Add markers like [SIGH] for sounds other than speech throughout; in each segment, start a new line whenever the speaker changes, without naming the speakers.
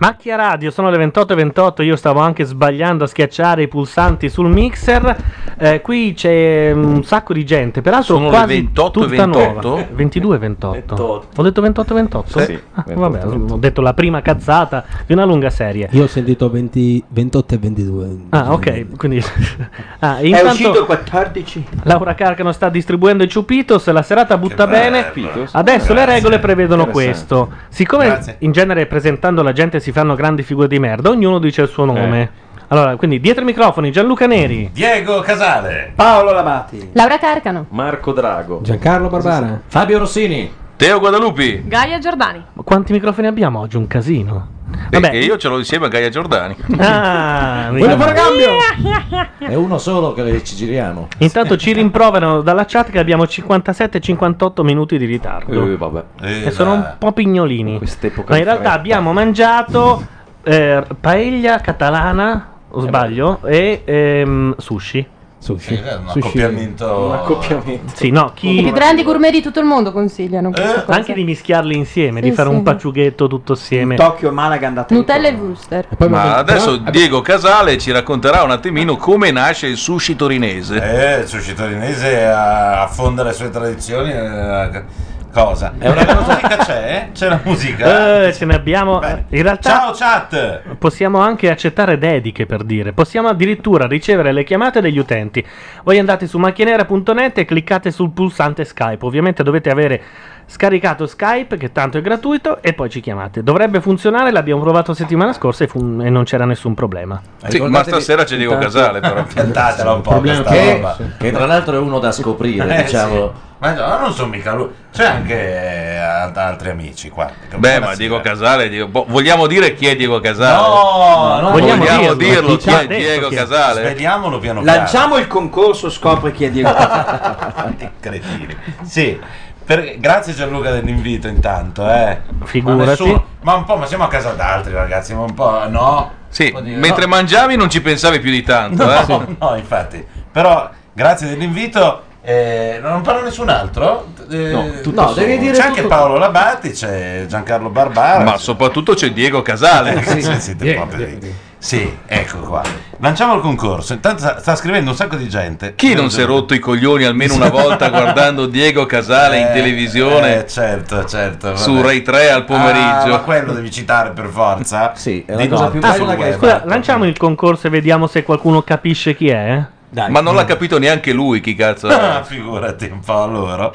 Macchia Radio, sono le 28.28, io stavo anche sbagliando a schiacciare i pulsanti sul mixer, Eh, qui c'è mm, un sacco di gente, peraltro
Sono le
quasi
28,
tutta
28?
nuova. 22.28. Ho detto 28.28?
Sì,
Ah, vabbè, ho detto la prima cazzata di una lunga serie.
Io ho sentito 20 28 e 22.
Ah, ok, quindi... [LAUGHS] Ah, intanto
uscito il 14.
Laura Carcano sta distribuendo i ciupitos, la serata butta bene.
Ciupitos.
Adesso le
Grazie.
eh,
regole prevedono
Interessante.
questo. Siccome
Grazie.
in genere presentando la gente si fanno grandi figure di merda, ognuno dice
Eh.
il suo nome. Allora, quindi dietro i microfoni Gianluca Neri,
Diego Casale.
Paolo Labati,
Laura Carcano.
Marco Drago.
Giancarlo Barbara,
Fabio Rossini. Teo Guadalupi.
Gaia Giordani.
Ma quanti microfoni abbiamo oggi? Un casino.
[LAUGHS]
Perché io ce l'ho insieme a Gaia Giordani.
Ah,
Voglio fare
cambio.
È uno solo che ci giriamo.
Intanto ci rimproverano dalla chat che abbiamo 57-58 minuti di ritardo.
Eh, vabbè.
e sono un po' pignolini. Ma in realtà abbiamo mangiato eh, paella catalana, o sbaglio, e ehm, sushi. Sushi.
un accoppiamento- Un accoppiamento.
Sì, no,
I
chi... Eh?
più grandi gourmet di tutto il mondo consigliano questa cosa.
Anche di mischiarli insieme,
Sì,
di fare
sì.
un paciughetto tutto assieme.
Tokyo, Malaga, andate
Nutella e Wooster.
Ma adesso Diego Casale ci racconterà un attimino come nasce il sushi torinese.
Eh, il sushi torinese a- affonda le sue tradizioni. eh, cosa? È una musica c'è? C'è la musica?
Eh, ce ne abbiamo. In realtà.
Ciao chat!
Possiamo anche accettare dediche per dire, possiamo addirittura ricevere le chiamate degli utenti. Voi andate su macchinera.net e cliccate sul pulsante Skype. Ovviamente dovete avere scaricato Skype, che tanto è gratuito, e poi ci chiamate. Dovrebbe funzionare, l'abbiamo provato settimana scorsa e, fu- e non c'era nessun problema.
Sì, ma stasera c'è Diego
intanto-
Casale
[LAUGHS]
però.
Piantatela un po' questa
che-
roba. Che tra l'altro è uno da scoprire,
Eh,
diciamo. Ma no, non sono mica lui. C'è anche eh, alt- altri amici qua.
Beh, ma Diego Casale, Diego- boh, vogliamo dire chi è Diego Casale?
No, no,
vogliamo, dirlo,
vogliamo dirlo.
chi
Diciamo
è
adesso
Diego
chi è.
Casale?
Svegliamolo piano
Lanciamo il concorso, scopri chi
[LAUGHS]
è Diego Casale.
cretini. Sì. per- grazie Gianluca dell'invito intanto, eh.
Figurati.
Ma, ma un po', ma siamo a casa d'altri ragazzi, ma un po' no.
Sì,
Un po' di-
mentre
no.
mangiavi non ci pensavi più di tanto, eh?
No, [LAUGHS] no, infatti. Però grazie dell'invito. eh, non parla nessun altro? Eh,
No, tutto solo.
C'è anche Paolo Labatti, c'è Giancarlo Barbara.
Ma soprattutto c'è Diego Casale.
Eh, Sì, sì, sì, proprio lì. Sì, ecco qua. Lanciamo il concorso. Intanto sta, sta scrivendo un sacco di gente.
Chi non si è rotto i coglioni almeno una
[LAUGHS]
volta guardando Diego Casale in
Eh,
televisione?
eh, certo, certo. vabbè.
Su Rai 3 al pomeriggio.
Ah, ma quello devi citare per forza. Sì, è
la cosa più bella che-
Scusa, lanciamo il concorso e vediamo se qualcuno capisce chi è. eh?
Ma non l'ha capito neanche lui, chi cazzo
[LAUGHS] Ah, figurati un po' loro.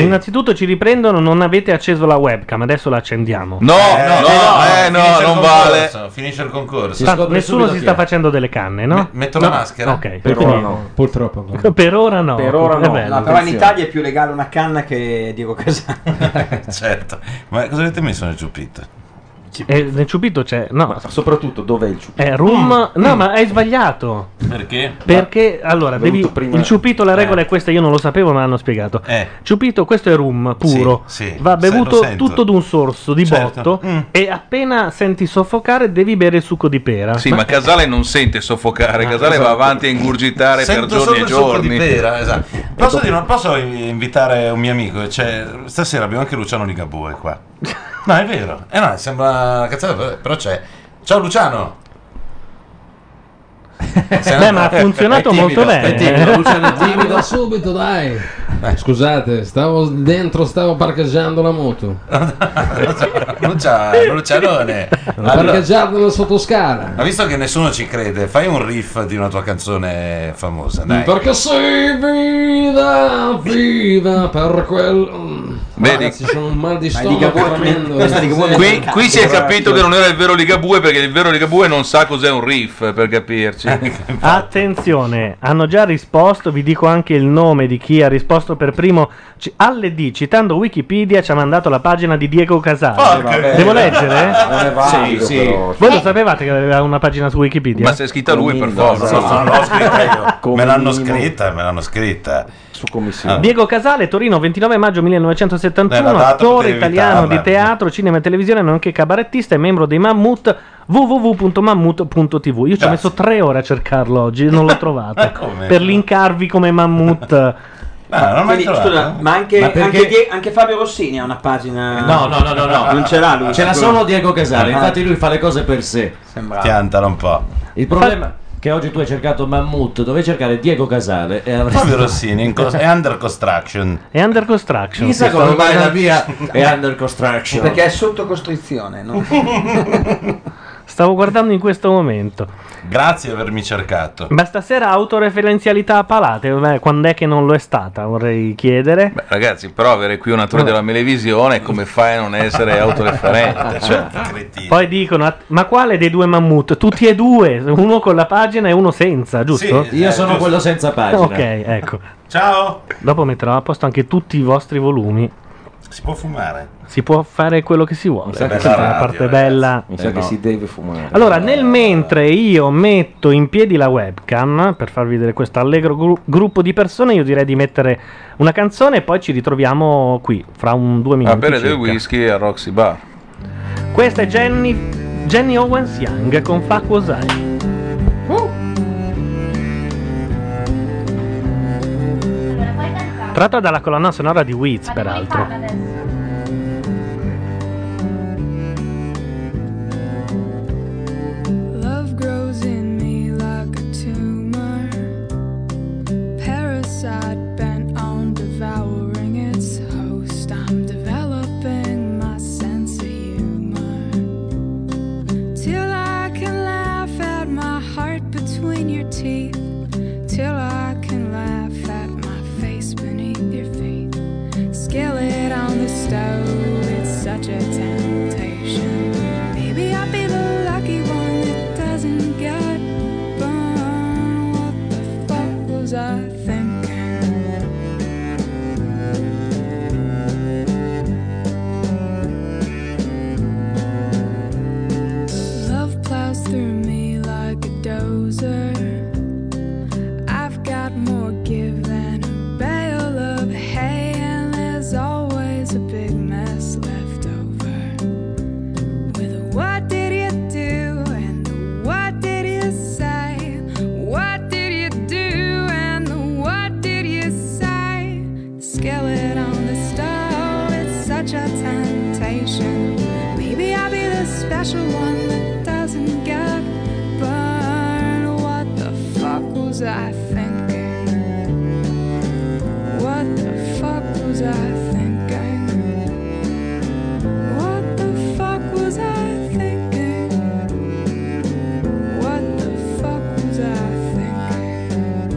Innanzitutto ci riprendono, non avete acceso la webcam, adesso la accendiamo.
No,
no,
eh, no,
finisce il
non
concorso, Finisce il concorso.
Tanto Ah, nessuno si sta facendo delle canne, no?
Me- metto la
No.
maschera?
Ok,
Per
quindi-
ora no.
Purtroppo.
[LAUGHS]
ancora.
Per ora no.
Per ora
Tutto
no.
è bello.
No, però in Italia è più legale una canna che
[LAUGHS]
Diego Casale.
[LAUGHS] certo. Ma cosa avete messo nel ciuppito?
Eh, nel ciupito c'è. No.
soprattutto dov'è il ciupito?
È rum. No, ma hai sbagliato.
Perché?
Perché allora
Venuto
devi.
prima-
Il ciupito, la
Eh.
regola è questa, io non lo sapevo, ma l'hanno spiegato. Ciupito, questo è rum puro.
Sì, sì,
Va
se-
bevuto
lo sento.
tutto d'un sorso di
Certo.
botto.
Mm.
E appena senti soffocare, devi bere il succo di pera.
Sì, ma Casale non sente soffocare, Casale va avanti a ingurgitare per
Ah, esatto. Sento
giorni
solo
e
il succo
giorni.
di pera, esatto. Posso, dire una- posso invitare un mio amico? Cioè, stasera abbiamo anche Luciano Ligabue qua.
[LAUGHS]
No, è vero. Eh no, sembra una cazzata, però c'è. Ciao Luciano!
Eh, Beh, ma ha funzionato
È timido,
molto
Eh,
bene.
è timido, Luciano è
Dillo subito, dai.
Scusate, stavo dentro, stavo parcheggiando
[LAUGHS]
la moto.
Eh.
Luciano, Lucianone. eh, Allora,
Parcheggiando nella sottoscala.
ma visto che nessuno ci crede, fai un riff di una tua canzone famosa, dai.
Perché sei viva, viva per quel...
Vedi?
Ragazzi, sono un mal di
Ma dica
stomaco
voi,
tremendo.
questa dica voi,
Qui, qui si è
Però-
capito che non era il vero Ligabue perché il vero Ligabue non sa cos'è un riff per capirci.
Ah,
Eh,
Attenzione, hanno già risposto, vi dico anche il nome di chi ha risposto per primo. C- Alle D, citando Wikipedia, ci ha mandato la pagina di Diego Casale. Devo leggere?
Non è valido, però. cioè.
Voi lo sapevate che aveva una pagina su Wikipedia?
Ma se è scritta lui per
No,
esatto.
forza.
non l'ho scritta
[LAUGHS]
io.
Come
Me l'hanno
minimo.
scritta, me l'hanno scritta. Ah,
su commissione.
Diego Casale, Torino, 29 maggio
Eh, la
1971,
data
attore
potevi
italiano
evitarla.
di teatro, cinema e televisione, nonché cabarettista e membro dei Mammut www.mammut.tv. Io ci ho
Grazie.
messo tre ore a cercarlo oggi, non l'ho
[LAUGHS]
trovato.
Ma come?
per linkarvi come Mammut.
[LAUGHS] No,
Ah,
non l'ho mai
Quindi,
trovata.
scusa, ma anche,
Ma perché-
anche Die- anche Fabio Rossini ha una pagina.
No, no, no, no, no.
Non ce l'ha lui.
Ce l'ha
sicuro.
solo Diego Casale,
Ah.
infatti lui fa le cose per sé.
Sembrava.
Piantala un po'.
Il problema è che oggi tu hai cercato Mammut, dovevi cercare Diego Casale e avresti...
Fabio Rossini
[LAUGHS]
in cos- è under construction.
È under construction.
Chissà come mai la
[LAUGHS]
mia è under construction.
ah. Perché è sotto
[LAUGHS]
costrizione, no?
Stavo guardando in questo momento.
Grazie di avermi cercato.
Ma stasera autoreferenzialità a palate, eh, quando è che non lo è stata? Vorrei chiedere.
Beh, ragazzi, però avere qui un
Ah.
attore della televisione come fai a non essere autoreferente? Cioè,
Cretino.
Poi dicono, att- ma quale dei due Mammut? Tutti e due, uno con la pagina e uno senza, giusto?
Sì.
Io
Eh,
sono
giusto.
quello senza pagina.
Ok, ecco.
Ciao.
Dopo metterò a posto anche tutti i vostri volumi.
Si può fumare?
Si può fare quello che si vuole.
sa che
Questa è
si-
la
radio,
parte
ragazzi.
bella.
Mi sa
Eh,
che
no.
si deve fumare.
Allora, nel mentre io metto in piedi la webcam per farvi vedere questo allegro gru- gruppo di persone, io direi di mettere una canzone e poi ci ritroviamo qui fra un
Ah,
due
a
minuti.
bere del
circa.
whisky a Roxy Bar.
Questa è Jenny, Jenny Owens Young con Fakwosai. Tratta dalla colonna sonora di Wiz, peraltro.
Love grows in me like a tumor. Parasite bent on devouring its host. I'm developing my sense of humor. Till I can laugh at my heart between your teeth. Till I can laugh at my face beneath your feet. Skillet on the stove, it's such a temptation. Maybe I'll be the lucky one that doesn't get burned. What the fuck was I thinking? Love plows through me like a dozer. I've got more give than a bale of hay, and there's always a big mess left over with a what did you do and the what did you say what did you do and the what did you say skillet on the stove it's such a temptation maybe i'll be the special one that doesn't get burned what the fuck was i thinking what the fuck was i thinking what the fuck was I thinking? What the fuck was I thinking?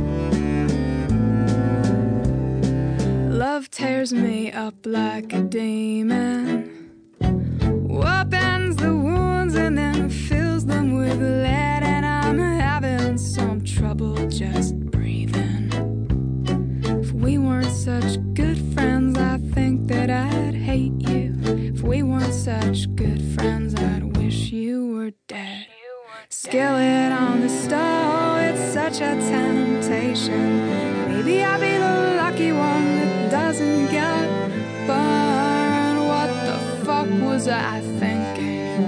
Love tears me up like a demon, opens the wounds and then fills them with lead, and I'm having some trouble just breathing. If we weren't such good friends, I think that I'd hate you. If we weren't such good friends, I'd wish you were dead. Skillet on the stove, it's such a temptation. Maybe I'll be the lucky one that doesn't get burned. What the fuck was I thinking?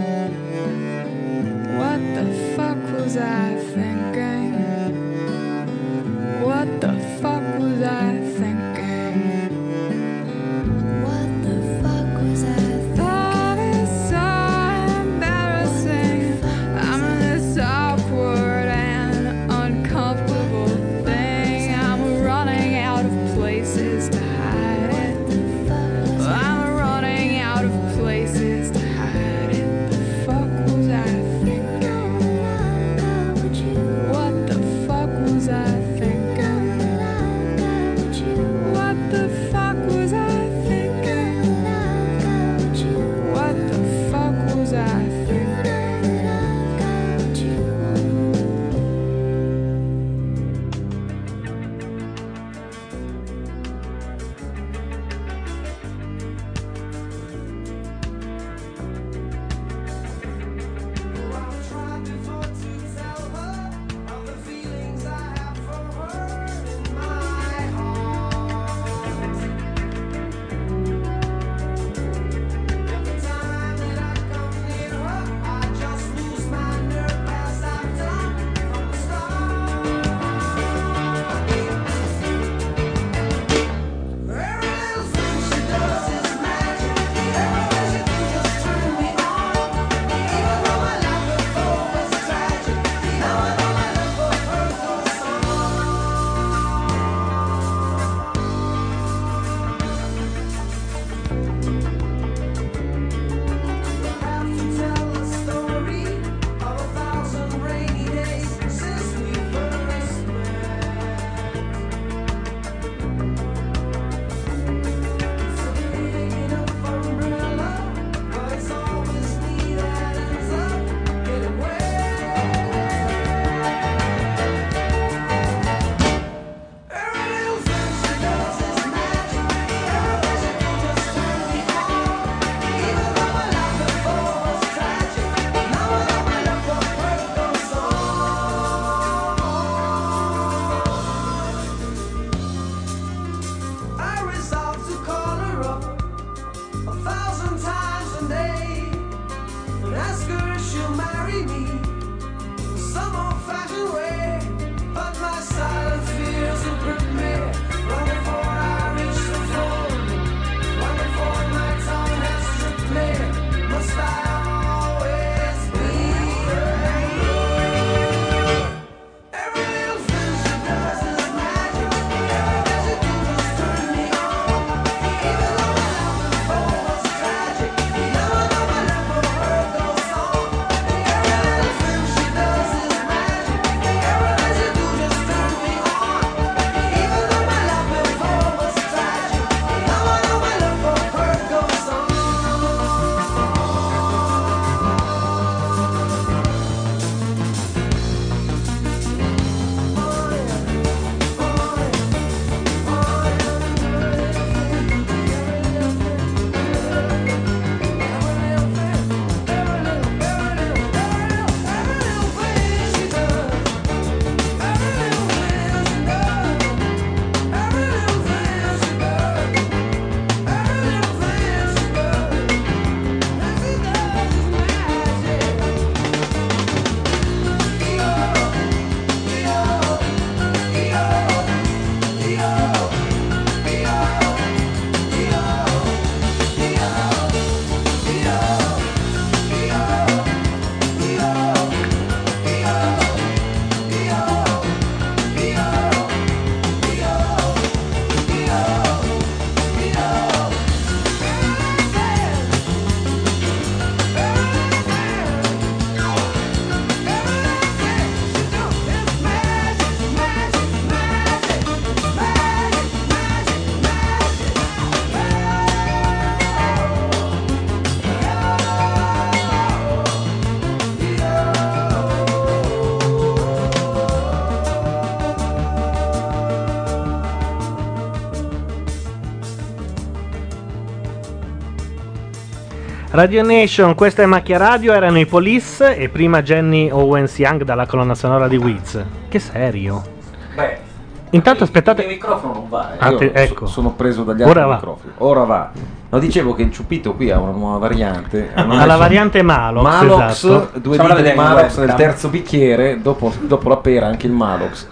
What the fuck was I thinking? What the fuck was I thinking? What the fuck was I thinking? That is so embarrassing. I'm this awkward and uncomfortable thing. I'm running out of places to
Ask her if she'll marry me some old fashioned way. But my silent fears have gripped me long before I reach the floor. Long before my tongue has stripped me, must I always be afraid? Every little thing she does is magic. Every magic must turn me on. Even though my love before was tragic, now I know my love for her goes on. Every little thing she does is magic. Every magic you just turn me on. Even though my love before was tragic, now I know my love for her goes on.
Radio Nation, questa è Macchia Radio, erano i Police e prima Jenny Owens Young dalla colonna sonora di Wiz. Che serio.
Beh,
Intanto aspettate...
il microfono non va. eh.
Ah,
Io
te-
so-
ecco.
sono preso dagli
Ora
altri
va.
microfoni. Ora va. No, dicevo che il ciupito qui ha una nuova
[LAUGHS]
variante. Ha una-
Alla variante Malox.
Malox,
esatto.
due dita di Malox nel terzo bicchiere, dopo, dopo la pera anche il Malox.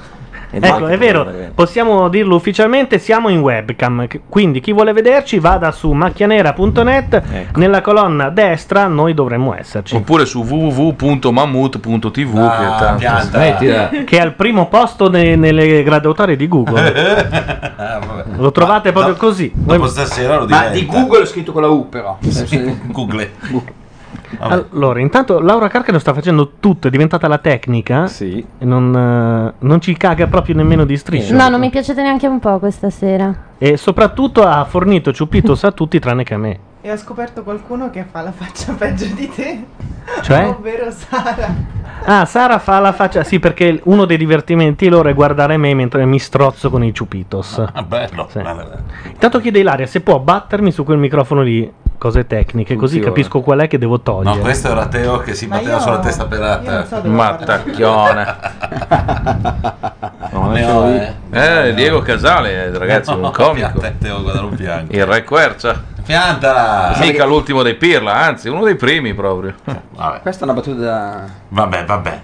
E dai,
Ecco,
che
è vero,
problema.
possiamo dirlo ufficialmente, siamo in webcam, Ch- quindi chi vuole vederci vada su macchianera.net, nella colonna destra noi dovremmo esserci.
Oppure su www.mammut.tv
Ah,
che Oh, tanto...
pianta. [LAUGHS] Che è al primo posto ne- nelle graduatorie di Google.
Ah,
lo trovate proprio così. Voi-
Ma di Google ho scritto con la U però.
[LAUGHS]
Google.
Allora, intanto Laura Carca lo sta facendo tutto, è diventata la tecnica. E non, eh, non ci caga proprio nemmeno di striscio.
No, non mi piacete neanche un po' questa sera.
E soprattutto ha fornito ciupitos a tutti tranne che a me.
E ho scoperto qualcuno che fa la faccia peggio di te.
Cioè?
Ovvero Sara.
Ah, Sara fa la faccia. Sì, perché uno dei divertimenti loro è guardare me mentre mi strozzo con i ciupitos.
Ah, bello.
Intanto chiede Ilaria se può battermi su quel microfono lì, cose tecniche, così
Funziona.
capisco qual è che devo togliere.
No, questo era Teo che si batteva sulla testa pelata.
Mattacchiona.
No, lascialo lì.
eh, Diego Casale,
[LAUGHS]
eh, ragazzi,
No,
un comico.
Teo guarda un Ah. piano.
Il re Quercia.
[LAUGHS] Piantala!
Mica l'ultimo dei Pirla, anzi, uno dei primi proprio.
Eh,
Questa è una battuta.
Vabbè, vabbè.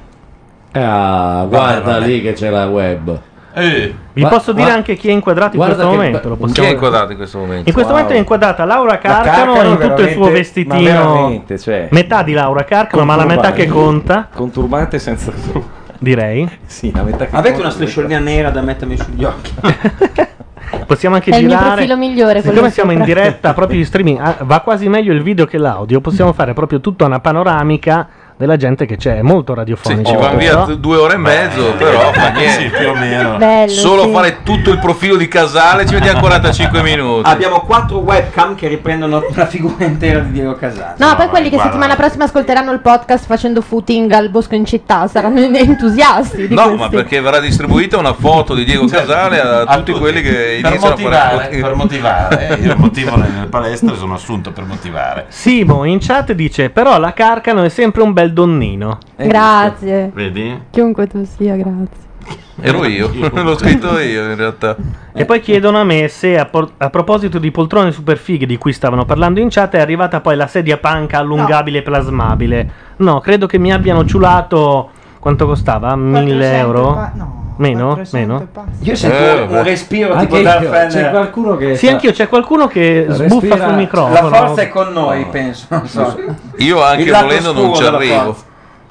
Ah, guarda
vabbè.
lì che c'è la web.
Vi
Ma-
posso dire
ma-
anche chi è inquadrato in
guarda
questo
che
momento?
be-
Lo
chi
possiamo-
è inquadrato
in questo momento?
In questo
Wow.
momento è inquadrata Laura Carcano,
Carcano
in tutto il suo
veramente- ma
vestitino.
veramente, cioè.
Metà di Laura Carcano, ma la metà che conta,
Con turbante e senza turbante.
direi.
Sì, la metà che
Avete
conta.
una strisciolina nera da mettermi sugli occhi?
[LAUGHS] Possiamo anche
È il mio
girare.
profilo migliore, quello
Siccome
di
siamo in
sopra.
diretta proprio in streaming, ah, va quasi meglio il video che l'audio. Possiamo fare proprio tutta una panoramica della gente che c'è, è molto
Sì,
radiofonico.
Oh.
ci vanno via
però.
oh.
t- due ore e mezzo, però fa niente.
più o meno.
Bello,
Solo
sì.
fare tutto il profilo di Casale ci vediamo 45 minuti.
Abbiamo quattro webcam che riprendono [LAUGHS] la figura intera di Diego Casale.
No, poi quelli che settimana prossima ascolteranno il podcast facendo footing al bosco in città saranno entusiasti. Di
No,
questo.
ma perché verrà distribuita una foto di Diego Casale a, tutti, quelli che iniziano
Certo. Per
a
motivare,
fare
per motivare. Eh, Io motivo nel palestra, sono assunto per motivare.
Simo in chat dice: Però la
Eh.
Carcano è sempre un bel donnino. certo.
Grazie.
Vedi?
Chiunque tu sia, grazie.
Ero io, [LAUGHS] l'ho scritto io in realtà.
E
Eh.
poi chiedono a me se a, por- a proposito di poltrone superfighe di cui stavano parlando in chat è arrivata poi la sedia panca allungabile e plasmabile. No, credo che mi abbiano ciulato quanto costava? 1000 euro?
pa-
Meno? Meno?
Io sento Eh, un vabbè. respiro tipo Anche Darth io, Vader. c'è qualcuno che
Sì,
fa-
anch'io, c'è qualcuno che sbuffa sul microfono.
La forza è con noi, penso. non so.
Io
anche Il lato volendo non ci scuro della arrivo. forza.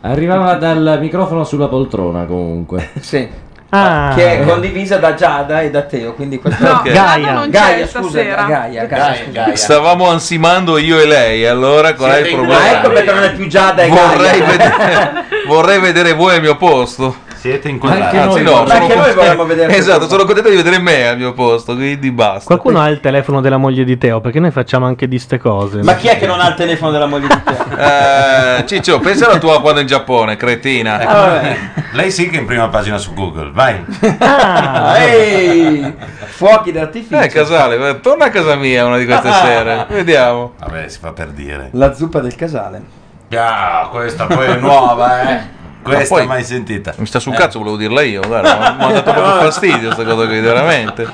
Arrivava dal microfono sulla poltrona comunque.
Sì.
Ah.
Che è condivisa da Giada e da Teo, quindi questa
No, Ok. Giada
non c'è
Gaia, scusa,
stasera.
Gaia, Gaia,
Gaia,
scusa.
Gaia.
Stavamo ansimando io e lei, allora qual è il
Ma
problema?
ecco perché non è più Giada e Gaia.
Vorrei vedere, vorrei vedere voi al mio posto. Siete in
quella- Anche
Anzi,
noi
no,
vorremmo-
sono
Anche noi
contento-
vorremmo vederti al
Esatto,
tuo
sono contento di vedere me al mio posto, quindi basta.
Qualcuno ha il telefono della moglie di Teo perché noi facciamo anche di ste cose.
Ma chi è che non ha il telefono della moglie di Teo?
Eh, Ciccio, pensa alla tua quando in Giappone, cretina.
Ecco.
Ah,
Lei sì che è in prima pagina su Google, vai.
Ah. Ehi, fuochi d'artificio.
Eh, Casale, eh, torna a casa mia una di
[LAUGHS]
queste
[LAUGHS]
sere. Vediamo.
Vabbè, si fa per dire.
La zuppa del casale.
Ah, questa poi è nuova, eh. Questa
Ma poi-
mai sentita.
Mi sta sul cazzo, volevo dirla io. Guarda, mi ha dato
Eh,
proprio fastidio questa cosa qui, veramente.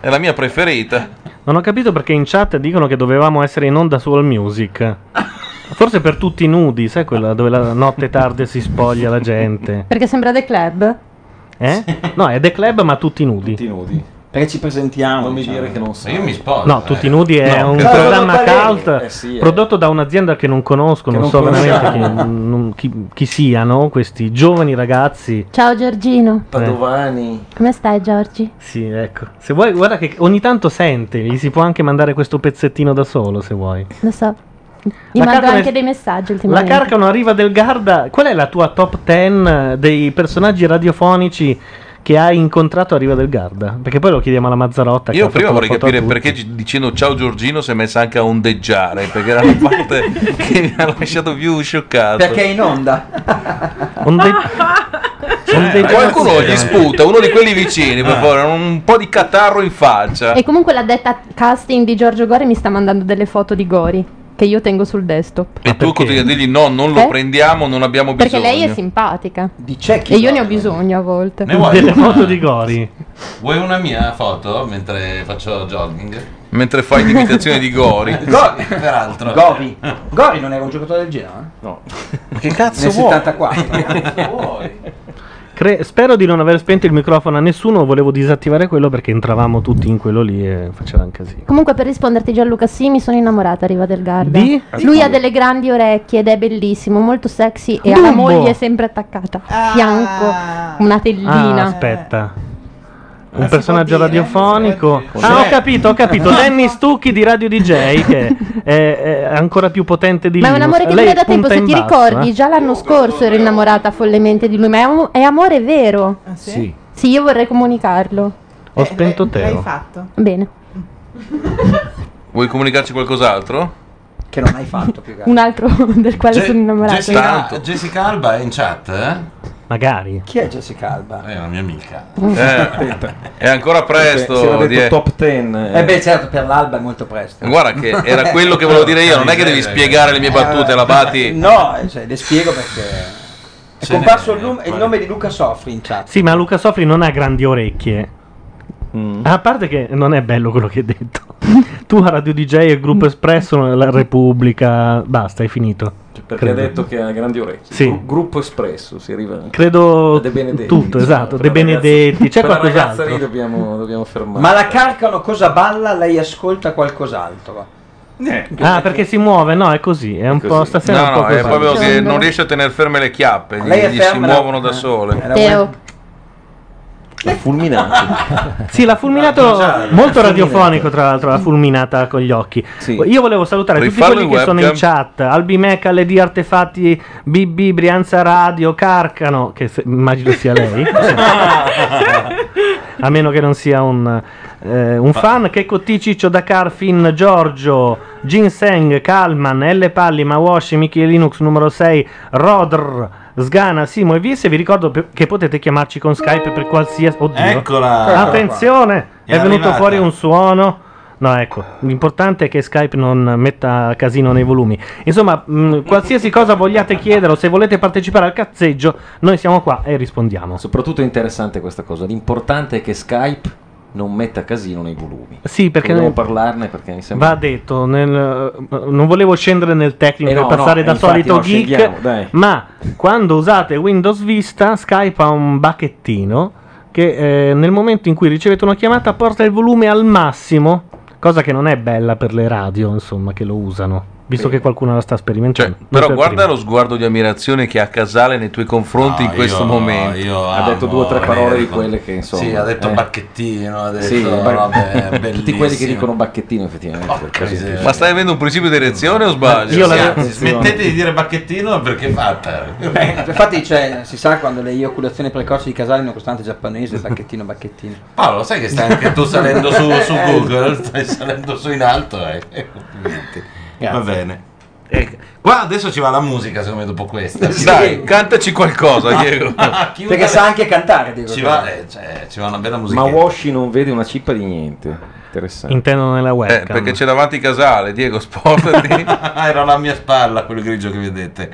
È la mia preferita.
Non ho capito perché in chat dicono che dovevamo essere in onda su All Music. Forse per tutti nudi, sai quella dove la notte tarda si spoglia la gente.
Perché sembra The Club.
Eh? No, è The Club ma tutti nudi. Tutti
nudi.
Perché ci presentiamo. Non mi dire
che non so.
Io mi eh. sposo.
No, Tutti Nudi è
diciamo. No,
un
che-
programma
Sono baleni.
cult
Eh sì, eh.
prodotto da un'azienda che non conosco,
Che
non
non
so veramente chi,
conosciamo.
non- chi- chi siano questi giovani ragazzi. Eh.
Ciao Giorgino.
Padovani.
Come stai Giorgi?
Sì, ecco. Se vuoi, guarda che ogni tanto sente, gli si può anche mandare questo pezzettino da solo se vuoi.
Lo so. Gli
La
mando
carta
anche
nel-
dei messaggi
La
ultimamente.
carcano arriva del Garda. Qual è la tua top 10 dei personaggi radiofonici che hai incontrato a Riva del Garda? Perché poi lo chiediamo alla Mazzarotta. che ha
Io
fatto
prima
la
vorrei
foto a
capire
tutti.
perché gi- dicendo ciao Giorgino si è messa anche a ondeggiare, perché era
[LAUGHS]
la parte che mi ha lasciato più scioccato.
Perché è in onda.
Eh, qualcuno gli sputa, uno di quelli vicini,
Ah.
per favore, un po' di catarro in faccia.
E comunque la detta casting di Giorgio Gori mi sta mandando delle foto di Gori che io tengo sul desktop.
E tu continui a dirgli no, non lo
Eh?
prendiamo, non abbiamo bisogno.
Perché lei è simpatica.
Di c'è
E io ne ho Eh, bisogno a volte.
Ne vuoi? Delle
foto di Gori.
Vuoi una mia foto mentre faccio jogging?
Mentre fai l'imitazione di Gori.
[LAUGHS] Gori,
peraltro.
Govi. Gori non era un giocatore del eh? Genoa?
No.
Che
cazzo
Nel
vuoi?
74.
Cre- spero di non aver spento il microfono a nessuno. Volevo disattivare quello perché entravamo tutti in quello lì e faceva un casino.
Comunque per risponderti Gianluca, sì, mi sono innamorata a Riva del Garda.
Di?
Lui ha delle grandi orecchie ed è bellissimo, molto sexy e ha la
Dumbo.
moglie sempre attaccata a fianco, una
Ah,
tellina.
aspetta.
Ah,
Un personaggio
eh,
radiofonico.
dire.
Ah, ho
Cioè-
capito, ho capito.
No.
Danny Stucchi di Radio DJ che
[LAUGHS]
è, è ancora più potente di
ma
Linux.
è un amore che
Lei
dura da tempo,
punta
se
in
ti
basso,
ricordi,
eh.
già l'anno scorso ero innamorata follemente di lui, ma è, am- è amore vero.
Sì.
Ah, Sì, io vorrei comunicarlo.
Ho
eh,
spento Teo.
fatto. Bene,
Vuoi comunicarci qualcos'altro?
Che non hai fatto più
un altro [LAUGHS] del quale sono innamorata.
Jessica, Jessica Alba è in chat? eh?
Magari.
Chi è Jessica Alba?
È una mia amica. Eh,
è ancora presto.
Si era detto
die-
top 10.
Eh beh, certo, per l'alba è molto presto.
Guarda che era quello che volevo dire io, non è che devi spiegare le mie battute, la batti.
No, eh, cioè, le spiego perché. È comparso il, num- il nome di Luca Soffri in chat.
Sì, ma Luca Sofri non ha grandi orecchie.
Mm.
A parte che non è bello quello che hai detto. [LAUGHS] tu a Radio DJ e Gruppo Espresso, la Repubblica, basta, è finito.
Cioè, Perché
Credo.
ha detto che ha grandi orecchie.
Sì.
Gru- Gruppo espresso, si arriva.
Credo
De Benedetti.
tutto, esatto,
Per
De
la ragazza-
Benedetti, c'è
per la ragazza
qualcos'altro.
lì dobbiamo, dobbiamo fermare.
Ma la carcano cosa balla? Lei ascolta qualcos'altro.
Ah, perché si muove, no, è così, è un po' stasera è
No,
un po'
no, è
così.
proprio che non riesce a tenere ferme le chiappe, gli,
Lei è
gli si
ferma,
muovono
Eh,
da sole.
Teo,
La fulminante.
Cioè, [LAUGHS] Sì, l'ha
Ah,
fulminato molto radiofonico, tra l'altro, l'ha fulminata con gli occhi. Io volevo salutare
Rifarlo
tutti
in
quelli che sono in
webcam.
chat, Albi Meca, Lady Artefatti, BB, Brianza Radio, Carcano, che se- immagino sia lei. A meno che non sia un, eh, un fan, che Ciccio, Dakar, Finn, Giorgio, Ginseng, Kalman, L. Palli, Mawashi, Michi Linux numero 6, Rodr, Sgana, Simo e Vies. E vi ricordo pe- che potete chiamarci con Skype per qualsiasi. Oddio.
Eccola.
Attenzione,
È
è, venuto
arrivata.
fuori un suono. No, ecco, l'importante è che Skype non metta casino nei volumi. Insomma, mh, qualsiasi cosa vogliate chiedere o se volete partecipare al cazzeggio, noi siamo qua e rispondiamo.
Soprattutto è interessante questa cosa. L'importante è che Skype non metta casino nei volumi.
Sì, perché
Vogliamo
noi-
parlarne perché mi sembra
Va detto, nel- non volevo scendere nel tecnico
Eh no,
per passare
no,
da
infatti
solito
no, scendiamo, dai.
geek, ma quando usate Windows Vista, Skype ha un bacchettino che eh, nel momento in cui ricevete una chiamata porta il volume al massimo, cosa che non è bella per le radio, insomma, che lo usano, visto
Sì.
che qualcuno la sta sperimentando.
Cioè,
Non
Però
per
guarda lo sguardo di ammirazione che ha Casale nei tuoi confronti
Ah,
in questo momento.
Ha amo detto due o tre parole di Americo. quelle che, insomma,
Sì, ha detto eh.
bacchettino, ha
detto, Sì, bac-
[LAUGHS]
vabbè, [LAUGHS] tutti bellissimo. quelli che dicono bacchettino effettivamente.
miseria.
Ma stai avendo un principio di erezione o sbaglio?
Io smettete di dire bacchettino perché fatta.
Eh, Infatti, cioè, si sa quando le eioculazioni precoci di Casale in un costante giapponese, bacchettino, bacchettino.
Paolo, sai che stai anche tu salendo su,
Eh,
su Google, stai salendo su in alto. eh. Complimenti. Va bene. Eh, Qua adesso ci va la musica, secondo me, dopo questa. Ah,
Dai, cantaci qualcosa, Diego.
Perché sa anche cantare, Diego.
Ci va, eh, cioè, ci va una bella musica.
Ma Washi non vede una cippa di niente. Interessante.
Intendono nella
Eh,
webcam.
perché c'è davanti Casale, Diego, sportati.
Era alla mia spalla quel grigio che vedete.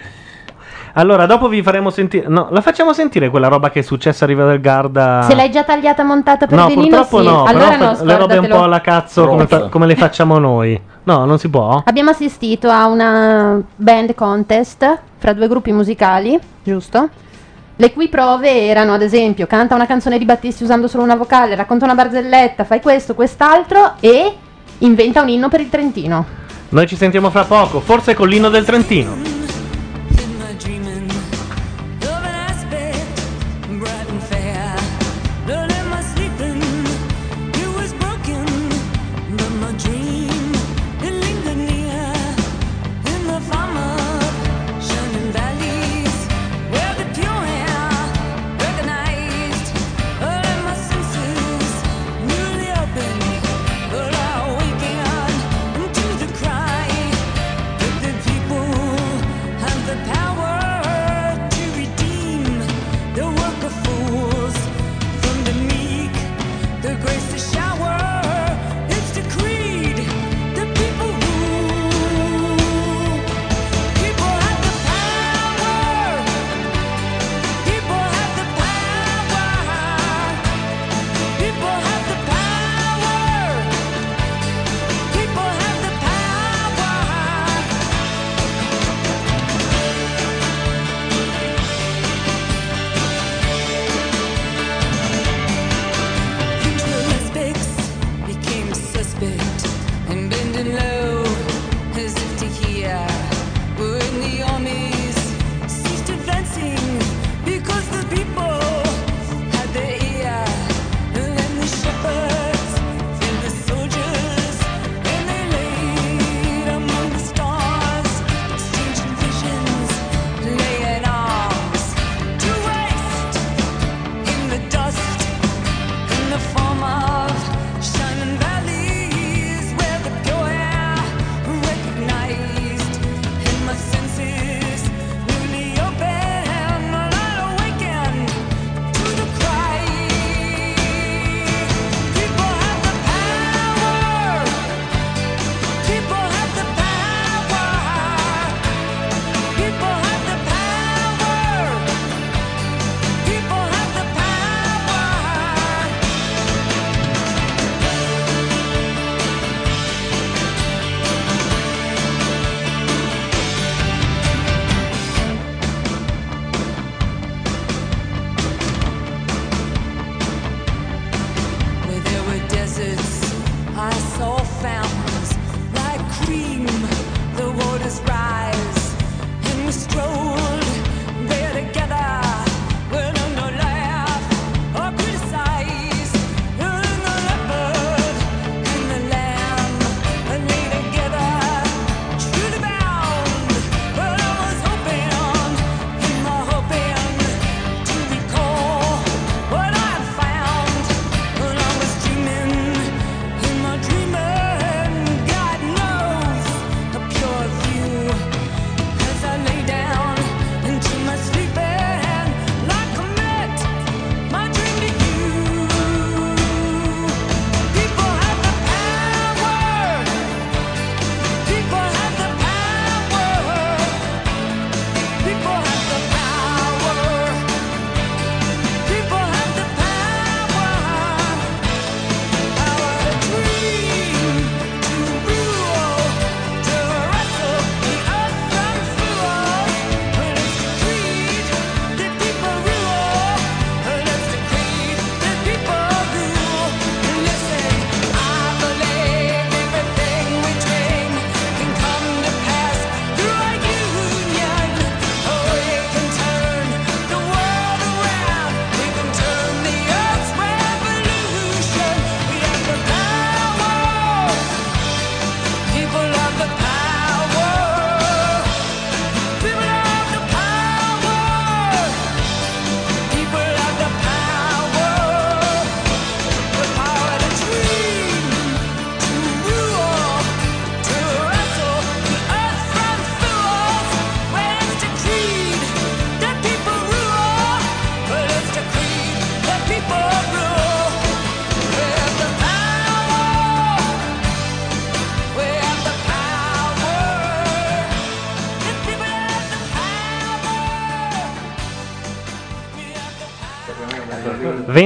Allora, dopo vi faremo sentire... No, la facciamo sentire quella roba che è successa a Riva del
ah.
Garda...
Se l'hai già tagliata montata per
No,
Benino,
purtroppo
sì.
no,
allora
però
no,
per- le robe un
scordatelo.
po' alla cazzo come, fa- come le facciamo noi. No, non si può.
Abbiamo assistito a una band contest fra due gruppi musicali, giusto? Le cui prove erano, ad esempio, canta una canzone di Battisti usando solo una vocale, racconta una barzelletta, fai questo, quest'altro e inventa un inno per il Trentino.
Noi ci sentiamo fra poco, forse con l'inno del Trentino.
my dreaming, love an aspect, bright and fair. Not in my sleeping, it was broken, but my dream it lingered near. In the farmer, shining valleys, where the pure air recognized. All of my senses newly open, but I awakened to the cry that the people.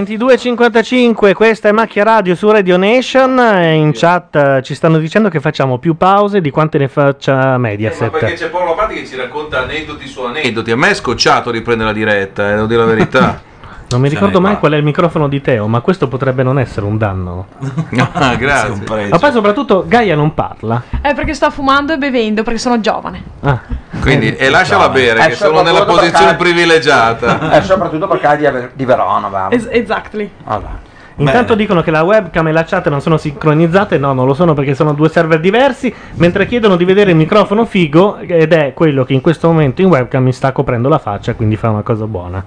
22.55, questa è Macchia Radio su Radio Nation. e In chat eh, ci stanno dicendo che facciamo più pause di quante ne faccia
Eh, Ma perché
Mediaset.
c'è Paolo Patti che ci racconta aneddoti su aneddoti. A me è scocciato riprendere la diretta, eh, devo dire la [LAUGHS] verità.
Non mi
Ce
ricordo
n'è
mai qual è il microfono di Teo, ma questo potrebbe non essere un danno.
[LAUGHS] ah, grazie.
Ma poi soprattutto Gaia non parla.
È perché sto fumando e bevendo, perché sono giovane.
Quindi, e lasciala bere,
Eh,
che sono
soprattutto
nella posizione
Bacardi.
privilegiata.
Eh, soprattutto per Cadi di Verona, va.
Ah.
Es- exactly.
Intanto dicono che la webcam e la chat non sono sincronizzate, no, non lo sono perché sono due server diversi, mentre chiedono di vedere il microfono figo ed è quello che in questo momento in webcam mi sta coprendo la faccia, quindi fa una cosa buona.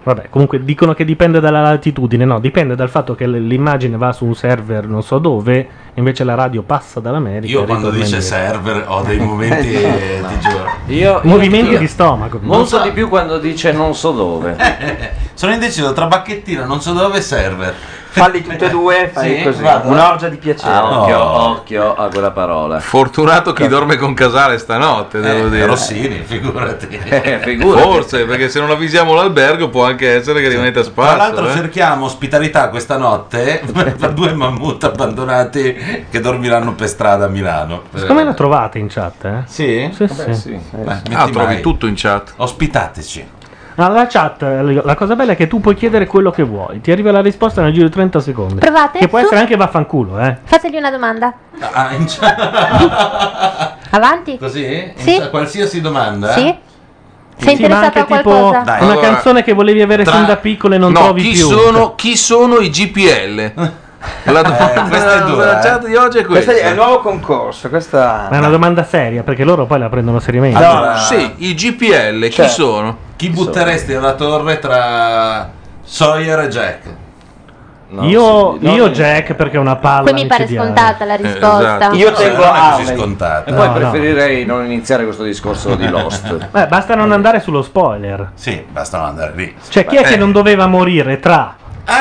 Vabbè, comunque dicono che dipende dalla latitudine, no, dipende dal fatto che l- l'immagine va su un server non so dove, invece la radio passa dall'America.
Io
e
quando
ritorna
dice
indietro.
server ho dei momenti eh, ti giuro.
Io,
Movimenti di stomaco.
Non so di più quando dice non so dove.
[LAUGHS] Sono indeciso tra bacchettina, non so dove e server.
Falli tutte e due, fai così. Un'orgia di piacere.
Ah, occhio,
No.
occhio a quella parola.
Fortunato chi dorme con Casale stanotte, devo dire.
Rossini,
[LAUGHS]
figurati.
Eh, figurati.
Forse, perché se non avvisiamo l'albergo può anche essere che rimanete a spasso.
Tra l'altro
eh.
cerchiamo ospitalità questa notte [LAUGHS] per per due mammut abbandonati che dormiranno per strada a Milano.
Siccome la trovate in chat, eh?
Sì?
Sì, sì.
Vabbè, sì.
Eh,
Beh,
sì.
Ah,
metti
trovi
mai.
tutto in chat.
Ospitateci.
Alla chat, eh, la cosa bella è che tu puoi chiedere quello che vuoi, ti arriva la risposta nel giro di 30 secondi.
Provate,
Che può
su.
essere anche vaffanculo, eh.
Fategli una domanda.
Ah, in chat.
Avanti.
Così?
Sì.
In- Qualsiasi domanda?
Sì.
eh?
Sei
Sì, ma
interessato
anche
a
tipo
qualcosa?
Dai,
una
allora,
canzone che volevi avere
tra-
sin da piccolo e non
no,
trovi
chi
più.
sono, chi sono i GPL? [LAUGHS] La domanda
questa è
della
dura, eh.
chat di oggi è questa.
è il nuovo concorso, questa...
Ma è una domanda seria, perché loro poi la prendono seriamente.
Allora, sì, i GPL
Cioè,
chi sono?
Chi butteresti alla torre tra Sawyer e Jack?
io, io Jack, perché è una
Qui
palla.
mi pare
micidiale.
scontata
Eh,
la risposta.
Esatto.
Io tengo
a
Harley.
E poi
No, no.
preferirei non iniziare questo discorso
[LAUGHS]
di Lost.
Beh, basta non andare sullo spoiler.
Sì, basta non andare lì.
Cioè, chi è
Eh.
che non doveva morire tra?
[LAUGHS]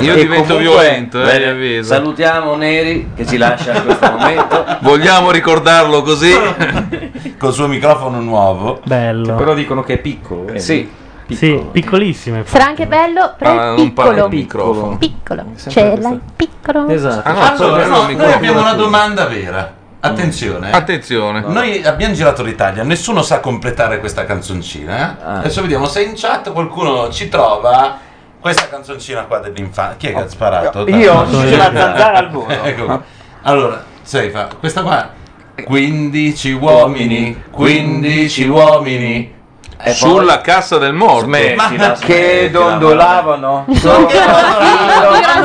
Io divento violento, eh, vi avviso.
salutiamo Neri che ci lascia in questo momento.
Vogliamo ricordarlo così?
[LAUGHS] Col suo microfono nuovo.
Bello.
Però dicono che è piccolo. eh.
Sì.
Sì, piccolissime. infatti.
Sarà anche bello, però
Ah,
è
non parlo
piccolo.
di microfono.
Piccolo.
Sempre
Ce
questa-
l'hai piccolo.
Ah, no, allora, no, noi abbiamo una domanda vera. Attenzione. eh.
Attenzione.
Noi abbiamo girato l'Italia, nessuno sa completare questa canzoncina.
Ah.
eh? Adesso vediamo se in chat qualcuno ci trova questa canzoncina qua dell'infanzia. Chi è che ha sparato?
Io ho ucciso la zanzara al volo.
[LAUGHS] Ecco qua. Allora, sei fa questa qua 15 uomini, 15 uomini eh,
E Sulla poi? cassa del morto. Smettila,
Ma
Che dondolavano
Sono
di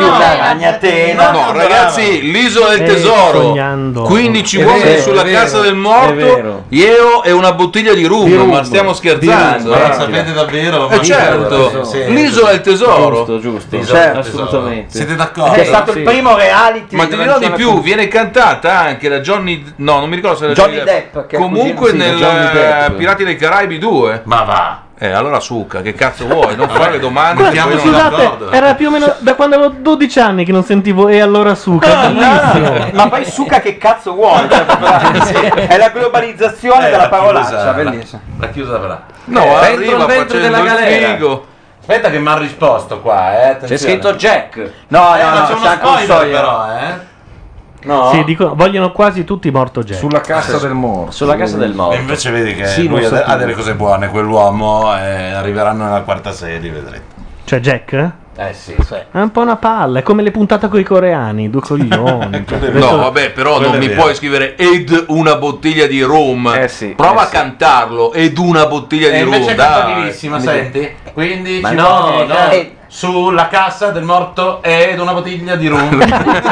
una ragnatela.
No, ragazzi, l'isola del
Eh,
tesoro.
sognando.
15
È
uomini
vero,
sulla
è vero,
cassa del
è vero.
morto. Io e una bottiglia di rum,
Di rum,
ma stiamo scherzando.
Ma la sapete davvero?
Eh,
Ma-
certo,
Sì, sì.
l'isola del tesoro.
Giusto, giusto.
L'isola del
Certo,
tesoro.
assolutamente. Siete d'accordo?
Che è stato il primo reality
Ma ti
dove
dirò
non
di
c'era
più, viene cantata anche da Johnny. No, non mi ricordo se era
Johnny Depp, che è
Comunque
cugino, sì,
nel
da Johnny
eh,
Depp.
Pirati dei Caraibi 2.
Ma va.
Eh, allora succa, che cazzo vuoi?
[LAUGHS]
Non fare domande.
Questo,
che poi non d'accordo.
scusate, era più o meno da quando avevo 12 anni che non sentivo e allora
Ah,
suca. bellissimo.
Ma poi suca che cazzo vuoi? Cioè, proprio- sì, è la globalizzazione
Eh,
della
la
parolaccia,
chiusa-
bellissima.
La chiusa verrà.
No,
Eh, dentro
arriva
il ventre
facendo
della
il
galera.
figo.
Aspetta che mi ha risposto qua, eh. attenzione.
C'è scritto Jack.
No,
Eh,
no,
ma
no,
c'è uno
c'è anche un
spoiler
Sawyer.
però, eh.
No.
Sì, dicono- vogliono quasi tutti morto Jack.
Sulla cassa
del
morto.
Sulla cassa del morto.
E invece vedi che
Sì,
lui
lo
ha, de-
sapevo.
ha delle cose buone, quell'uomo, eh, arriveranno nella quarta serie, vedrete.
Cioè, Jack? È
Eh sì, sì.
un po' una palla, è come le puntate con i coreani, due
[LAUGHS]
coglioni. Cioè,
No,
adesso-
vabbè, però
Quello
non
è
mi
vero.
puoi scrivere ed una bottiglia di rum.
Eh
Prova a cantarlo ed una bottiglia di
E
rum.
Eh, invece è
dai.
cattivissima, senti? Quindi
Ma
ci
no,
vuole-
no.
eh, Sulla cassa del morto ed una bottiglia
[LAUGHS]
di rum.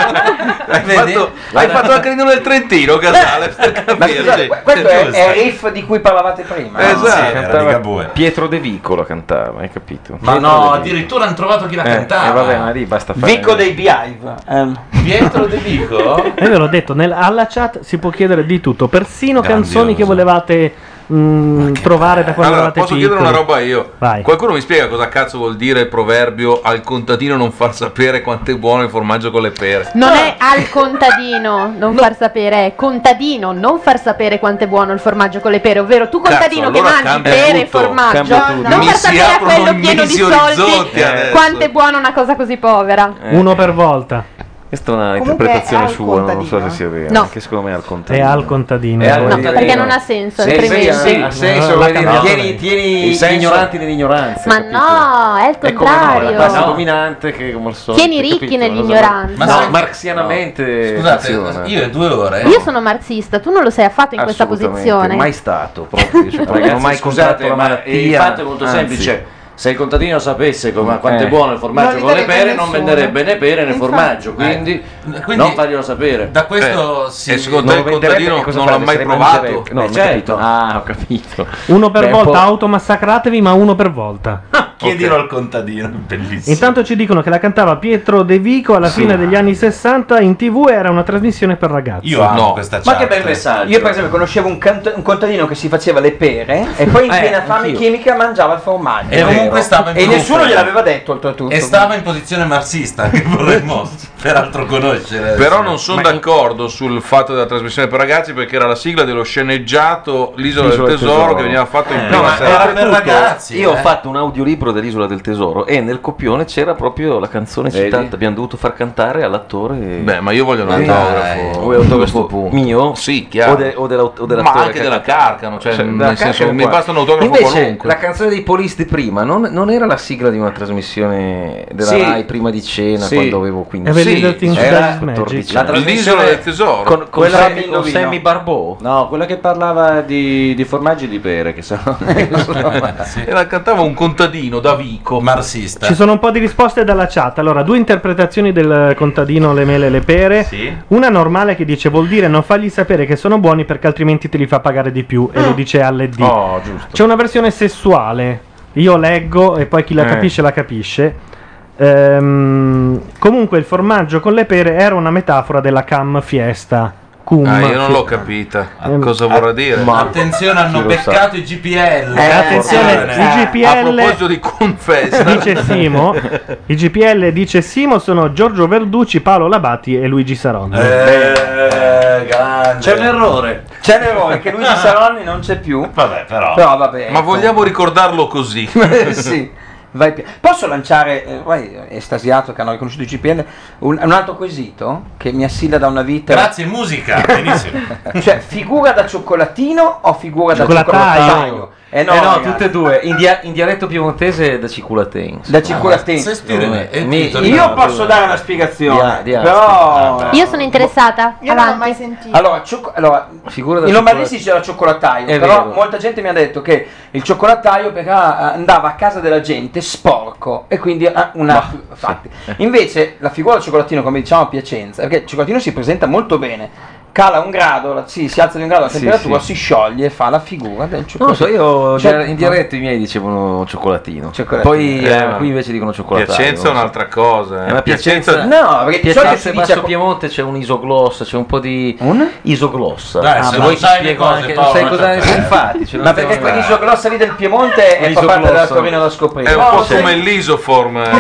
Hai fatto, hai fatto anche il del Trentino, Casale.
Ma scusate, Cioè, que- questo è, è il riff di cui parlavate prima. no?
Esatto.
Ah, Sì,
Era
cantava-
Pietro De Vicola cantava, hai capito?
Ma
Pietro
no,
De
addirittura hanno trovato chi la
Vicola. Eh,
cantava.
eh, vabbè, ma lì basta fare.
Vico dei Beehive.
Eh.
Pietro De Vico?
[LAUGHS] E ve l'ho detto, nel- alla chat si può chiedere di tutto, persino
Grandioso.
canzoni che volevate mm, trovare da quando
Allora,
eravate
posso
piccoli.
chiedere una roba io?
Vai.
Qualcuno mi spiega cosa cazzo vuol dire il proverbio al contadino non far sapere quanto è buono il formaggio con le pere?
Non è al contadino non far sapere, è contadino non far sapere quanto è buono il formaggio con le pere. Ovvero, tu contadino
allora
che mangi
cambia
pere e
tutto,
formaggio,
cambia tutto.
non
Mi
far
si
sapere a
aprono
quello pieno di
immesi
soldi
orizzonti adesso.
quanto è buona una cosa così povera.
Uno per volta.
Questa è una
Comunque è
interpretazione
al
sua, non so se sia vera.
No.
Anche secondo me è al
È
contadino.
al contadino.
È Eh, al No, contadino.
Perché non ha senso,
Sì,
altrimenti.
sì,
Ha senso,
La
voglio dire,
cambiata
tieni,
lei.
tieni
Il
gli
senso-
ignoranti nell'ignoranza.
Ma no, è il
È come no,
contrario.
la classe dominante che come al solito,
Tieni ricchi
capito?
nell'ignoranza.
Ma
No,
no, marxianamente
Scusate, io
in due ore
eh.
Io sono marxista, tu non lo sei affatto in questa posizione.
[LAUGHS]
mai stato proprio, cioè, proprio non ho mai
scusate,
scontato la
ma il
malattia.
fatto è molto
anzi.
semplice. Se il contadino sapesse come- quanto
Eh.
è buono il formaggio
Non
con le
li darebbe
pere, non
nessuno.
venderebbe né pere né
eh.
Infatti.
formaggio, quindi,
quindi
non farglielo sapere. Eh.
Da questo si-
E
secondo te il contadino non l'ha mai provato?
No,
No,
non ho
certo.
capito. Ah, ho capito.
Uno per
Beh, un
volta,
po'-
automassacratevi, ma uno per volta.
Ah, Chiedilo al contadino, bellissimo.
Intanto ci dicono che la cantava Pietro De Vico alla
Sì.
fine degli anni 60 in tv era una trasmissione per ragazzi.
Ma che bel messaggio. Io, per esempio, conoscevo un, cant- un contadino che si faceva le pere e poi in
Eh,
piena fame
anch'io.
chimica mangiava il formaggio.
E comunque stava in
E
gruppo.
nessuno gliel'aveva detto, oltretutto.
E stava in posizione marxista, che
[LAUGHS]
vorremmo peraltro conoscere.
Però non sono d'accordo sul fatto della trasmissione per ragazzi perché era la sigla dello sceneggiato L'isola del
L'isola del
tesoro,
tesoro.
che veniva fatto in
Eh,
prima
no, ma
serata.
era per ragazzi. Io ho
eh.
fatto un audiolibro dell'Isola del Tesoro e nel copione c'era proprio la canzone
Vedi?
citata. Abbiamo dovuto far cantare all'attore.
Beh, ma io voglio un
Dai.
autografo.
Vuoi un
Questo
autografo
punto.
mio?
Sì, chiaro.
O, de- o dell'aut- o dell'attore.
Ma anche
che-
della Carcano, cioè, nel
della
senso,
Carcano
mi
qua.
basta un autografo
Invece,
qualunque.
La canzone dei polisti prima non, non era la sigla di una trasmissione della
Sì.
Rai prima di cena
Sì.
quando avevo 15
Avevi detto in
era
Jazz Magic.
14
La
anni.
trasmissione L'isola del tesoro.
Con, con
Quella
Sammy,
del
con
indovino.
Sammy Barbeau.
No, quella che parlava di, di formaggi e di pere, che sono...
Ecco. [LAUGHS] E la cantava un contadino da Vico.
Marxista.
Ci sono un po' di risposte dalla chat. Allora, due interpretazioni del contadino le mele e le pere. Una normale che dice vuol dire non fargli sapere che sono buoni perché altrimenti te li fa pagare di più e lo
Ah.
dice alle D.
Oh.
C'è una versione sessuale. Io leggo e poi chi la
Eh.
capisce la capisce. Ehm, comunque il formaggio con le pere era una metafora della cam fiesta. Cum.
Ah, io non l'ho capita.
Ehm,
Cosa vorrà dire?
ma-
Attenzione, hanno beccato i GPL.
Eh, attenzione, i GPL.
A proposito di confessa.
Dice Simo, i GPL dice Simo sono Giorgio Verducci, Paolo Labati e Luigi Saronno.
Eh,
Eh,
C'è
un errore. C'è un errore che Luigi Saronni non c'è più.
Vabbè, però.
Però vabbè.
Ma
ecco.
vogliamo ricordarlo [LAUGHS] così?
[LAUGHS] sì. Vai pi- Posso lanciare, eh, vai, estasiato che hanno riconosciuto i GPL, un, un altro quesito che mi assilla da una vita.
Grazie, musica. Benissimo.
cioè, figura da cioccolatino o figura da
Cioccolataio.
cioccolataio?
Eh no,
ragazzi.
tutte e due. In, dia- in dialetto piemontese da Ah, Ciculatein.
Da cioccolatino. Mi- io posso dare una spiegazione,
Di- di Asti.
però
Io sono interessata.
Io non l'ho mai sentito.
Allora, ciocco- allora,
Figura da
in Lombardia
cioccolat-
si c'era il cioccolataio,
È
però
vero.
molta gente mi ha detto che il cioccolataio perché ah, andava a casa della gente sporco e quindi ah, una fatti. Invece la figura del cioccolatino, come diciamo a Piacenza, perché il cioccolatino si presenta molto bene. Cala un grado, la- sì, si alza di un grado la
Sì,
temperatura,
sì.
si scioglie e fa la figura del
Non lo so,
cioccolatino.
io
Cioè-
in dialetto i miei dicevano cioccolatino.
Cioccolatino.
Poi
Eh,
eh,
ma-
qui invece dicono cioccolatino.
Piacenza è un'altra cosa. eh.
Eh, ma Piacenza,
No, perché di solito
Piacenza
si
e
dice-
Basso Piemonte c'è un isoglossa, c'è un po' di isoglossa.
Dai, se non
vuoi ti
sai le
spiego
cose,
anche,
Paolo,
sai cosa
lascia perdere.
infatti, ce
Ma
non
perché
stiamo-
quell'isoglossa lì del Piemonte è fa
Isoglossa.
parte della Torino da scoprire.
È un
Oh,
po'
sei-
come l'isoform. eh, un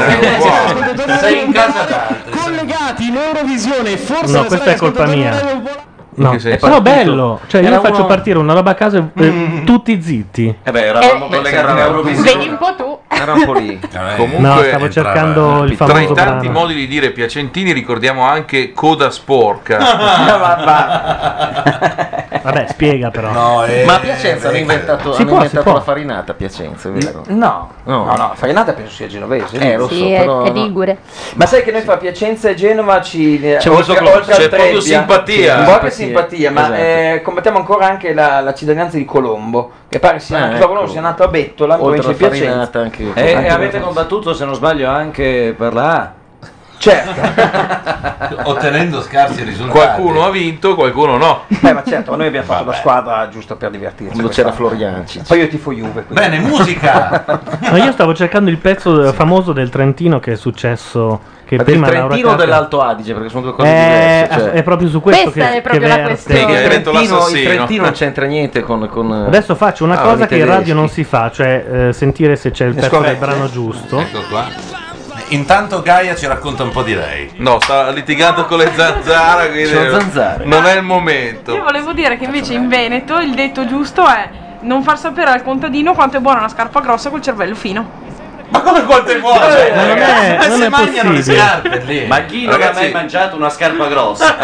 po'.
Sei in casa
collegati in Eurovisione, forse
No,
la
questa è
sala
colpa mia.
ascoltatori non
No,
che senso?
però
È partito.
bello. Cioè, io
Era
faccio
uno-
partire una roba a caso e eh,
Mm.
tutti zitti.
Eh beh,
eravamo
Eh,
collegati
sì,
a Eurovisione.
Vedi un po' tu.
Era un po' lì.
Eh, No, stavo cercando il
Tra i
famoso
tanti
brano.
modi di dire Piacentini ricordiamo anche
[LAUGHS]
Coda Sporca.
Vabbè, spiega però.
Ma a Piacenza hanno inventato,
Si
hanno
può, si
inventato
può.
la farinata a Piacenza, è vero?
No,
No.
no, no, Farinata penso sia genovese.
Eh, lo
Sì, è- è, ligure.
Ma sai che noi fra Piacenza e Genova ci eh,
C'è
oltre-
molto gloss,
oltre al
c'è proprio
Trebbia,
simpatia.
c'è Poca
Simpatia,
simpatia, ma
esatto.
eh, combattiamo ancora anche la, la cittadinanza di Colombo, che pare sia
Ah,
nato
ecco.
da Colombo, sia nato a Bettola, in
Oltre
provincia
alla
di Piacenza. Eh,
farinata anche- E- e avete combattuto, se non sbaglio, anche per la A.
[LAUGHS]
[LAUGHS]
Ottenendo scarsi risultati.
Qualcuno ha vinto, qualcuno no.
Eh, ma certo, noi abbiamo fatto la squadra giusto per divertirci.
Quando c'era Florianci.
Poi io tifo Juve. quindi.
Bene, musica.
No, io stavo cercando il pezzo famoso del Trentino che è successo che
Ma del
prima Laura
Trentino o
Carcano-
dell'Alto Adige? Perché sono due cose
Eh,
diverse. cioè.
è proprio su questo
Questa
che,
è proprio
che
la
verte.
questione.
Perché il Trentino, il Trentino non c'entra niente con. con
Adesso faccio una
Ah,
cosa
i
che in radio
tedeschi.
non si fa, cioè eh, sentire se c'è il pezzo del
Scorretto.
brano giusto.
Ecco qua. Intanto Gaia ci [LAUGHS] racconta un po' di lei.
No, sta litigando con le zanzare. Quindi
Sono zanzare.
Non è il momento.
Io volevo dire che invece in Veneto il detto giusto è non far sapere al contadino quanto è buona una scarpa grossa col cervello fino.
Quante
Ma
vuole?
Cioè, non è-
Ma
non
se
è
mangiano le
possibile.
scarpe lì.
Ma chi non ha mai mangiato una scarpa grossa?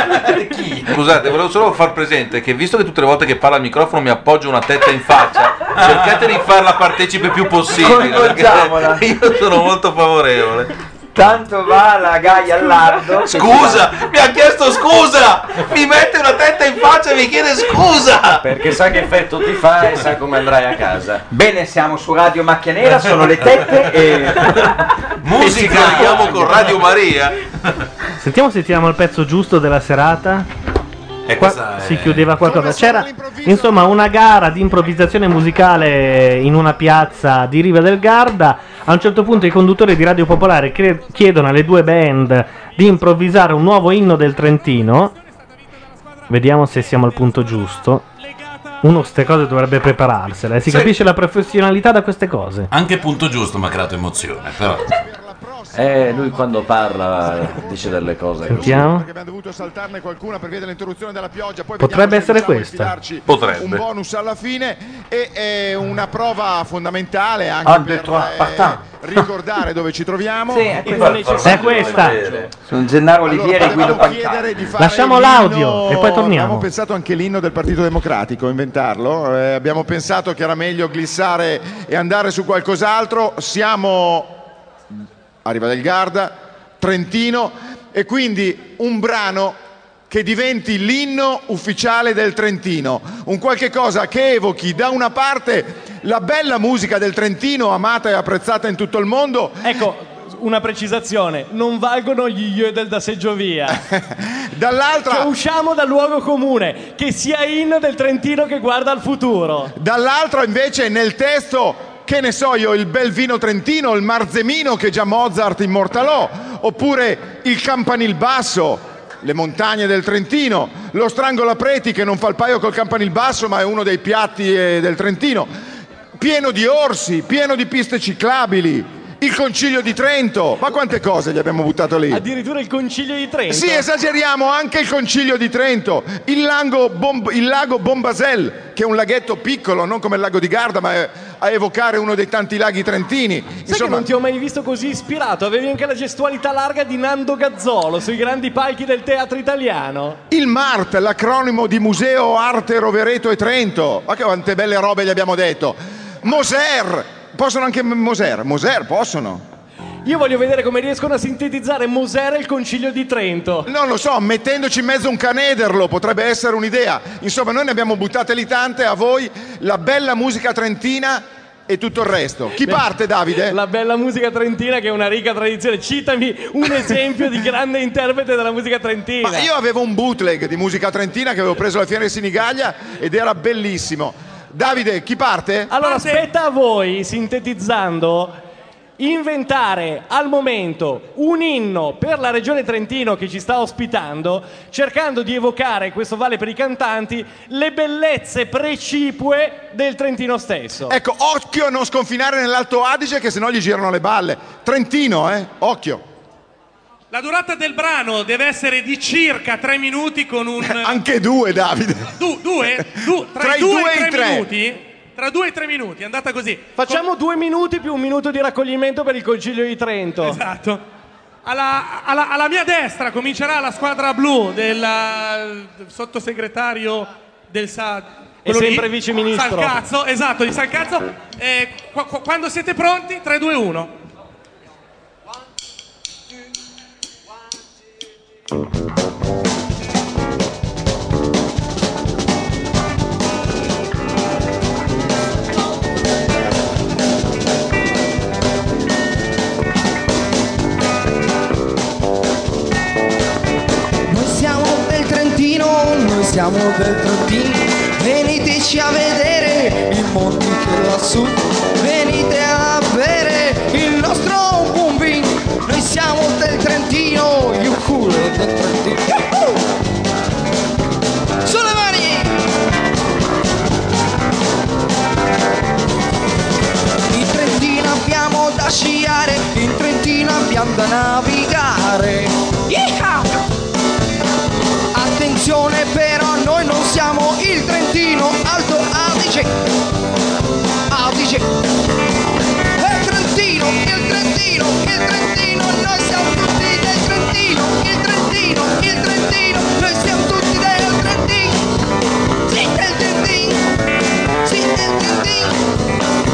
Scusate, volevo solo far presente che visto che tutte le volte che parla al microfono mi appoggio una testa
[LAUGHS]
in faccia, cercate di farla partecipe più possibile.
Coinvolgiamola.
perché [LAUGHS] Io sono molto favorevole.
[LAUGHS] Tanto va la Gaia al lardo.
Scusa, mi ha chiesto scusa! Mi mette una testa in faccia e mi chiede scusa!
Perché sa che effetto ti fa e sa come andrai a casa.
Bene, siamo su Radio Macchia Nera, sono le tette e...
[LAUGHS] Musica! Ci colleghiamo con Radio Maria.
Sentiamo se tiriamo il pezzo giusto della serata.
E
Qua
questa Eh, è-
si chiudeva qualcosa. C'era insomma una gara di improvvisazione musicale in una piazza di Riva del Garda. A un certo punto i conduttori di Radio Popolare cre- chiedono alle due band di improvvisare un nuovo inno del Trentino. Vediamo se siamo al punto giusto. Uno ste cose dovrebbe prepararsele. eh. Si
Sì.
capisce la professionalità da queste cose.
Anche punto giusto mi ha creato emozione, però.
Eh, lui quando parla dice delle cose.
Sentiamo. Potrebbe essere questa.
Potrebbe.
bonus alla fine e è una prova fondamentale anche
Ha
per eh,
detto, ah, partant.
ricordare dove ci troviamo.
[LAUGHS] Sì, è questa.
È questa.
Sono Gennaro Olivieri e Guido Pancari.
Lasciamo l'audio e poi
Abbiamo
torniamo.
pensato anche l'inno del Partito Democratico, inventarlo. Eh, abbiamo pensato che era meglio glissare e andare su qualcos'altro. Siamo a Riva del Garda, Trentino, e quindi un brano che diventi l'inno ufficiale del Trentino, un qualche cosa che evochi da una parte la bella musica del Trentino, amata e apprezzata in tutto il mondo.
Ecco, una precisazione, non valgono gli yodel da seggiovia.
Dall'altra...
Cioè, usciamo dal luogo comune, che sia inno del Trentino che guarda al futuro.
Dall'altro invece nel testo che ne so io, il bel vino trentino, il marzemino che già Mozart immortalò, oppure il campanil basso, le montagne del Trentino, lo strangola preti che non fa il paio col campanil basso ma è uno dei piatti eh, del Trentino, pieno di orsi, pieno di piste ciclabili, il concilio di Trento, ma quante cose gli abbiamo buttato lì?
Addirittura il concilio di Trento.
Sì, esageriamo anche il concilio di Trento, il, lango Bom- il lago Bombasel, che è un laghetto piccolo, non come il lago di Garda, ma è- a evocare uno dei tanti laghi trentini.
Sai che non ti ho mai visto così ispirato, avevi anche la gestualità larga di Nando Gazzolo sui grandi palchi del teatro italiano.
Il MART, l'acronimo di Museo Arte Rovereto e Trento. Ma che quante belle robe gli abbiamo detto. Moser, possono anche M- Moser, Moser possono.
Io voglio vedere come riescono a sintetizzare Mosera e il concilio di Trento.
Non lo so, mettendoci in mezzo un canederlo potrebbe essere un'idea. Insomma, noi ne abbiamo buttate lì tante, a voi la bella musica trentina e tutto il resto. Ecco, Chi
[LAUGHS]
parte, Davide?
La bella musica trentina che è una ricca tradizione. Citami un esempio di grande interprete della musica trentina.
Ma io avevo un bootleg di musica trentina che avevo preso alla fiera di Sinigaglia ed era bellissimo. Davide, chi parte?
Allora aspetta a voi, sintetizzando, inventare al momento un inno per la regione Trentino che ci sta ospitando, cercando di evocare, questo vale per i cantanti, le bellezze precipue del Trentino stesso.
Ecco, occhio a non sconfinare nell'Alto Adige che sennò gli girano le balle. Trentino, eh? Occhio.
La durata del brano deve essere di circa 3 minuti con un...
Eh, Anche due, Davide.
Du- due? Du-
Tra
tra,
i
i due
due e
e
i
tre,
tre.
minuti? Tra due e tre minuti, è andata così.
Facciamo due minuti più un minuto di raccoglimento per il Concilio di Trento.
Esatto. Alla, alla- alla mia destra comincerà la squadra blu del eh, sottosegretario del Sa...
E
quello lì,
sempre
San
viceministro.
Cazzo, esatto, di San Cazzo. Eh, qu- qu- quando siete pronti, 3, 2, 1.
Noi siamo del Trentino, noi siamo del Trentino, veniteci a vedere il mondo che è lassù, venite a bere il nostro buon vino. Noi siamo del Trentino,
dice, ah dice, il Trentino, il Trentino, il Trentino, noi siamo tutti del Trentino, il Trentino, il Trentino, noi siamo tutti del Trentino, sì del Trentino, sì del Trentino,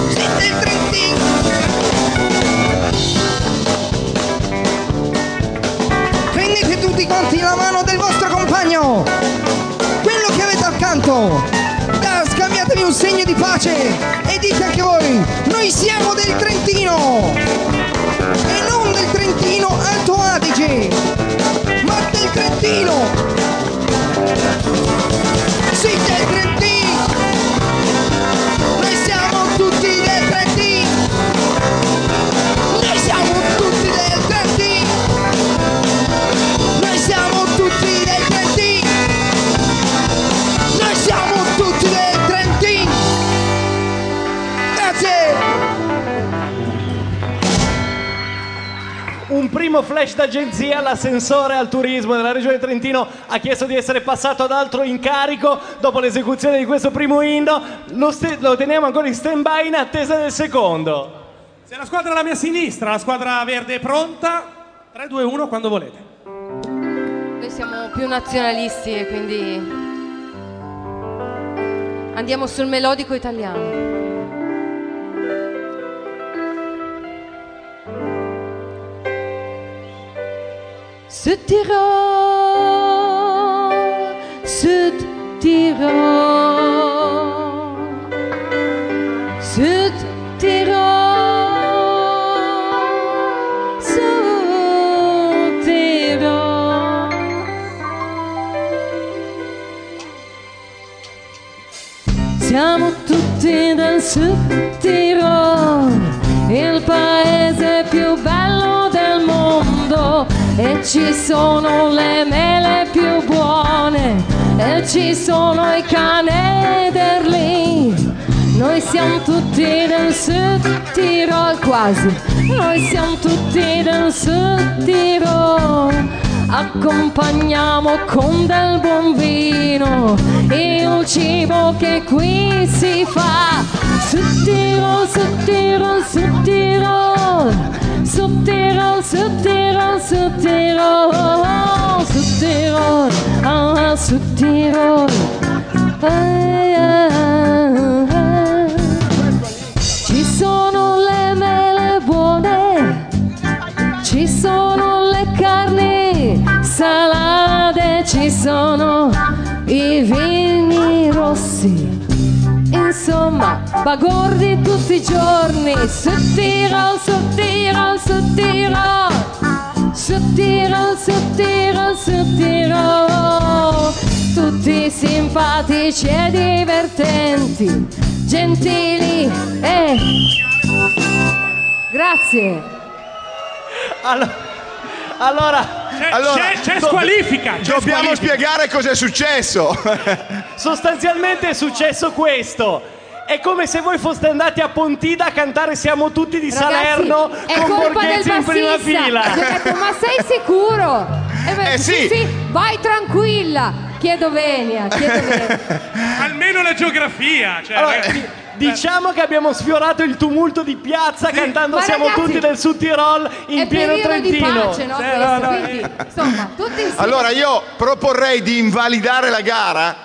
sì del Trentino. Prendete tutti quanti la mano del vostro compagno, quello che avete accanto. Da, scambiatevi un segno di pace e dite anche voi, noi siamo del Trentino e non del Trentino Alto Adige, ma del Trentino. Sì, del Trentino. Noi siamo tutti del Trentino. Noi siamo tutti del Trentino. Noi siamo tutti del Trentino. Noi siamo tutti del Trentino. Grazie.
Un primo flash d'agenzia, l'assessore al turismo della regione Trentino ha chiesto di essere passato ad altro incarico dopo l'esecuzione di questo primo inno. Lo, ste- lo teniamo ancora in stand-by in attesa del secondo.
Se la squadra alla mia sinistra, la squadra verde è pronta, 3-2-1 quando volete.
Noi siamo più nazionalisti e quindi andiamo sul melodico italiano.
Südtirol, Südtirol, Südtirol, Südtirol. Siamo tutti del Sud Tirol, il paese più bello del mondo e ci sono le mele più buone e ci sono i canederli. Noi siamo tutti del Sud Tirol quasi, noi siamo tutti del Sud Tirol. Accompagniamo con del buon vino e un cibo che qui si fa. Sud Tirol, Sud Tirol, Sud Tirol, Sud Tirol, Sud Tirol, Sud Tirol, Sud Tirol, ah, ah, Sud Tirol. Ah, ah, ah. Ci sono le mele buone ci sono le carni salate, ci sono i vini rossi. Insomma, bagordi tutti i giorni, su Tirol, su Tirol, su Tirol, su Tirol, su Tirol, su Tirol. Tutti simpatici e divertenti, gentili e... Grazie.
Allora,
Allora, dobb- Dobbiamo spiegare cos'è successo. [LAUGHS]
Sostanzialmente è successo questo. È come se voi foste andati a Pontida a cantare Siamo tutti di Salerno
Ragazzi, è
con
colpa del
Borghese in prima
bassista.
fila.
Gli
[LAUGHS]
ho detto, ma sei sicuro? E mi ha detto, sì. sì, vai tranquilla. Chiedo venia, chiedo venia.
Almeno la geografia. Cioè,
Allora,
ragazzi,
eh.
di- diciamo che abbiamo sfiorato il tumulto di piazza cantando
Ma
Siamo
ragazzi,
tutti del Sud Tirol in
è
pieno
periodo di
Trentino. Eh,
pace, no, questo? Quindi, é insomma, tutti insieme.
Allora io proporrei di invalidare la gara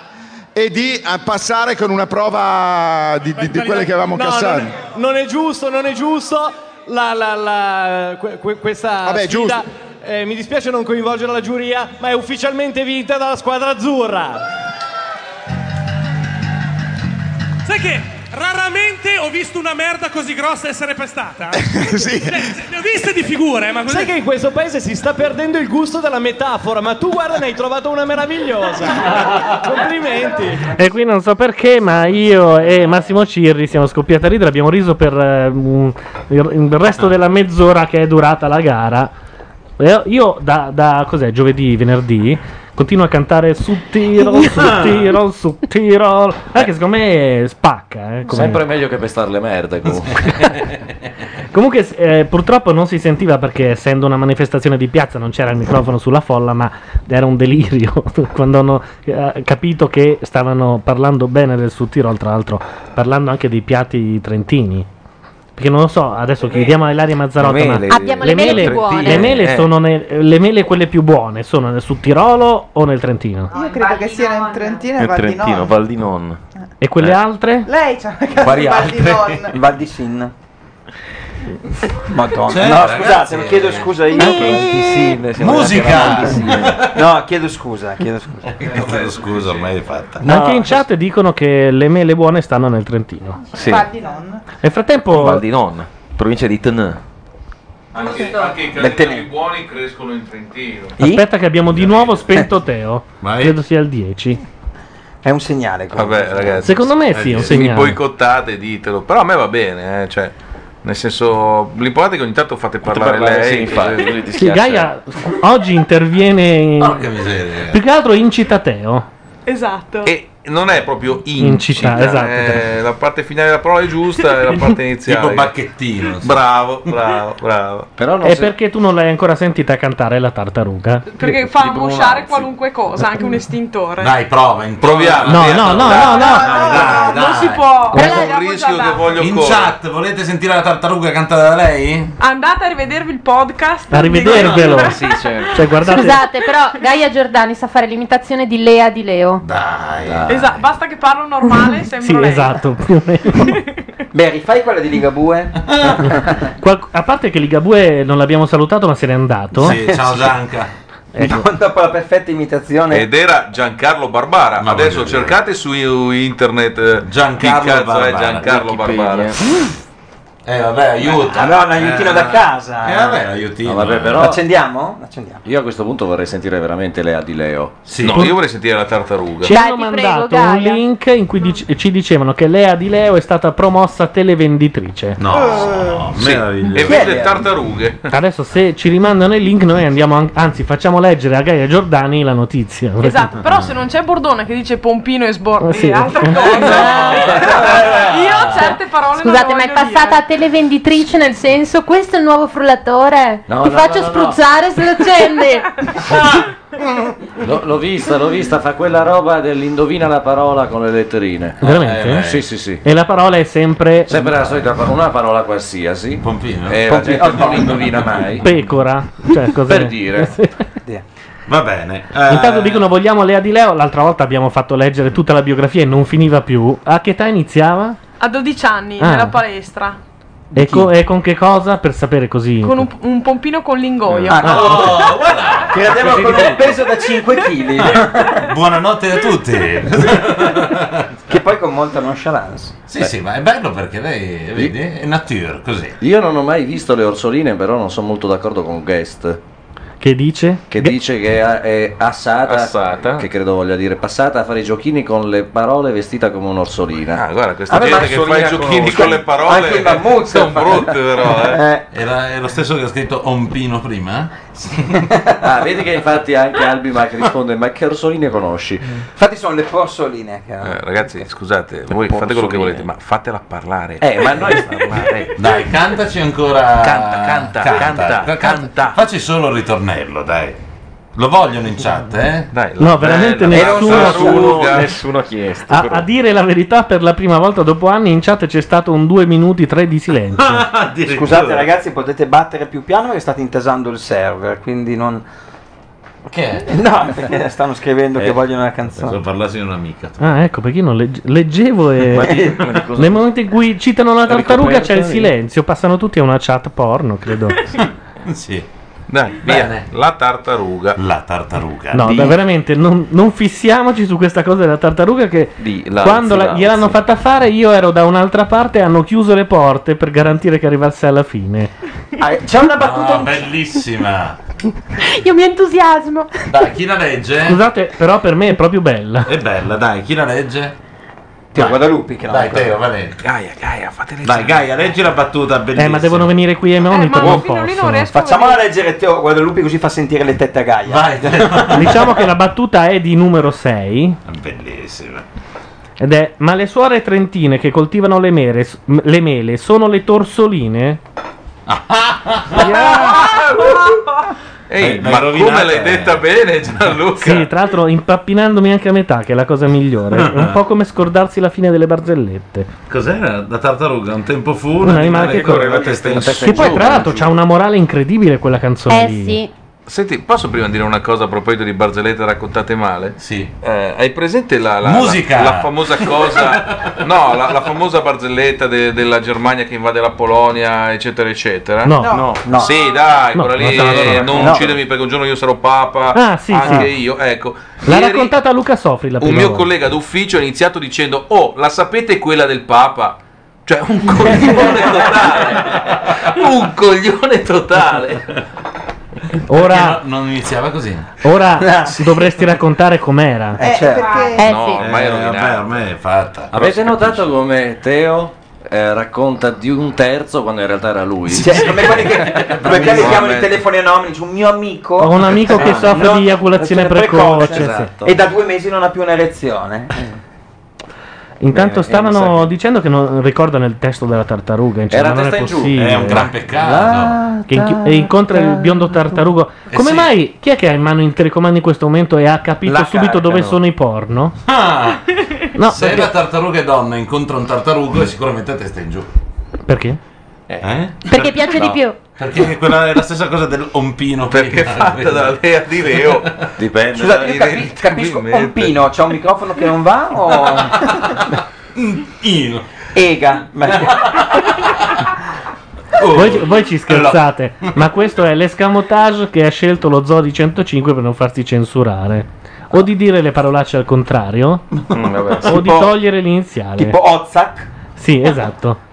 e di eh, passare con una prova di, di- di quelle che avevamo
No,
cassato.
Non è, non è giusto, non è giusto. La, la- la- que- que- questa
Vabbè,
sfida, eh, mi dispiace non coinvolgere la giuria, ma è ufficialmente vinta dalla squadra
[LAUGHS]
azzurra.
Sai che raramente ho visto una merda così grossa essere pestata?
[LAUGHS]
Cioè, ne ho viste di figure, ma così.
Sai che in questo paese si sta perdendo il gusto della metafora, ma tu guarda ne hai trovato una meravigliosa.
[LAUGHS]
Complimenti.
E qui non so perché, ma io e Massimo Cirri siamo scoppiati a ridere. Abbiamo riso per eh, un- il, il resto della mezz'ora che è durata la gara. E Io, da, da- cos'è, giovedì, venerdì, Continua a cantare su Tirol, su Tirol, su Tirol. Eh, che secondo me spacca. Eh, come-
Ecco, Sempre meglio che pestare le merde
[LAUGHS]
comunque.
Comunque eh, purtroppo non si sentiva perché essendo una manifestazione di piazza non c'era il microfono sulla folla, ma era un delirio [LAUGHS] quando hanno eh, capito che stavano parlando bene del Sud Tirol, tra l'altro parlando anche dei piatti trentini. Perché non lo so, adesso chiediamo a Ilaria Mazzarotta.
Le
ma
mele- Abbiamo le mele più buone.
le mele
Eh.
sono nel- le mele quelle più buone sono nel Sud Tirolo o nel Trentino?
Io credo che sia in Trentino e
Eh,
Nel
Val di
Trentino,
Non.
Val di Non.
E quelle
Eh.
altre?
Lei c'ha una casa in Val di Non.
Val di Sin. Madonna. eh.
Cioè,
no,
ragazzi,
scusate, mi chiedo scusa io.
Anche Val di Sin, siamo
eh. Musica!
arrivati a Val di Sin. No, chiedo scusa, chiedo scusa.
Eh, Scusa, ormai è fatta.
Anche
Ah,
in chat dicono che le mele buone stanno nel Trentino.
Sì.
Val di Non.
Nel frattempo...
Val di Non, provincia di Tn.
Anche, anche i
Nel
credenti buoni crescono in Trentino.
Aspetta che abbiamo di nuovo spento Teo. Credo sia il 10.
È un segnale.
Vabbè, ragazzi. Eh,
Secondo me sì, è un
se mi
segnale.
boicottate, ditelo. Però a me va bene, eh, cioè, nel senso, l'importante è che ogni tanto fate parlare,
parlare, sì,
lei.
infatti,
così-
Sì, Gaia oggi interviene
Porca
in...
miseria.
più che altro incita Teo.
Esatto.
E non è proprio
Incita,
incita,
esatto.
eh, la parte finale della parola è giusta e
[LAUGHS]
la parte iniziale.
Tipo
bacchettino. Bravo, bravo, bravo.
Però
e perché tu non l'hai ancora sentita cantare la tartaruga?
Perché fa mosciare qualunque cosa, anche un estintore.
prova,
proviamo. No, no, no, no, no.
dai,
Ah, Non si può.
un rischio che voglio In
correre.
chat, volete sentire la tartaruga cantata da lei?
Andate a rivedervi il podcast.
Arrivedervelo.
Sì, certo.
Cioè, guardate,
Scusate, però Gaia Giordani sa fare l'imitazione di Lea di Leo.
Dai.
Esatto, basta che parlo normale, sembra
Sì,
lei.
esatto. più o meno.
eh.
Beh, rifai quella di Ligabue.
Qual- a parte che Ligabue non l'abbiamo salutato, ma se n'è
Oh.
andato. Ecco.
Non Eh, dopo la perfetta imitazione.
Ed era Giancarlo Barbara. Adesso cercate su internet eh,
Giancarlo
chi cazzo è
Barbara,
Giancarlo
Wikipedia.
Barbara.
Eh, vabbè, aiuto.
Ah, no, un aiutino da casa.
Eh, vabbè, aiutino.
No, vabbè, però-
Accendiamo? Accendiamo.
Io a questo punto vorrei sentire veramente Lea di Leo.
No, io vorrei sentire la tartaruga.
Ci hanno mandato un link in cui dic- ci dicevano che Lea di Leo è stata promossa televenditrice.
No,
Sì. meraviglioso.
Eh, E vende tartarughe.
Adesso se ci rimandano il link noi andiamo an- anzi facciamo leggere a Gaia Giordani la notizia.
Esatto,
[LAUGHS]
però se non c'è Bordone che dice pompino e
Ah,
sbordi
sì.
e
[LAUGHS]
altre cose, io certe
Eh.
parole
Scusate,
non
ma
le
è
voglio
passata a televenditrice nel senso questo è il nuovo frullatore?
No,
Ti
no,
faccio
no, no, no.
spruzzare se lo accendi.
[LAUGHS] L'ho, l'ho vista, l'ho vista, fa quella roba dell'indovina la parola con le letterine.
Veramente?
Eh, sì, sì, sì.
E la parola è sempre
Sempre la solita parola, una parola qualsiasi. Pompino. E la gente non indovina mai.
pecora, cioè cos'è? [LAUGHS]
Per dire.
Va bene.
Intanto dicono vogliamo Lea di Leo, l'altra volta abbiamo fatto leggere tutta la biografia e non finiva più. A che età iniziava?
A 12 anni
Ah.
nella palestra
E, co- e con che cosa? Per sapere così.
con un, un pompino con l'ingoio.
Ah, no.
Oh, guarda! Che la devo con un peso da 5
[LAUGHS]
kg.
Buonanotte a tutti.
che poi con molta nonchalance.
Sì, sì, ma è bello perché lei, vedi, è nature, così.
Io non ho mai visto le orsoline, però non sono molto d'accordo con Guest.
Che dice?
Che dice che è, è assata, che credo voglia dire passata a fare i giochini con le parole vestita come un'orsolina.
Ah, guarda, questa gente che fa i giochini con le parole
Anche il mammut
sono brutte, però.
[LAUGHS]
Eh.
Era, è lo stesso che ha scritto Ompino prima?
[LAUGHS]
Ah, vedi che infatti anche Albi Mac risponde: Ma che orsoline conosci?
Infatti sono le porsoline. che-
Eh, ragazzi, scusate, voi fate quello che volete, ma fatela parlare.
Eh, ma noi-
parlare.
[LAUGHS] Dai, cantaci ancora.
Canta, canta, canta, canta.
Facci solo il ritornello, dai. Lo vogliono in chat, eh?
Dai,
No, veramente nessuno-
nessuno,
nessuno ha chiesto.
A, a dire la verità, per la prima volta dopo anni in chat c'è stato un 2 minuti 3 di [LAUGHS] silenzio.
Ah,
[LAUGHS] Scusate ragazzi, potete battere più piano perché state intasando il server, quindi non...
Che
è? [LAUGHS] No, perché stanno scrivendo che
Eh,
vogliono una canzone.
Se parlassi di un'amica.
Ah, ecco perché io non legge- leggevo
[LAUGHS] Ma
e.
di- ma di cosa-
Nel momento in cui citano la tartaruga
Ricoperta
c'è il
di-
silenzio, passano tutti a una chat porno,
[LAUGHS]
credo.
Ah, Sì.
Dai, via. La tartaruga.
La tartaruga.
No, dai, veramente non, non fissiamoci su questa cosa della tartaruga che
Lanzi,
quando la-
Lanzi.
gliel'hanno fatta fare io ero da un'altra parte e hanno chiuso le porte per garantire che arrivasse alla fine.
Ah, c'è una
battuta. bellissima.
Io mi entusiasmo.
Dai, chi la legge?
Scusate, però per me è proprio bella.
È bella, dai, chi la legge?
Teo Guadalupi che
Dai, Teo, va bene.
Gaia, Gaia, fatele
Vai, Gaia, leggi la battuta bellissima.
Eh, ma devono venire qui ai nonni perché non possono.
Facciamola leggere Teo Guadalupi così fa sentire le tette a
[LAUGHS]
Gaia. [LAUGHS]
Diciamo che la battuta è di numero 6.
Bellissima.
Ed è: Ma le suore trentine che coltivano le, mere- le mele sono le torsoline?
Ehi,
l'hai
ma
rovinata,
come
eh.
l'hai detta bene Gianluca?
Sì, tra l'altro impappinandomi anche a metà, che è la cosa migliore. È Un po' come scordarsi la fine delle barzellette.
Cos'era? La tartaruga, un tempo fu
Un animale che correva
a testa in su.
Che poi, tra l'altro, c'ha una morale incredibile quella
Eh
canzone lì.
Senti, posso prima dire una cosa a proposito di barzellette raccontate male? Eh,
Sì.
hai presente la, la-
Musica!
la- la famosa cosa,
[LAUGHS]
no, la, la famosa barzelletta de- della Germania che invade la Polonia, eccetera, eccetera?
No. No. No.
Sì, dai,
No.
quella lì,
No, no, no, no,
eh,
no.
non
No.
uccidemi perché un giorno io sarò papa,
Ah, sì,
anche
sì.
io, ecco.
L'ha
Ieri
raccontata Luca Sofri la
un
prima
mio
volta.
collega d'ufficio ha iniziato dicendo, oh, la sapete quella del papa? Cioè, un coglione totale, un coglione totale.
Ora,
non iniziava così.
ora dovresti raccontare com'era. Eh,
No, Eh, ormai è rovinata.
ormai è fatta.
Avete notato come Teo eh, racconta di un terzo quando in realtà era lui?
Cioè, come quelli che, come quelli che chiamano i telefoni anonimi, dice, un mio amico.
Ho un amico che
Ah,
soffre
non-
di eiaculazione
precoce,
precoce, sì.
esatto. e da due mesi non ha più un'erezione.
[LAUGHS] Intanto
Eh,
Bene,
stavano dicendo che non ricordano il testo della tartaruga. cioè,
Era
ma non
testa
è
in giù.
possibile. Ah,
È un gran peccato.
Che inchi- e incontra il biondo tartarugo.
Eh,
Come mai? Chi è che ha in mano il telecomando in questo momento e ha capito
La
subito dove
carcano.
sono i porno?
Ah!
No,
Se
perché-
la tartaruga è donna incontra un tartarugo è sicuramente a testa in giù.
Perché?
Eh?
Perché piace di più.
Perché quella è la stessa cosa dell'ompino. Perché è
fatta da lei di Leo.
[LAUGHS] Eh,
Dipende.
Scusate, io capi- capisco un pino, c'è un microfono che non va
[LAUGHS]
o...
Io.
Ega.
Oh.
Oh.
Voi, voi ci
[LAUGHS]
scherzate, ma questo è l'escamotage che ha scelto lo zoo di 105 per non farsi censurare. O di dire le parolacce al
[LAUGHS]
contrario,
Mm, vabbè.
o di
Tipo-
togliere l'iniziale.
Tipo Ozak.
Sì,
[LAUGHS]
esatto.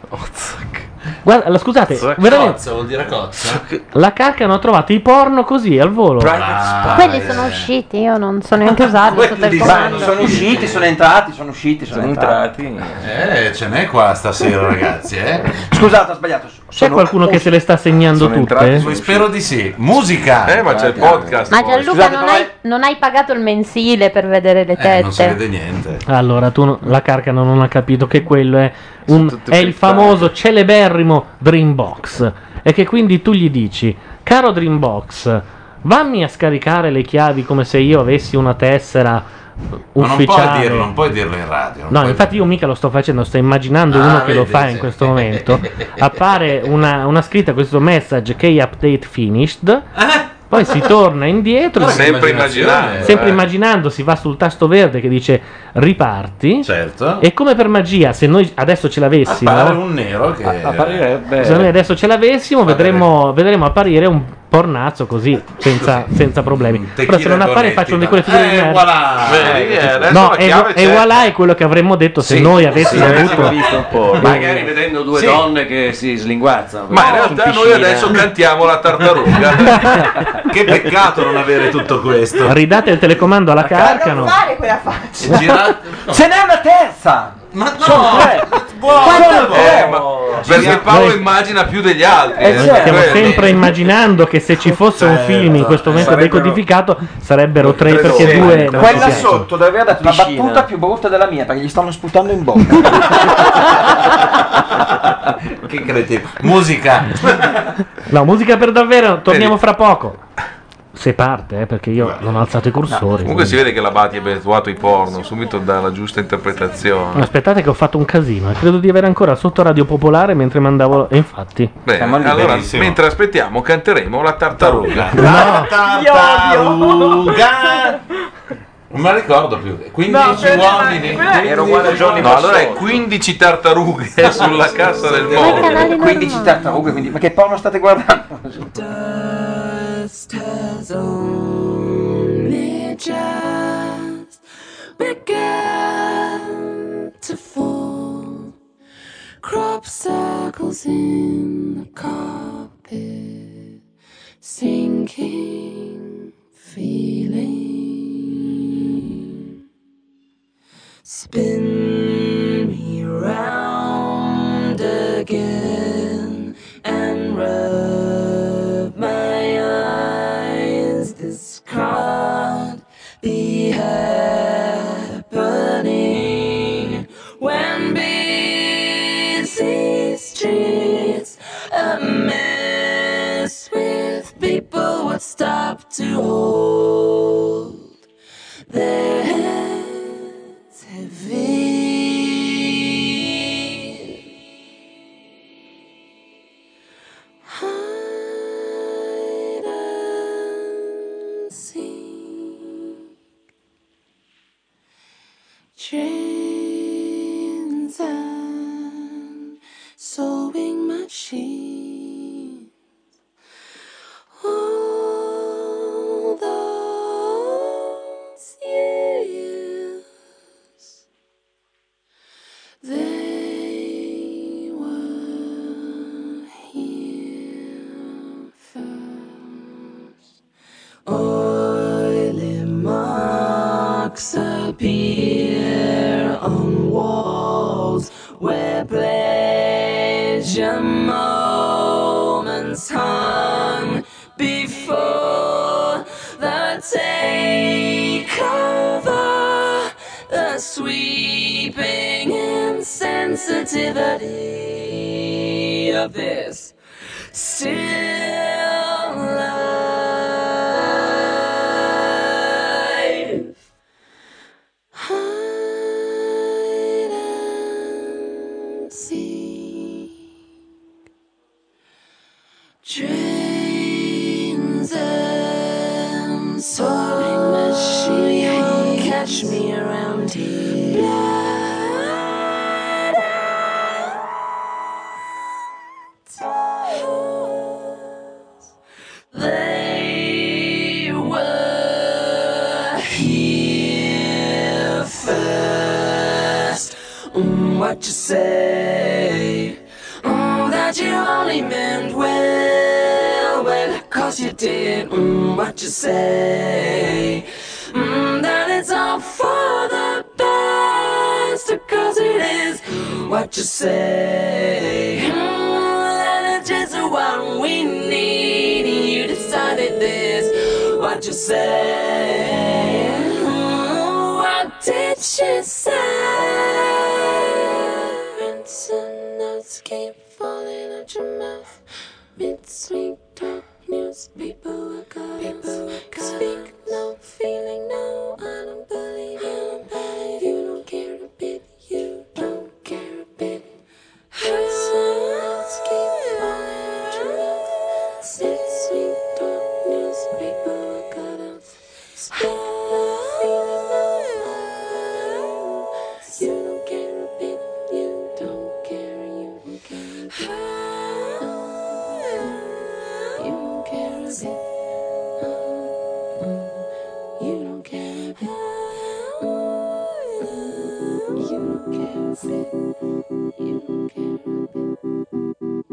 Guarda, allora, scusate, veramente
Cozza vuol dire cozza.
la carcano ha trovato i porno così al volo.
Ah.
Ah,
Quelli
eh.
sono usciti, io non so [LAUGHS] neanche usarli sotto il
Ma
comando.
sono usciti, sono entrati, sono usciti, sono, entrati.
Eh, ce n'è qua stasera, ragazzi, eh.
Scusate, ho sbagliato.
C'è qualcuno che se le sta segnando tutte? eh.
Spero di sì. Musica!
Eh, ma c'è il podcast.
Ma Gianluca, non hai, non hai pagato il mensile per vedere le
Eh,
tette.
niente.
Allora, tu no- la carcano non ha capito che quello è, un- è il famoso celeberrimo Dreambox. E che quindi tu gli dici, caro Dreambox, vammi a scaricare le chiavi come se io avessi una tessera
Ma non puoi
ufficiale.
dirlo, non puoi dirlo in radio. non
No,
puoi
infatti io mica lo sto facendo, sto immaginando
Ah,
uno che lo
vedi,
fa
sì.
in questo
[LAUGHS]
momento. Appare una, una scritta, questo message, key update finished.
Eh?
Poi si torna indietro.
Guarda che Sempre immaginazione, immaginando,
Sempre
eh.
immaginando, si va sul tasto verde che dice riparti. E come per magia, se noi adesso ce l'avessimo.
Appare un nero che apparirebbe.
Se noi adesso ce l'avessimo, vedremo, vedremo apparire un pornazzo così, senza, senza problemi. Però se non appare, faccio un di quelle
Eh,
figure di
Eh,
merda.
voilà.
Vedi, eh, adesso
No,
la
e,
chiave
e
c'è.
voilà è quello che avremmo detto se noi avessimo avuto.
Magari vedendo due donne che si slinguazzano.
Ma in realtà noi adesso cantiamo la tartaruga.
che peccato non avere tutto questo.
Ridate il telecomando alla carcano.
Fare quella faccia.
Girate-
Ce n'è una terza!
Ma
Sono tre! Quanto
Eh,
è?
ma- perché Paolo immagina più degli altri. eh,
Stiamo
quello.
sempre immaginando che se ci fosse un film in questo momento
Sarebbero-
decodificato sarebbero tre perché
Sì,
due non
Quella
ci sono.
sotto deve aver dato una
Piscina.
battuta più brutta della mia perché gli stanno sputando in bocca.
Che credi? Musica.
No, musica per davvero, torniamo fra poco. Se parte, eh, perché io non ho alzato i cursori.
Comunque si vede che la Bati è abituato ai porno, subito dalla giusta interpretazione.
Aspettate che ho fatto un casino, e credo di avere ancora sotto Radio Popolare mentre mandavo... E infatti...
Bene, allora, mentre aspettiamo, canteremo la tartaruga.
No.
Tartaruga. Non me la ricordo più. 15
No,
uomini.
Era uguale a Johnny No, allora è 15 tartarughe sulla cassa del mondo.
15 tartarughe, quindi ma che porno state guardando?
Dust has only just begun to fall. Crop circles in the carpet, sinking feeling. Spin sewing machine. All those years, they were here first. Oily marks appear on walls where pleasure moments hung before the takeover, the sweeping insensitivity of this still life. See Trains and sewing machine catch me around here. Blood They were here first. Mm, What you say? Mm, that you only meant well, well, cause you did. Mm, what you say? Mm, that it's all for the best, cause it is. Mm, What you say? Mm, that it's just what we need. You decided this. What you say? Mm, What did she say? Rinse and nuts keep falling out your mouth. Between talk news, people were girls. Speak no feeling, no, I don't believe you. You don't care a bit, you don't care a bit. Rinse and nuts keep falling out your mouth. Between talk news, people were girls. Speak no feeling, no, I don't believe you. You don't care a bit, you don't care, you don't care a bit. You don't care a bit. You don't care a bit. You don't care a bit. You don't care a bit.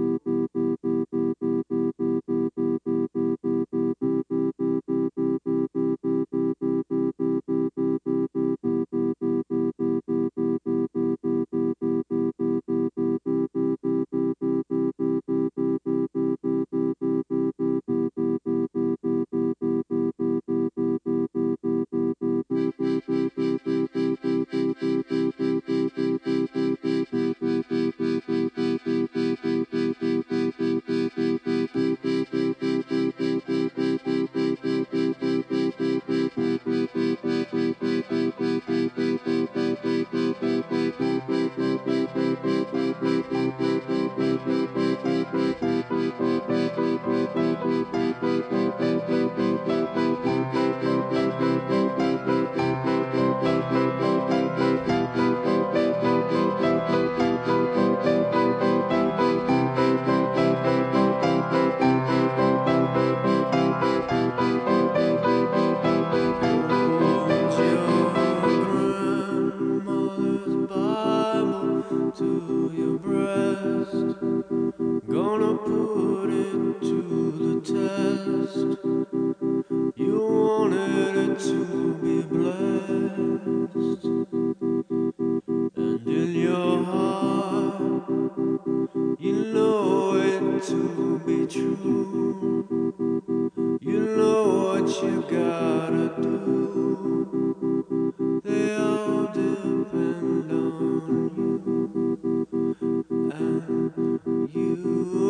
Bible to your breast. Gonna put it to the test. You wanted it to be blessed. And in your heart, you know it to be true. You know what you gotta do. They all depend on you. And you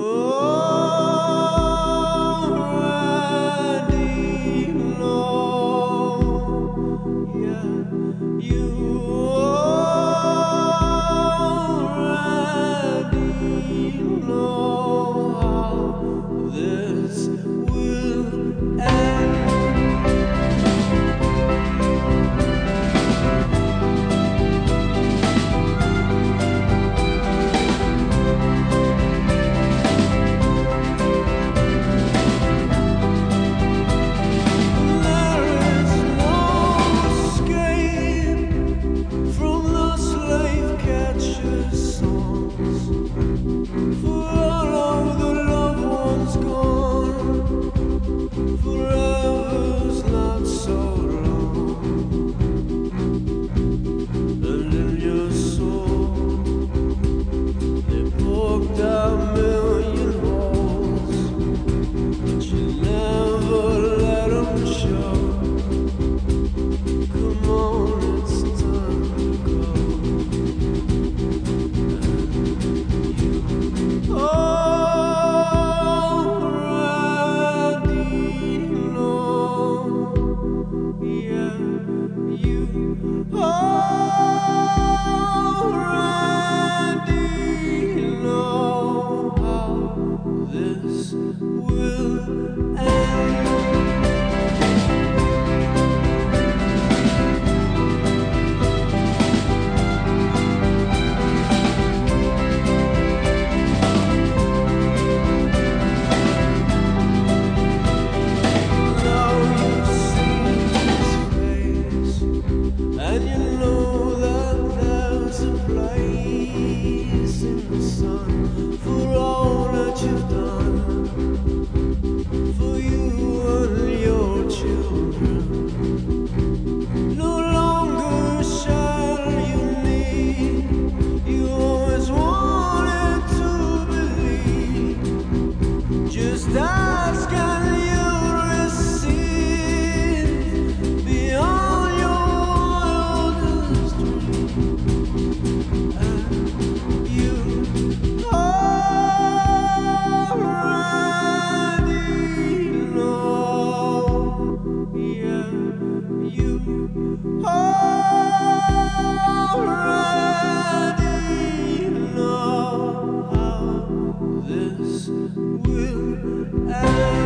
already know. Yeah, you already know how this will end.
songs for all of the loved ones gone. Forever's not so long, and in your soul they poked a million holes, but you never let 'em show. Come on, it's time to go. Already know, yeah, you already know how this will end. Now you see his face, and you know that there's a place in the sun for all that you've done, for you and your children. No longer shall you need. You always wanted to believe. Just ask and you'll receive beyond your wildest dream. And you already know, yeah, you already know how this will end.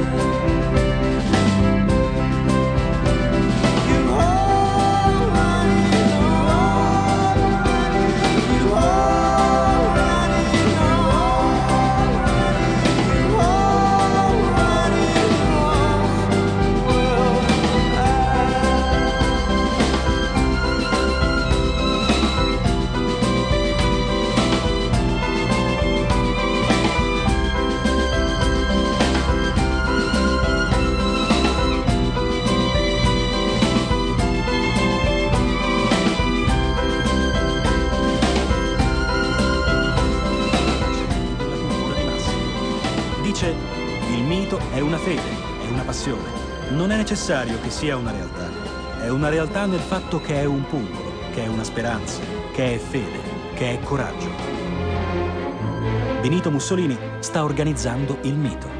Dice, il mito è una fede, è una passione. Non è necessario che sia una realtà. È una realtà nel fatto che è un pungolo, che è una speranza, che è fede, che è coraggio. Benito Mussolini sta organizzando il mito.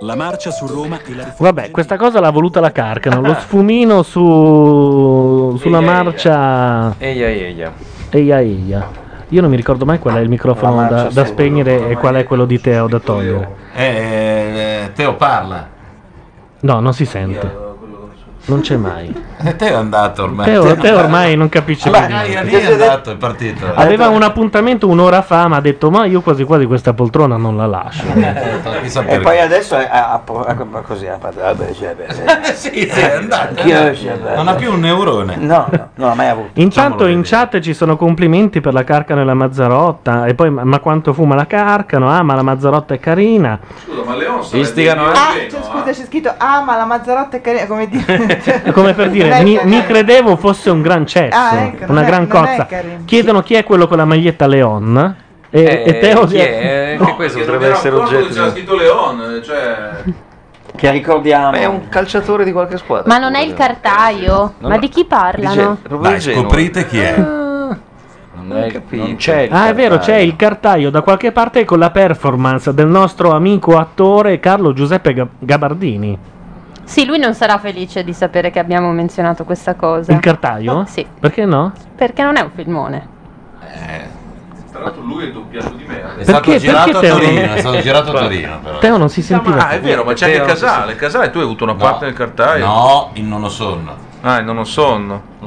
La marcia su Roma e la
Vabbè, questa cosa l'ha voluta la Carcano. Lo sfumino su, sulla
Eia, eia.
marcia.
Eia, eia.
Eia, eia. Io non mi ricordo mai qual è il
La
microfono
marcia
da, da
su-
spegnere e qual è quello di Teo da togliere.
Eh, eh, Teo parla.
No, non si sente. Non c'è
[LAUGHS]
mai.
Eh, Teo è andato ormai.
Teo, Teo eh, ormai non capisce più.
Alla Gaia lì è andato, è partito.
Aveva un appuntamento un'ora fa, ma ha detto: Ma io quasi quasi questa poltrona non la lascio.
Eh, E poi adesso è a, a, a- così a, vabbè, cioè, beh,
[LAUGHS] [LAUGHS] sì, sì, è andato.
Io, cioè, beh,
Non ha più un neurone. Diciamo
No, no, non l'ha mai avuto.
Intanto in chat ci sono complimenti per la Carcano e la Mazzarotta. E poi, ma, ma quanto fuma la Carcano? Ah, ma la Mazzarotta
[LAUGHS]
è carina.
ma Leon
Istigano
eh?
Ah, cioè, scusa, c'è scritto Ah, ma la Mazzarotta è carina, come dire.
Come per dire, mi, mi credevo fosse un gran cesso,
Ah, ecco,
una
non è-
gran
non è
cozza.
carino.
Chiedono chi è quello con la maglietta Leon. E,
Eh,
e Teo
chi
[LAUGHS] Eh,
è? Che questo potrebbe essere oggetto.
c'era scritto Leon, cioè.
[LAUGHS] Che ricordiamo.
è un calciatore di qualche squadra.
Ma non è il
Eh,
cartaio?
No,
ma
no.
di chi parlano?
Dai,
scoprite chi è.
Eh.
Non, è, non c'è il
Ah, è vero,
cartaio.
c'è il cartaio da qualche parte con la performance del nostro amico attore Carlo Giuseppe Ga- Gabardini.
Sì, lui non sarà felice di sapere che abbiamo menzionato questa cosa.
Il cartaio?
Sì.
Perché no?
Perché non è un filmone.
Tra l'altro lui è doppiato di merda.
È stato
Perché-
girato
perché
a
Teo-
[LAUGHS]
Torino, è stato girato a Torino però.
Teo non si sentiva.
Ah, è vero, ma c'è anche
Teo-
Casale. Casale, tu hai avuto una parte nel cartaio?
No, in non ho sonno. Mm.
Ah, in non ho sonno.
Ah,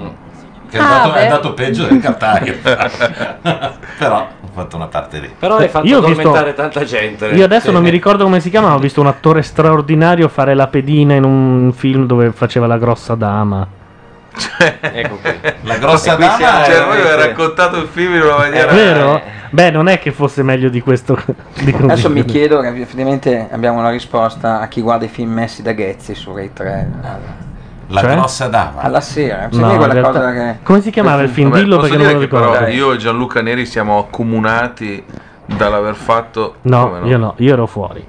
Che è, andato, è andato peggio del cartaio. [LAUGHS] però ho fatto una parte lì.
Però hai fatto
Io ho visto-
addormentare tanta gente.
Io adesso non mi
Sì.
ricordo come si chiama, ma ho visto un attore straordinario fare la pedina in un film dove faceva la grossa dama.
ecco qui.
[LAUGHS]
La grossa
E qui
dama
siamo-
è-
eh,
Cioè, lui aveva raccontato il film in
È
una
Eh,
maniera.
vero? Beh, non è che fosse meglio di questo. Di così.
Adesso mi chiedo, che effettivamente abbiamo una risposta a chi guarda i film messi da Ghezzi su Rai 3.
La
Cioè?
grossa dama.
Alla sera,
No,
no,
in
quella
realtà-
cosa che...
Come si chiamava il film?
Vabbè,
Dillo
posso
perché non me
dire
lo
che però
ricordo.
io e Gianluca Neri siamo accomunati dall'aver fatto.
No,
Come
io no, io ero fuori.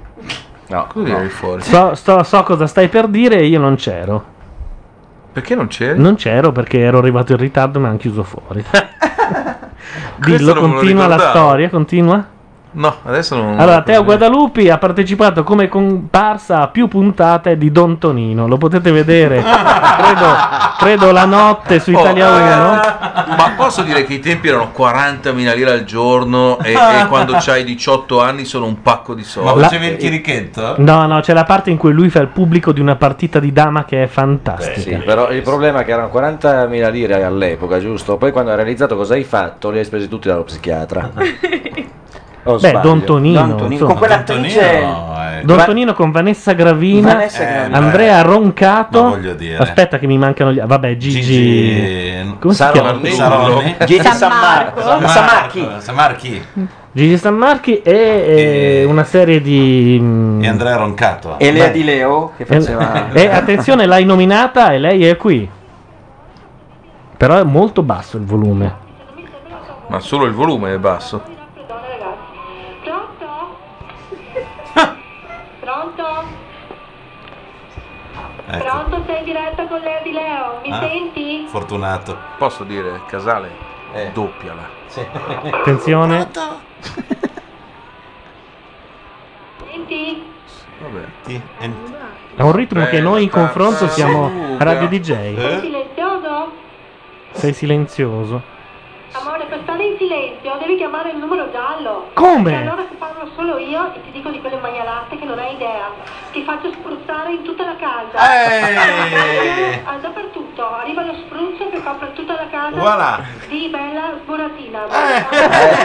No, così eri fuori.
So, sto- so cosa stai per dire e io non c'ero.
Perché non c'eri?
Non c'ero perché ero arrivato in ritardo e mi hanno chiuso
[LAUGHS]
fuori. Dillo,
Questo non me lo
continua la
ricordavo.
storia, continua.
No, adesso non.
Allora, Teo Guadalupi ha partecipato come comparsa a più puntate di Don Tonino. Lo potete vedere, credo, credo la notte su
Oh,
Italia 1.
[LAUGHS] Ma posso dire che i tempi erano 40.000 lire al giorno e, e quando hai 18 anni sono un pacco di soldi.
Ma facevi
il chirichetto?
No, no, c'è la parte in cui lui fa il pubblico di una partita di dama che è fantastica.
Sì, però il problema è che erano 40.000 lire all'epoca, giusto? Poi quando hai realizzato cosa hai fatto, li hai spesi tutti dallo psichiatra. [LAUGHS] O
Beh,
Ah. Oh, sbaglio?
Don Tonino,
Don Tonino,
insomma.
con
Eh,
quell'attrice-
Eh.
Don
Don
Va-
Tonino con Vanessa Gravina,
Vanessa Gravina.
Andrea Roncato.
Ma voglio dire.
Aspetta, che mi mancano gli. Vabbè, Gigi.
Gigi-
Come si chiama?
Saronni. Saronni.
Gigi San Marco.
San Marco.
San Marchi.
San Marchi.
Gigi Stanmarchi e, eh, una serie di. mm,
E Andrea Roncato.
E Lea Di Leo che
[LAUGHS]
faceva...
E attenzione, l'hai nominata e lei è qui. Però è molto basso il volume.
Ma solo il volume è basso.
Pronto?
Ecco.
Pronto, sei in diretta con Lea di Leo, mi
Ah.
senti?
Fortunato. Eh.
Posso dire, Casale, doppiala.
Attenzione.
Senti?
Vabbè. Eh?
Ha un ritmo che noi in confronto siamo
Sì.
radio
Sei
DJ.
silenzioso?
Sei silenzioso.
Amore, per stare in silenzio devi chiamare il numero giallo.
Come?
E allora ti parlo solo io e ti dico di quelle maialate che non hai idea. Ti faccio spruzzare in tutta la casa.
Eh!
Ah, Dappertutto, arriva lo spruzzo che copre tutta la casa.
Voilà.
Di bella sboratina.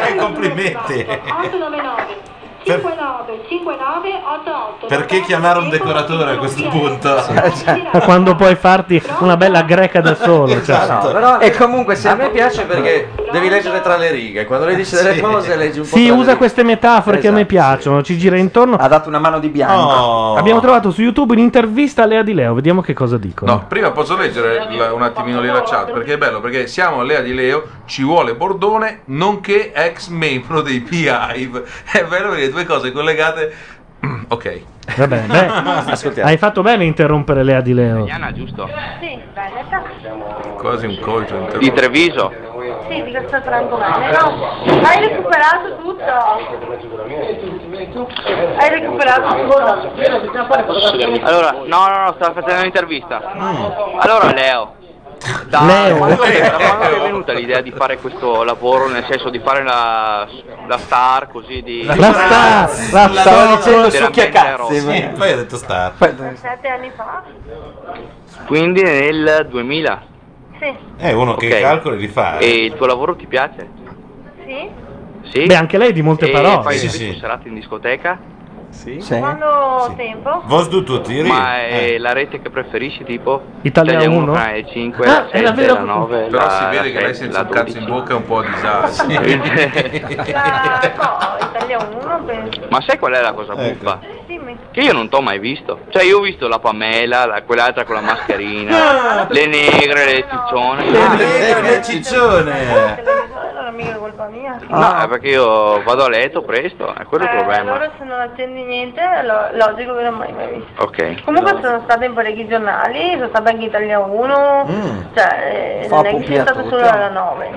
Eh, complimenti.
899
Per-
59 59 88.
Perché chiamare un decoratore a questo punto?
[LAUGHS] Quando puoi farti una bella greca da solo. cioè.
Esatto. Però- Ah, e comunque se a me piace perché devi leggere tra le righe, quando lei dice delle
Sì.
cose leggi un po'
Sì,
tra le
usa
righe.
queste metafore che a me piacciono, ci gira intorno. Ha
dato una mano di bianco.
Oh.
Abbiamo trovato su YouTube un'intervista a Lea Di Leo, vediamo che cosa dicono.
No, prima posso leggere la- un attimino lì la chat perché è bello, perché siamo a Lea di Leo, ci vuole Bordone, nonché ex membro dei P-Hive. È bello perché due cose collegate. [CLEARS THROAT] Mm, ok.
Vabbè, beh,
Ascoltiamo.
hai fatto bene a interrompere Lea Di Leo.
giusto? Sì, Veneta.
Quasi un colpo
Di Treviso?
Sì, di questo frangolare. No, hai recuperato tutto. Hai recuperato tutto.
Allora, no, no, no, stavo facendo un'intervista. Allora, Leo. Da,
Mm. Leo?
Quando, è, da quando ti è venuta l'idea di fare questo lavoro, nel senso di fare la, la star così di...
La star, la
della-
star.
della-
succhia
della-
cazzi,
della-
eh.
ma-
Poi ha detto star.
Sette anni fa?
Quindi nel 2000.
Sì.
Eh, uno che
Ok.
calcoli li fa. eh.
E il tuo lavoro ti piace?
Sì.
Sì.
Beh, anche lei di molte
e
parole.
Fai
Sì,
spesso serate in discoteca? Sì.
Quando tempo?
Vos du Eh. tutti, ri-
Ma è la rete che preferisci, tipo?
Italia 1?
canale 5,
Ah,
la
è
7,
la vera-
la 9,
Però
la,
si vede che
la
lei
6,
senza
la
un cazzo in
12.
bocca è un po' a disagio.
Ecco, Italia 1 penso.
[LAUGHS] Ma sai qual è la cosa
Ecco.
buffa?
Dimmi.
Che io non t'ho mai visto. Cioè, io ho visto la Pamela, la- quell'altra con la
Ah!
mascherina, le negre, le Ah. ciccione.
Eh, ciccione.
Allora mica è colpa mia.
No,
Ah.
è perché io vado a letto presto, è quello il
Eh,
problema.
allora se non accendi niente, lo- logico che non mai mai visto.
Ok.
Comunque sono stata in parecchi giornali, sono stata anche in Italia 1,
Mm.
cioè eh,
Fa
non è che
pupilla
sono stata
tutto.
solo alla 9.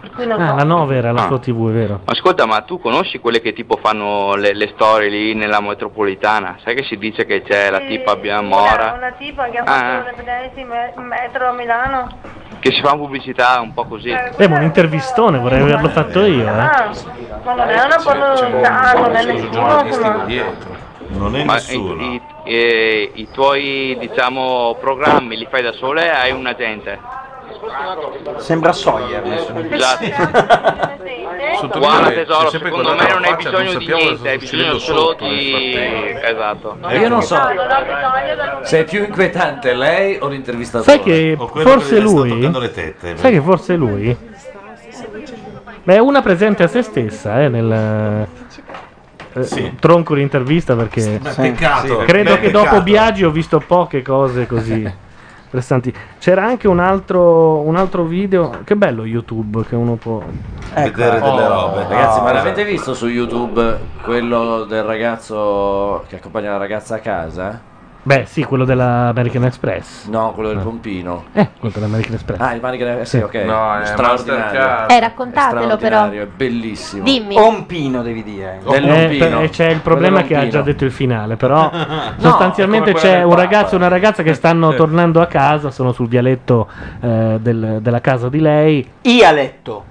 Per cui non
Ah,
so.
la 9 era la
Ah.
sua TV, è vero.
Ascolta, ma tu conosci quelle che tipo fanno le, le storie lì nella metropolitana? Sai che si dice che c'è la
Sì,
tipa Bian
Una,
Mora
una tipa che ha
Ah.
fatto le pedalisti in metro a Milano.
che si fa pubblicità un po' così?
Eh, ma un intervistone, vorrei averlo fatto io, eh.
Ah, ma non è una pornograzia, non è nessuno. insomma.
Non è
Ma
nessuno.
I, i- eh, i tuoi diciamo programmi li fai da sole e hai un agente?
[LAUGHS]
Sembra Sawyer.
Esatto. Guarda
sottolinea-
tesoro,
c'è sempre
secondo
quella
me non hai
faccia, non
bisogno di
sappiamo cosa
niente, hai
sta succedendo
bisogno solo
sotto, Ecco.
di... Esatto.
Io non so se è più inquietante lei o l'intervistatore.
Sai che forse lui. Sai che forse lui. Beh, è una presente a se stessa, eh, nel. eh, Tronco l'intervista perché.
Beh, peccato.
Credo
Beh,
che
peccato.
dopo Biagi ho visto poche cose così. interessanti. C'era anche un altro, un altro video. Che bello YouTube che uno può.
Vedere
Oh,
delle robe. Ragazzi, ma
no.
l'avete visto su YouTube quello del ragazzo che accompagna la ragazza a casa?
Beh, sì, quello dell'American Express.
No, quello del pompino.
Eh, quello dell'American Express.
Ah, il manico sì, ok.
No, è
straordinario.
Mastercard.
Eh, raccontatelo,
È straordinario, È bellissimo.
Dimmi.
Ompino devi dire.
Eh, per- e c'è il problema che ha già detto il finale, però sostanzialmente
è come
c'è
quella
un
del
ragazzo e una ragazza che stanno
Sì.
tornando a casa, sono sul vialetto eh, del- della casa di lei.
Ialetto.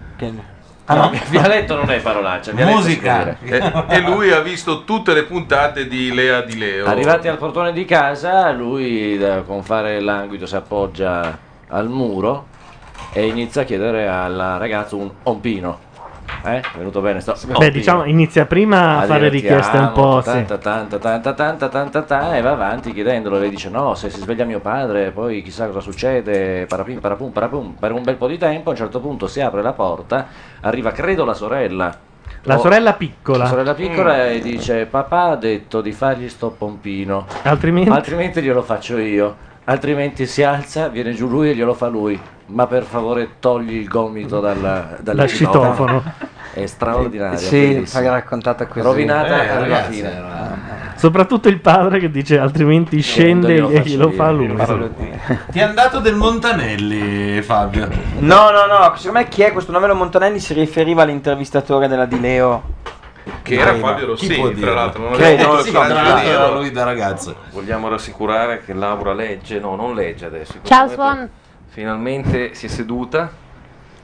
Ah, no, [LAUGHS] Vialetto non è parolaccia. Vialetto si può dire.
E, Eh, e lui ha visto tutte le puntate di Lea di Leo.
Arrivati al portone di casa, lui da- con fare languido si appoggia al muro e inizia a chiedere alla ragazza un ompino. Eh? Venuto bene, sto
Beh,
ompino.
diciamo, inizia prima a
dire,
fare
"Ti
richieste un
amo,
po'. sì.
Tanta, tanta, tanta, tanta, tanta, tanta, e va avanti chiedendolo. Lei dice: No, se si sveglia mio padre, poi chissà cosa succede. Parapim, parapum, parapum. Per un bel po' di tempo, a un certo punto si apre la porta, arriva, credo, la sorella.
La
O-
sorella piccola.
Oh. la sorella piccola
Mm.
e dice: Papà ha detto di fargli sto pompino.
Altrimenti?
Altrimenti glielo faccio io. Altrimenti si alza, viene giù lui e glielo fa lui. Ma per favore togli il gomito dal, dal
Da
citofono."
citofono.
È straordinario.
Sì,
bellissimo.
l'ha raccontata così.
Rovinata
Eh,
alla
ragazzi,
fine.
Soprattutto il padre che dice altrimenti scende e glielo fa lui.
Ti è andato del Montanelli, Fabio.
No, no, no, secondo me chi è questo Novelo Montanelli si riferiva all'intervistatore della Di Leo.
Che era
Credo.
Fabio
Chi può
Rossini,
dirlo?
tra l'altro. Non
Credo,
avevo
sì,
il coraggio
tra
di
l'altro
dirlo.
era
lui da ragazzo.
Vogliamo rassicurare che Laura legge, no, non legge adesso.
Ciao,
Secondo me
Swan.
Finalmente si è seduta.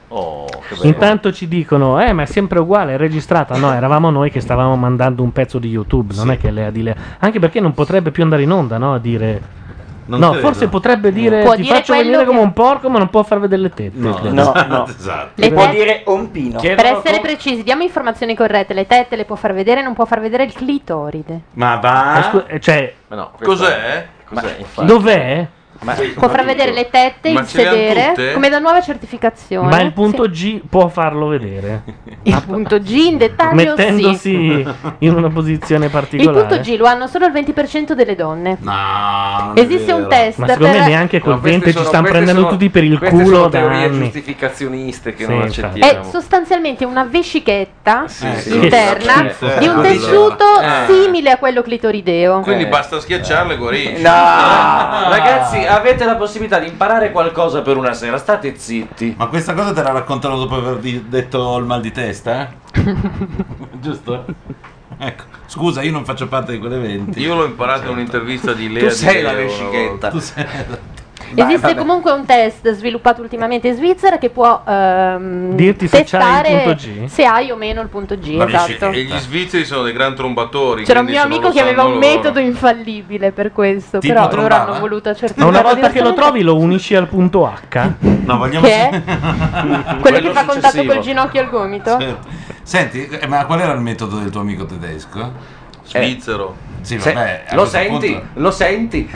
Oh, che bello.
Intanto ci dicono, eh, ma è sempre uguale, è registrata. No, eravamo noi che stavamo mandando un pezzo di YouTube, non è che lei ha di lei. Anche perché non potrebbe più andare in onda, no? A dire.
Non
no,
credo.
forse potrebbe dire
Può
ti
dire
faccio
quello
venire
che-
come un porco, ma non può far vedere le tette.
No,
credo.
no,
no.
Le
Esatto. può
tette-
dire ompino.
Eh,
Per essere precisi, diamo informazioni corrette. Le tette le può far vedere, non può far vedere il clitoride.
Ma
Eh, scu- eh, cioè,
Ma no, questo-
Cos'è?
Cos'è? infatti?
dov'è?
Ma-
Può far vedere le tette,
Ma
il
ce le han
sedere,
tutte?
come da nuova certificazione.
Ma il punto
Cioè, Sì.
G può farlo vedere.
Il punto G in dettaglio sì.
mettendosi in una posizione
Il
particolare.
punto G lo hanno solo il 20% delle donne.
Ah,
No,
Esiste un test
Ma secondo
per-
me neanche col
No, queste
20 ci
sono-
stanno
queste
prendendo
sono-
tutti per il
queste
culo
sono
da
teorie
anni.
giustificazioniste che
Sì,
non
infatti.
È
accettiamo.
sostanzialmente una vescichetta
Sì, sì.
interna
Sì, sì.
di un
Eh,
tessuto
eh.
simile a quello clitorideo.
Eh.
Quindi basta schiacciarlo e
[LAUGHS] No!
guarisce.
Eh. Ragazzi, avete la possibilità di imparare qualcosa per una sera, state zitti.
Ma questa cosa te la raccontano dopo aver di- detto il mal di testa? eh?
[LAUGHS]
Giusto? Ecco, scusa, io non faccio parte di quell'evento.
Io l'ho imparato in un'intervista di Lea.
Tu
Di
sei la
Leo una
vescichetta.
volta.
Tu sei
Esiste comunque un test sviluppato ultimamente in Svizzera che può ehm,
Dirti se
testare
c'hai il punto G?
se hai o meno il punto G.
Ma
esatto.
vescichetta. E gli svizzeri sono dei gran trombatori.
C'era un mio
quindi se non
amico
lo
che aveva
sanno
un
loro-
metodo infallibile per questo,
Tipo
però loro
trombava?
hanno voluto
Ma
accertare. [LAUGHS]
una volta che lo trovi lo unisci al punto H.
No, vogliamo
Che è quello che fa contatto col ginocchio al gomito.
Senti, eh, ma qual era il metodo del tuo amico tedesco? Eh,
Svizzero.
Sì,
Se-
vabbè, a
lo
questo
senti?
punto-
Lo
[LAUGHS]
senti?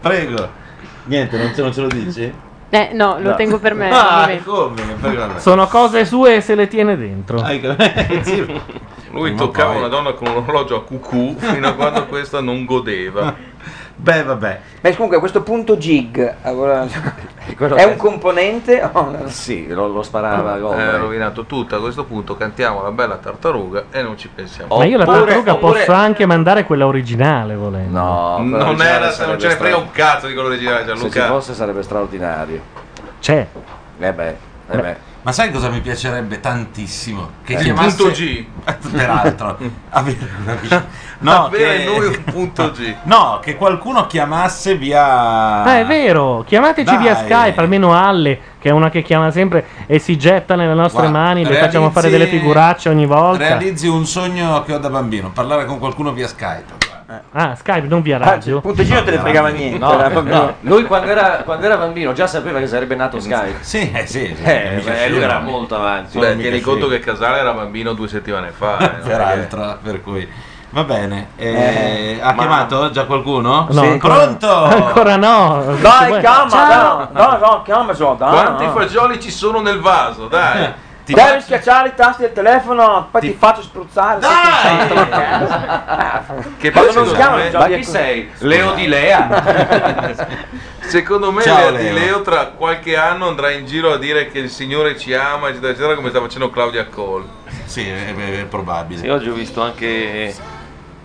Prego. Niente, non ce, non ce lo
[LAUGHS]
dici?
Eh, no, lo
No.
tengo per me. al
Ah,
momento.
come?
[LAUGHS]
Prego.
Sono cose sue e se le tiene dentro.
[LAUGHS] Lui toccava una donna con un orologio a cucù fino a quando questa non godeva.
Beh, vabbè.
Beh, comunque questo punto gig allora, è un componente? Oh, o-
[LAUGHS] Sì, lo, lo sparava a gol.
È rovinato tutto. A questo punto cantiamo la bella tartaruga e non ci pensiamo.
Ma io la tartaruga posso anche mandare quella originale volendo.
No, quella
Non
originale
era, se
sarebbe
non ce ne frega
stra-
un cazzo di quello originale,
Se ci
Gianluca.
fosse sarebbe straordinario.
C'è.
Eh beh, eh beh.
Ma sai cosa mi piacerebbe tantissimo? Che
Eh, Il
chiamasse
punto G.
[LAUGHS]
[LAUGHS]
Peraltro, avere una- [LAUGHS] no,
Avere
che...
noi un punto G.
[LAUGHS] No, che qualcuno chiamasse via.
Eh,
Ah, è vero, chiamateci
Dai.
via Skype, almeno Alle, che è una che chiama sempre e si getta nelle nostre
Guarda,
mani, le
realizzi-
facciamo fare delle figuracce ogni volta.
Realizzi un sogno che ho da bambino, parlare con qualcuno via Skype. guarda.
Eh.
Ah, Skype non via radio.
punteggino te ne fregava niente,
No,
era proprio-
no. Lui quando era, quando era bambino già sapeva che sarebbe nato Skype.
Sì, eh, sì.
Eh, beh, lui era molto avanti.
Beh, tieni conto che Casale era bambino due settimane fa. eh, non è che-
Peraltro, [LAUGHS] per cui va bene. eh,
Eh,
ha
ma-
chiamato già qualcuno?
No, ancora-
Pronto?
Ancora no.
Dai,
Ciao.
calma, no, no, no, calma, so, dai.
Quanti
no.
fagioli ci sono nel vaso,
Eh.
dai.
Devi schiacciare i tasti del telefono, poi ti, faccio spruzzare.
Che
Ma
poi
non
secondo
si chiama
me-
Giorgio Ma chi Ecco- sei?
Leo di
[LAUGHS]
Lea? secondo me Lea
Ciao,
di Leo tra qualche anno andrà in giro a dire che il Signore ci ama, eccetera, eccetera, come sta facendo Claudia Cole.
Sì, è, probabile.
Sì, oggi ho visto anche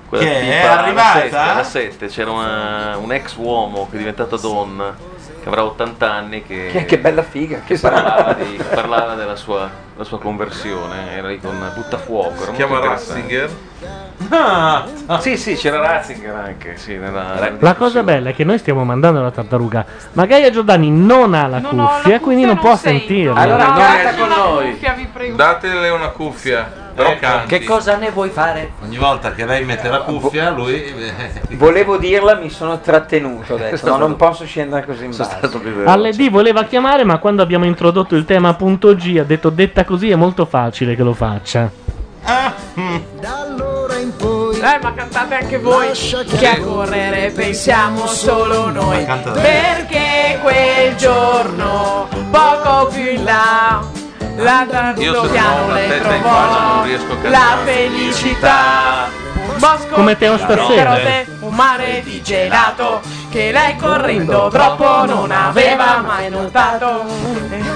quella
Che è
tipa
arrivata?
alla 7, alla 7, c'era una- un ex uomo che è diventata donna che avrà 80 anni che,
Che, che bella figa, che
che parlava, di- che parlava della sua, la sua conversione era lì con buttafuoco era
Si chiama
molto interessante.
Ratzinger?
sì sì c'era Ratzinger anche sì, nella-
La cosa bella è che noi stiamo mandando la tartaruga. Ma Gaia Giordani non ha la cuffia, quindi non può sentirla.
con
noi.
Datele una cuffia, però canti. Eh,
che
cosa ne vuoi fare?
Ogni volta che lei mette la cuffia,
boh.
lui.
Volevo dirla, mi sono trattenuto adesso, no, non posso scendere così in basso.
All'ED voleva chiamare, ma quando abbiamo introdotto il tema punto G ha detto detta così è molto facile che lo faccia.
Ah,
Dai, Eh, ma cantate anche voi. Che a correre pensiamo solo noi.
canta-
Perché quel giorno, poco più in là,
Io
l'andato
se non ho
piano
la
le
testa in
trovò.
faccia non riesco a cantare.
La felicità. Un bosco
Come Teo
di
stasera.
carote, un mare di gelato che lei correndo troppo non aveva mai notato.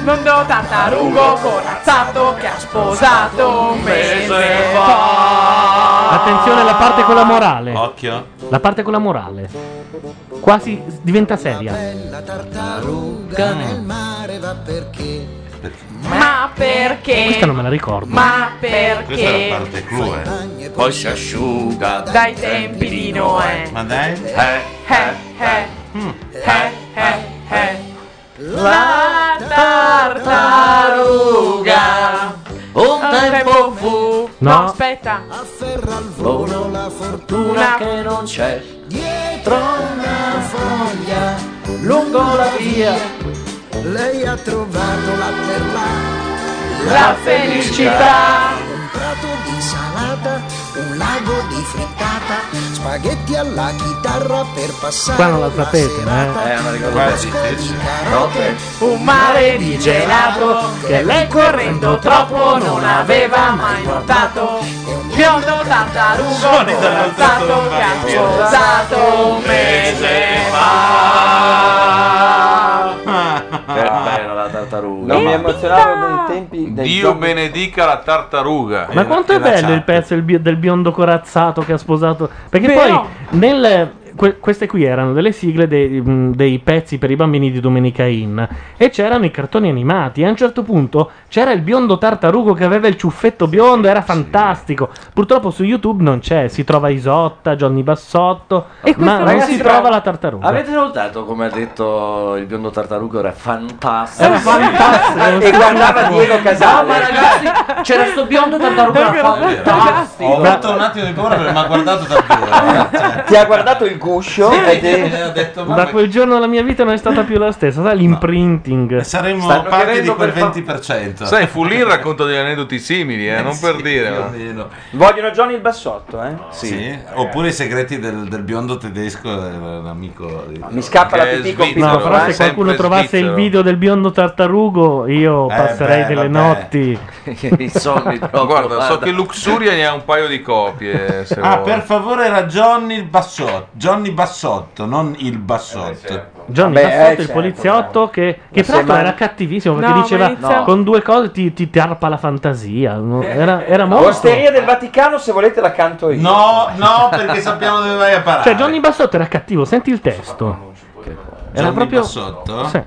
Non do tartarugo corazzato che ha sposato un mese fa.
Attenzione alla parte con la morale.
Occhio.
La parte con la morale. Quasi diventa seria.
Ma perché?
Questa non me la ricordo.
Ma perché?
parte clou, eh.
Poi si asciuga
Dai tempi di Noè.
Ma dai.
Eh, eh, eh, eh. La tartaruga un tempo fu.
No.
aspetta.
Afferra al volo la fortuna
Una.
che non c'è. Dietro una foglia,
lungo la via,
lei ha trovato la perla.
La felicità.
Un prato di salata, un lago di frittata, spaghetti alla chitarra per passare.
Qua non la sapete, eh.
Eh, non ricordo
Quasi.
Un mare di gelato che lei correndo troppo non aveva mai notato. Biondo tartarugo corazzato che ha sposato un mese fa.
Bella la tartaruga.
Non mi emozionavo dai tempi dei
Dio
giochi-
benedica la tartaruga.
Ma quanto è bello il pezzo del, bi- del biondo corazzato che ha sposato. Perché poi nel- que- queste qui erano delle sigle dei, mh, dei pezzi per i bambini di Domenica Inn e c'erano i cartoni animati. E a un certo punto c'era il biondo tartarugo che aveva il ciuffetto biondo, era fantastico. Purtroppo su YouTube non c'è, si trova Isotta, Johnny Bassotto, ma non si trova la tartaruga. [LAUGHS]
Avete notato come ha detto il biondo tartaruga? Era fantastico.
Era fantastico.
E guardava Diego Casale.
No, ma ragazzi, c'era sto biondo tartaruga fantastico.
Ho avuto un attimo di paura perché mi ha guardato
Ti ha guardato il guscio e te...
ho detto
Da quel giorno la mia vita non è stata più la stessa, sai l'imprinting.
Saremmo
Stanno
parte di
chiedendo
quel
per fa-
[LAUGHS]
20%.
Sai, Fulin racconta degli aneddoti simili, eh, non per dire. ma-
Vogliono Johnny il bassotto, eh?
Sì. Oppure i segreti del, del biondo tedesco, eh, un amico. di-
Mi scappa la pipì con
No,
eh,
però se qualcuno trovasse il video del biondo tartarugo, io
Eh,
passerei
beh,
delle
vabbè.
notti. [LAUGHS]
[LAUGHS] Guarda, so che Luxuria ne ha un paio di copie. Se
Ah,
vuoi.
per favore, era Johnny il Bassotto. Johnny Bassotto, non il
Eh,
Bassotto.
Johnny Bassotto,
eh,
il
certo.
poliziotto, che, che tra
Ma
l'altro
sembra-
era cattivissimo perché
No, ma
diceva
inizia-
con due cose ti, ti tarpa la fantasia. no? Era, era molto. Cioè,
Osteria del Vaticano, se volete la canto io.
No, no, perché sappiamo dove vai a parare.
Cioè, Johnny Bassotto era cattivo, senti il testo. Era
Johnny
proprio.
Bassotto?
Sì.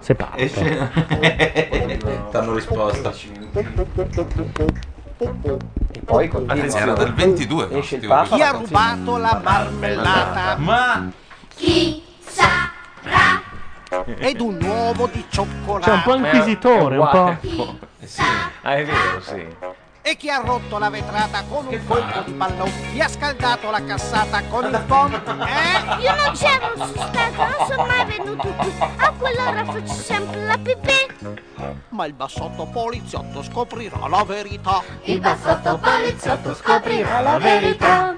Se parte.
Esce...
[LAUGHS]
T'hanno risposto.
E poi continua.
Attenzione, era del 22.
Esce il
l'ultimo
Papa.
Chi ha
rubato la marmellata?
Ma...
Chi
Eh,
saprà? Ed un uovo di
[LAUGHS]
cioccolato.
C'è un po' inquisitore, un po'.
Ah, è vero, sì.
e chi ha rotto la vetrata con un colpo di pallone, chi ha scaldato la cassata con il ponte, eh?
Io non c'ero stata, non sono mai venuto qui. A quell'ora faccio sempre la pipì.
Ma il bassotto poliziotto scoprirà la verità.
Il bassotto poliziotto scoprirà la verità.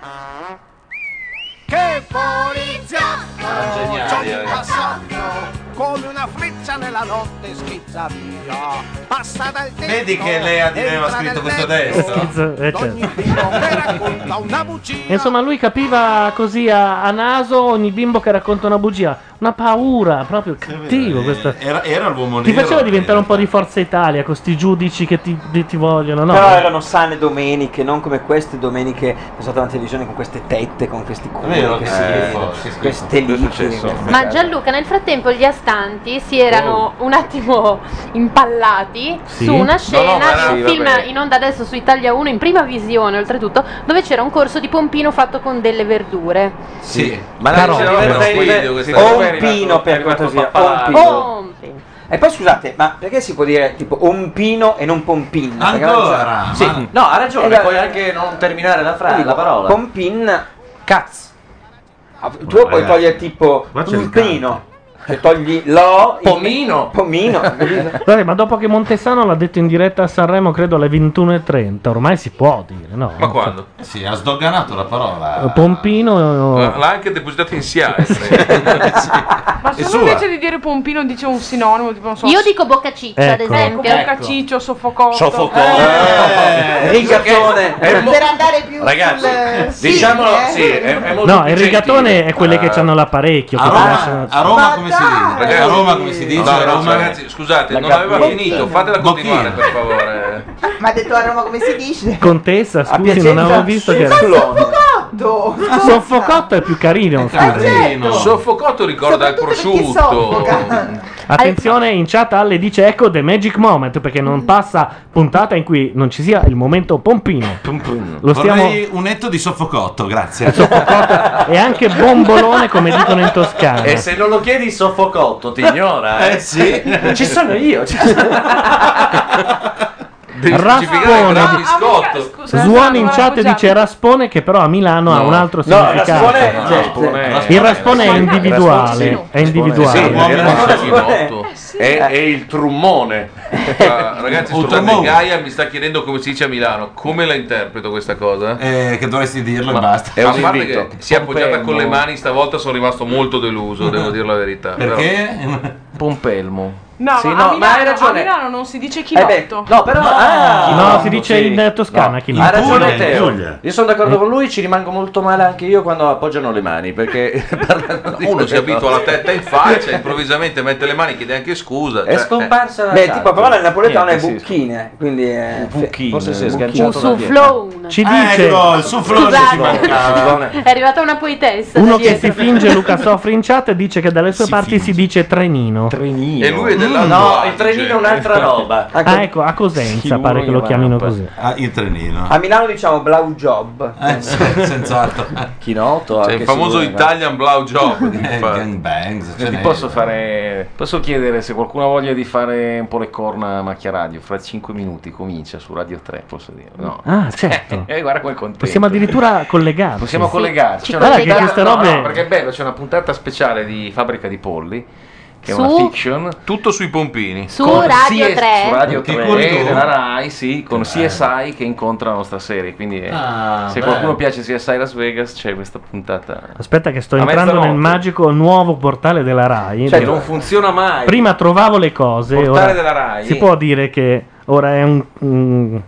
Che poliziotto!
Geniali,
Johnny
eh.
Bassotto, come una freccia nella notte schizza via. Passa dal tetto.
Vedi che lei ha- aveva
entra
scritto
nel
questo testo?
letto.
Eh, certo.
Da una bugia.
E Insomma, lui capiva così a, a naso ogni bimbo che racconta una bugia. Una paura, proprio cattivo. Questo.
Era, era l'uomo
Ti
nero.
faceva diventare un po' di Forza Italia con sti giudici che ti, ti- ti vogliono, no?
Però erano sane domeniche, non come queste domeniche passate alla televisione con queste tette, con questi culi,
Vero,
che
che
si
schifo,
vedono,
che schifo.
queste liquide.
Ma Gianluca, nel frattempo, gli astanti si erano un attimo impallati
Sì?
su
No,
una
no, ma
scena
era-
di un
sì,
film
vabbè.
in onda adesso su Italia 1, in prima visione oltretutto, dove c'era un corso di pompino fatto con delle verdure.
Sì,
ma
Però-
non
però- video,
divertente.
questa-
Un pino per cortesia, un pino.
Pompi.
E poi scusate, ma perché si può dire tipo ompino e non pompin? Perché
Ancora?
la-
Ma-
Sì.
No, ha ragione,
Eh, la-
puoi anche non terminare la, fra-
Dico,
la parola.
Pompin, cazzo. Ah, Tu puoi
ragazzi,
togliere tipo pompino, cioè togli lo, pomino, pomino.
Vabbè, ma dopo che Montesano l'ha detto in diretta a Sanremo, credo alle 21.30, ormai si può dire, no? Eh,
Ma quando? Sì, ha sdoganato la parola.
Pompino.
L'ha anche depositato in SIA. eh,
[LAUGHS]
Ah, Ma se
È
uno
sua.
invece di dire pompino dice un sinonimo, tipo non so.
Io dico bocca ciccia,
ad Ecco. esempio.
Ecco, bocca
Ecco.
ciccio, Eh. soffocotto.
eh,
Eh,
rigatone.
Per andare più
Ragazzi,
sul-
diciamolo,
sì, eh.
sì, è, è molto
No, il
più
rigatone
gentile.
è quelle che
Ah.
hanno l'apparecchio.
A
che
Roma-
lasciano-
A Roma come si dice?
Perché
a Roma come si dice?
No,
A
no,
Roma-
ragazzi, scusate,
La Eh,
non aveva
gabbietta.
finito, fatela continuare per favore.
Ma ha detto a Roma come si dice?
Contessa, scusi,
Piacenza.
non avevo visto che era.
Soffocotto!
Soffocotto è più carino. scusi.
certo. Soffocotto ricorda il prosciutto.
Attenzione, in chat alle dice ecco The Magic Moment perché non passa puntata in cui non ci sia il momento pompino. Lo stiamo Eh,
Vorrei un etto di soffocotto, grazie.
e anche bombolone come dicono in Toscana.
E Eh, se non
[LAUGHS]
lo chiedi soffocotto ti ignora.
Eh, sì.
[LAUGHS] Ci sono io. ci sono-
Raspone
Ah,
di-
biscotto.
scusa,
Suoni in
Sandro,
chat
appoggiamo.
dice Raspone che però a Milano ha un altro
No,
significato.
Raspone- No, cioè, Raspone-
il Raspone è
Raspone-
individuale,
Raspone-
è individuale.
Sì, perché era un chinotto. È, è il trummone.
Eh,
Ah, ragazzi,
Un
scusate,
trombone.
Gaia mi sta chiedendo come si dice a Milano. Come la interpreto questa cosa?
che dovresti dirlo e basta.
A parte che si è appoggiata
Pompelmo.
con le mani, stavolta sono rimasto molto deluso, devo dire la verità.
Perché?
Pompelmo.
No,
Sì,
ma,
no,
a
ma
Milano,
hai ragione.
a Milano non si dice
Eh beh,
chinotto. eh.
no, però ah,
No, si dice in Toscana, chinotto.
Ha
In Puglia,
ragione
in Puglia.
Teo. Io sono
Eh.
d'accordo con lui, ci rimango molto male anche io quando appoggiano le mani, perché [LAUGHS] parlano di
Uno si
queste
abitua
cose.
la testa in faccia, improvvisamente mette le mani, chiede anche scusa. cioè, eh,
È scomparsa
la
Beh, tipo la parola in napoletano è bucchine, quindi è
forse si è
bucchine.
sganciato da
Ci dice-
Ecco, il sufflone
Scusate.
ci mancava.
È arrivata una poetessa.
Uno
da
che si
dietro.
finge Luca Sofri in chat dice che dalle sue parti si dice Trenino.
E lui è cioè, dell'Alto Mm. No, Adige. il Trenino è un'altra roba.
Ah, ecco, a Cosenza pare che lo chiamino così.
Ah, il trenino.
A Milano diciamo blau job.
senz'altro.
Chinotto,
C'è il famoso Italian Blau
[LAUGHS]
Job.
Eh,
ce
cioè,
n'è.
posso fare. Posso chiedere se qualcuno ha voglia di fare un po' le corna a macchia radio? Fra 5 minuti comincia su Radio 3, posso dire. No.
Ah, certo.
[LAUGHS] Eh, guarda come è contento.
Possiamo addirittura collegarci.
Possiamo collegarci. C'è una
Guarda che
puntata-
queste
no,
robe.
no, perché è bello, c'è una puntata speciale di Fabbrica di Polli. Che è
Su?
una fiction.
Tutto sui pompini.
Su Radio 3.
Su Radio
Che
3
curioso.
della Rai, sì, con CSI che incontra la nostra serie. Quindi eh,
Ah,
se
bello.
qualcuno piace CSI Las Vegas, c'è questa puntata.
Aspetta, che sto
A
entrando nel
mezzanotte.
magico nuovo portale della Rai.
Cioè,
Dove-
non funziona mai.
Prima trovavo le cose.
Portale
ora
della Rai.
Si può dire che ora è un. un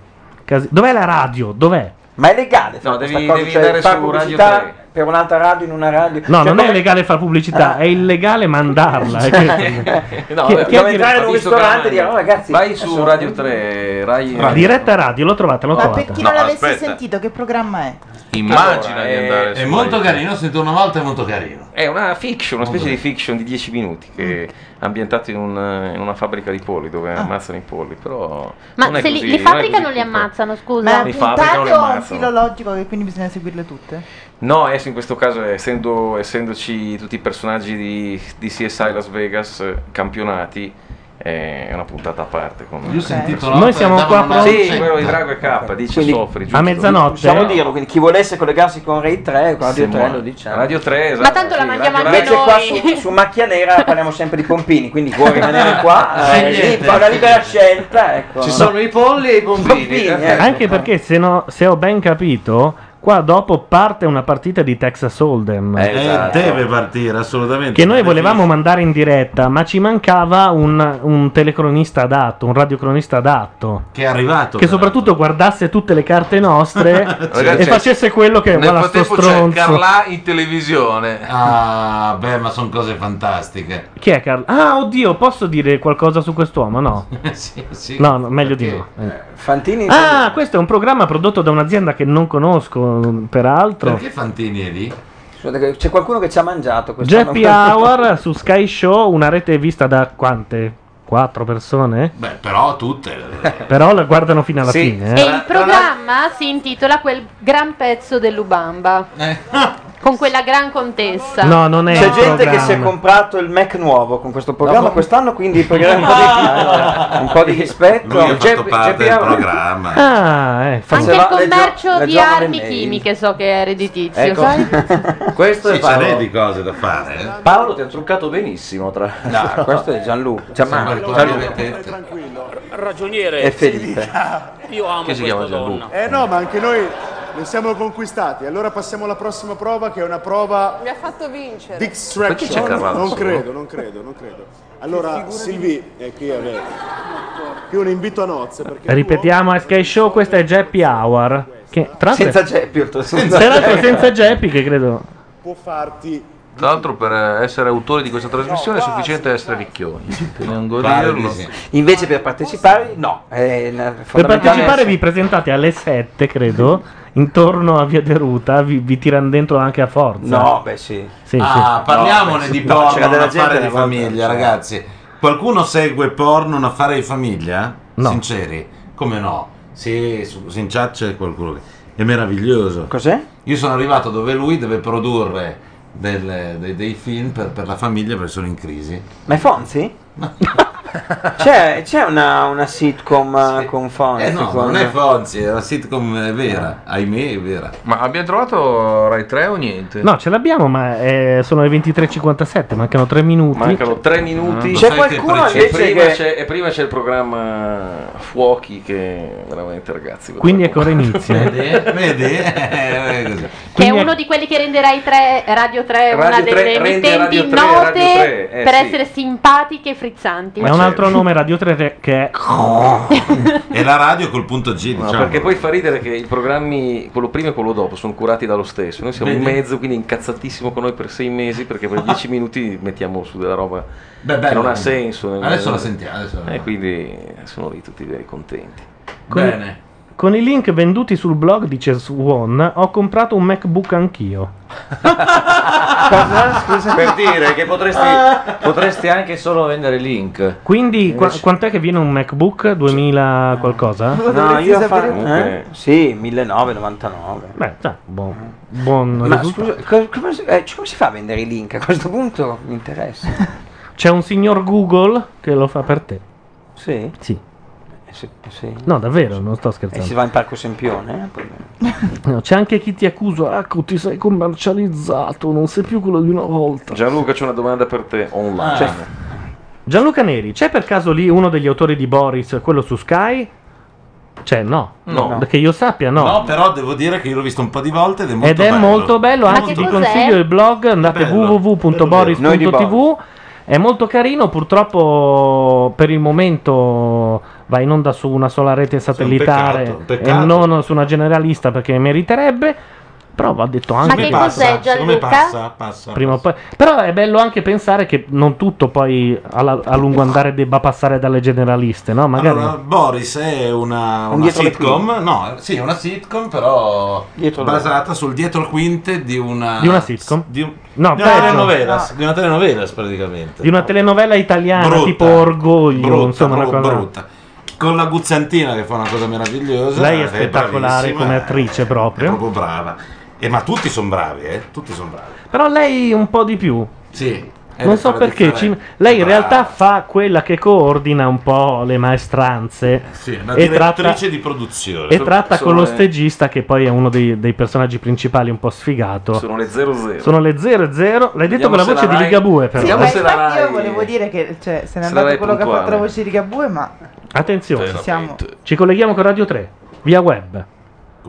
casi- Dov'è la radio? Dov'è?
Ma è legale fare
No,
questa
devi-
cosa,
devi
cioè,
andare
fare
su Radio
pubblicità
3.
per un'altra radio in una radio.
No,
Cioè,
non è
come-
illegale fare pubblicità,
Ah.
è illegale mandarla. è questo.
[LAUGHS] No,
Chi-
vabbè,
chi è
dove
dire-
entrare in un
Visto
ristorante
Gramagna.
e dire, "Oh, ragazzi,
Vai
vai
su
su Radio 3, Rai
Ma [LAUGHS] diretta radio, l'ho trovata, l'ho
Ma
trovata.
per chi non
No,
l'avesse
aspetta.
sentito, che programma è?
Immagina di
è-
andare
eh, È
su
molto
Rai.
carino, sento una volta è molto carino.
È una fiction, una specie di fiction di 10 minuti che è ambientata in, un- in una fabbrica di polli dove ammazzano i polli, però
Ma
non è
se li,
così-
li fabbrica
non è
non li ammazzano,
Ma
scusa.
Mi
è
fa perché non
puntate
le
o è un
ammazzano.
filologico che quindi bisogna seguirle tutte?
così- No, adesso in questo caso essendo, essendoci tutti i personaggi di, di CSI Las Vegas eh, campionati eh,
è una puntata a parte. con-
Io ho sentito l'altra Noi siamo e qua davano una pronti.
Sì, quello di Drago e K, dice
Quindi-
soffri.
a
giusto?
mezzanotte. Possiamo dirlo, quindi chi volesse collegarsi con Ray 3, con Radio
Se
3
mu-
lo diciamo.
Radio 3, esatto.
Ma
tanto la
sì,
mandiamo
Radio
Invece
Radio-
qua su, su Macchia Nera parliamo sempre di pompini, quindi vuoi rimanere qua? Eh,
Scegliete.
lì fa una libera scelta, ecco.
Ci sono
i polli e i pompini. ecco.
eh. Anche perché, se, no- se ho ben capito, qua dopo parte una partita di Texas Hold'em.
Eh, deve partire assolutamente.
Che noi volevamo mandare in diretta, ma ci mancava un, un telecronista adatto, un radiocronista adatto.
Che è arrivato,
Che
[LAUGHS]
soprattutto guardasse tutte le carte nostre
Certo. Ragazzi,
e facesse quello che
nel
guarda sto
frattempo c'è
stronzo.
Carlà in televisione.
Ah, beh, ma sono cose fantastiche. [LAUGHS]
Chi è Carla? Ah, oddio, posso dire qualcosa su quest'uomo?
[LAUGHS]
No.
sì, sì.
No, no, meglio di no. Eh.
Fantini
Ah, questo è un programma prodotto da un'azienda che non conosco, peraltro.
Perché Fantini è lì?
Scusate, che c'è qualcuno che ci ha mangiato quest'anno.
Happy Hour su Sky Show, una rete vista da quante? Quattro
[LAUGHS]
persone?
Beh, però tutte.
Però la guardano fino alla fine.
E
eh.
il programma si intitola Quel gran pezzo dell'Ubamba. Con quella gran contessa.
No, non è
C'è
il
gente che
programma.
si è comprato il Mac nuovo con questo programma
No, ma-
quest'anno, quindi pregherei un po'
[LAUGHS]
di, un po' di rispetto.
Lui ha fatto
Gep-
parte
Gep-
del programma.
Ah, eh,
Anche
Anche il
Va- le gio-
commercio
le
di
giovani
armi
mail.
chimiche so che è redditizio,
Ecco.
sai?
[LAUGHS]
Questo
Sì,
è Paolo.
ce n'è di cose da fare. eh?
Paolo ti ha truccato benissimo. Tra...
[LAUGHS]
No, questo è Gianluca.
Cioè,
Gianmarco.
Ragioniere
E Felipe.
si dica, Io amo
Che si
questa
chiama Gianluca?
donna.
Eh no, ma anche noi ne siamo conquistati. Allora passiamo alla prossima prova che è una prova
Mi ha fatto vincere.
Distraction.
Perché c'è Carvalho
Non
solo?
credo, non credo, non credo.
Che
Allora
figura
Silvi è qui a me. Io un invito a nozze perché
Ripetiamo a Sky Show, questa è Happy Hour. Che, tra l'altro-
Senza Geppi,
oltretutto.
Tra l'altro senza Geppi che credo.
può farti
Tra l'altro, per essere autori di questa trasmissione è sufficiente essere ricchioni. Tengo a
Pare
dirlo.
di sì. Invece per partecipare, no. È una-
Per
fondamentale-
partecipare vi presentate alle 7, credo, intorno a Via Deruta, vi, vi tirano dentro anche a forza.
No, beh, sì.
Sì,
ah,
sì.
parliamone
No,
di
no,
porno,
c'era
un
della
affare
gente
di
davanti,
famiglia,
cioè.
ragazzi. Qualcuno segue porno, un affare di famiglia? Sinceri, come no? Sì, su, in chat c'è qualcuno che... È meraviglioso.
Cos'è?
Io sono arrivato dove lui deve produrre delle- dei, dei film per, per la famiglia perché sono in crisi.
Ma è Fonzi? c'è, c'è una, una sitcom eh, con Fonzi.
Eh no,
con-
non è Fonzi, è una sitcom è vera, ahimè è vera.
Ma abbiamo trovato Rai 3 o niente?
No, ce l'abbiamo, ma eh, sono le 23.57, mancano 3 minuti.
Mancano tre minuti.
C'è qualcuno
e
invece
prima,
che-
c'è, e prima c'è il programma Fuochi che veramente ragazzi.
Quindi ecco ora inizia.
[LAUGHS] Vedi?
Vedi? [LAUGHS]
Che è uno di quelli che rende Rai 3, Radio 3 una
Radio 3
delle
rende
emittenti
Radio 3,
note
Radio 3, eh,
per
sì.
essere simpatiche e frizzanti.
Ma è un altro nome Radio 3 re- che è...
E la radio col punto G,
No,
diciamo.
perché poi fa ridere che i programmi, quello prima e quello dopo, sono curati dallo stesso. Noi siamo in
Vedi?
mezzo, quindi incazzatissimo con noi per sei mesi perché
[LAUGHS]
per dieci minuti mettiamo su della roba
Beh,
che
bello.
non ha senso.
Adesso la sentiamo, adesso la-
E quindi sono lì tutti veri contenti.
Con,
Bene.
con i link venduti sul blog di Chess One ho comprato un MacBook anch'io.
Per dire che potresti, potresti anche solo vendere link.
Ah. Quindi qua- quant'è che viene un MacBook? 2000 qualcosa?
No, io fa...
Comunque-
eh? Sì, 1999.
esatto. Beh, boh. dai, buon, buon
Ma
risultato.
scusa, co- come, si- eh, cioè, come si fa a vendere i link? A questo punto
[LAUGHS]
mi interessa. Cioè,
C'è un signor Google che lo fa per te.
Sì?
Sì.
Eh, sì, sì.
No, davvero, non sto
E
scherzando.
si va in Parco Sempione? eh?
No, c'è anche chi ti accusa, ecco, ti sei commercializzato, non sei più quello di una volta.
Gianluca, c'è una domanda per te online.
Cioè,
Ah.
Gianluca Neri, c'è per caso lì uno degli autori di Boris, quello su Sky? Cioè, no.
No.
Che io sappia, no.
No. però devo dire che io l'ho visto un po' di volte ed è molto
Ed è
bello.
molto bello,
Ma
anzi
che
vi
cos'è?
consiglio il blog, andate
Bello. Noi di
www.boris.tv,
Boris.
è molto carino, purtroppo per il momento va in onda su una sola rete satellitare
peccato, un peccato.
e non su una generalista perché meriterebbe, però va detto anche...
che cos'è,
Secondo me
Gianluca?
passa, passa.
Prima o poi. Però è bello anche pensare che non tutto poi alla- a lungo andare debba passare dalle generaliste, no? Magari...
Allora, Boris è una,
Un
una
dietro le
sitcom, no, sì, è una sitcom però
le-
basata sul dietro il quinte di una...
Di una sitcom?
Di, un-
No,
di
peggio.
una
Ah.
telenovelas, di una telenovelas praticamente.
Di una telenovela italiana
Brutta.
tipo Orgoglio,
brutta,
insomma, una
proprio
cosa...
brutta. Con la Guzzantina che fa una cosa meravigliosa.
Lei è
che
spettacolare
bravissima,
come attrice proprio.
È proprio brava. E ma tutti sono eh, bravi, eh? Tutti sono bravi.
Però lei un po' di più.
Sì.
non so perché. ci- Lei in realtà fa quella che coordina un po' le maestranze.
Sì, è una
e
direttrice
tratta,
di produzione.
e tratta
Sono
con lo
le-
stagista, che poi è uno dei, dei personaggi principali un po' sfigato.
Sono le 00.
Sono le 00. L'hai detto
Vediamo
con la
se
voce
la
di
Rai-
Ligabue, però.
Sì, Vediamo ma se la
Infatti Io volevo dire che cioè, se n'è
Se la
andato
Rai
quello che ha fatto la
puntuale.
voce di Ligabue, ma
Attenzione,
Ci siamo.
ci colleghiamo con Radio 3 via web.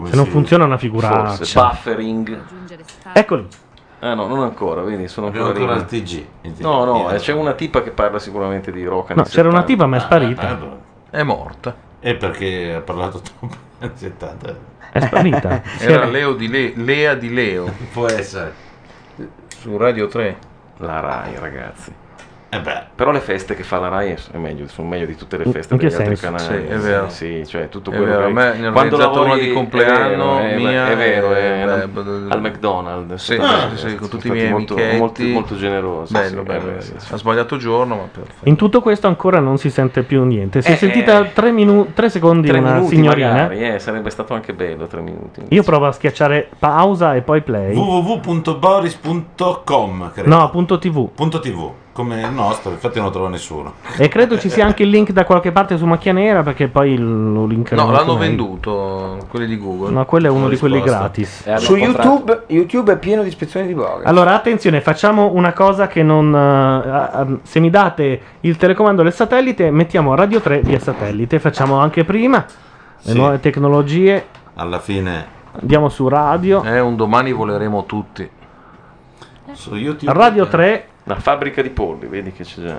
Se non
si-
funziona, una figura.
Forse buffering.
Eccoli.
Ah no, non ancora, vedi, sono
Abbiamo
ancora,
ancora
lì.
il TG. Il TG.
No, no, eh, c'è una tipa che parla sicuramente di rock.
No, c'era una tipa, ma è sparita.
È morta.
Ah, eh, E perché ha parlato troppo [LAUGHS] anni 70.
È sparita.
Era Leo di Le- Lea di Leo.
Può essere.
Su Radio 3. La Rai, ragazzi. Però le feste che fa la Rai è meglio, sono meglio di tutte le
In-
feste
in che
degli altri
senso?
canali.
Sì, è vero.
Sì, cioè tutto
È
quello
vero,
che...
a me ne ho
Quando
organizzato
lavori-
una di compleanno
è vero,
mia,
È vero, è,
eh,
al McDonald's. Ah,
Sì,
assolutamente.
sì, con
Sono
tutti i
stati
miei
molto,
amichetti.
molto, molto generoso.
Bello,
sì, è
bello,
vero,
sì.
sì.
Ha sbagliato giorno, ma per...
In tutto questo ancora non si sente più niente. Si è
Eh,
sentita
eh.
3 secondi
Tre
una
minuti
signorina.
magari, eh, sarebbe stato anche bello tre minuti.
Io provo a schiacciare pausa e poi play.
www.boris.com credo.
No, punto TV.
Punto TV, come il nostro, infatti non lo trova nessuno.
E credo ci sia anche il link da qualche parte su Macchia Nera perché poi lo linkerò.
No,
anche
l'hanno
noi.
venduto quelli di Google.
No, quello è uno
Ho
di quelli
risposto.
gratis.
Su YouTube, YouTube è pieno di ispezioni di blog.
Allora, attenzione, facciamo una cosa che non. eh, ah, ah, se mi date il telecomando del satellite, mettiamo Radio 3 via satellite. Facciamo anche prima le
Sì.
nuove tecnologie.
Alla fine
Andiamo su radio.
Eh, un domani voleremo tutti.
su YouTube
Radio 3.
Una fabbrica di polli, vedi che c'è già.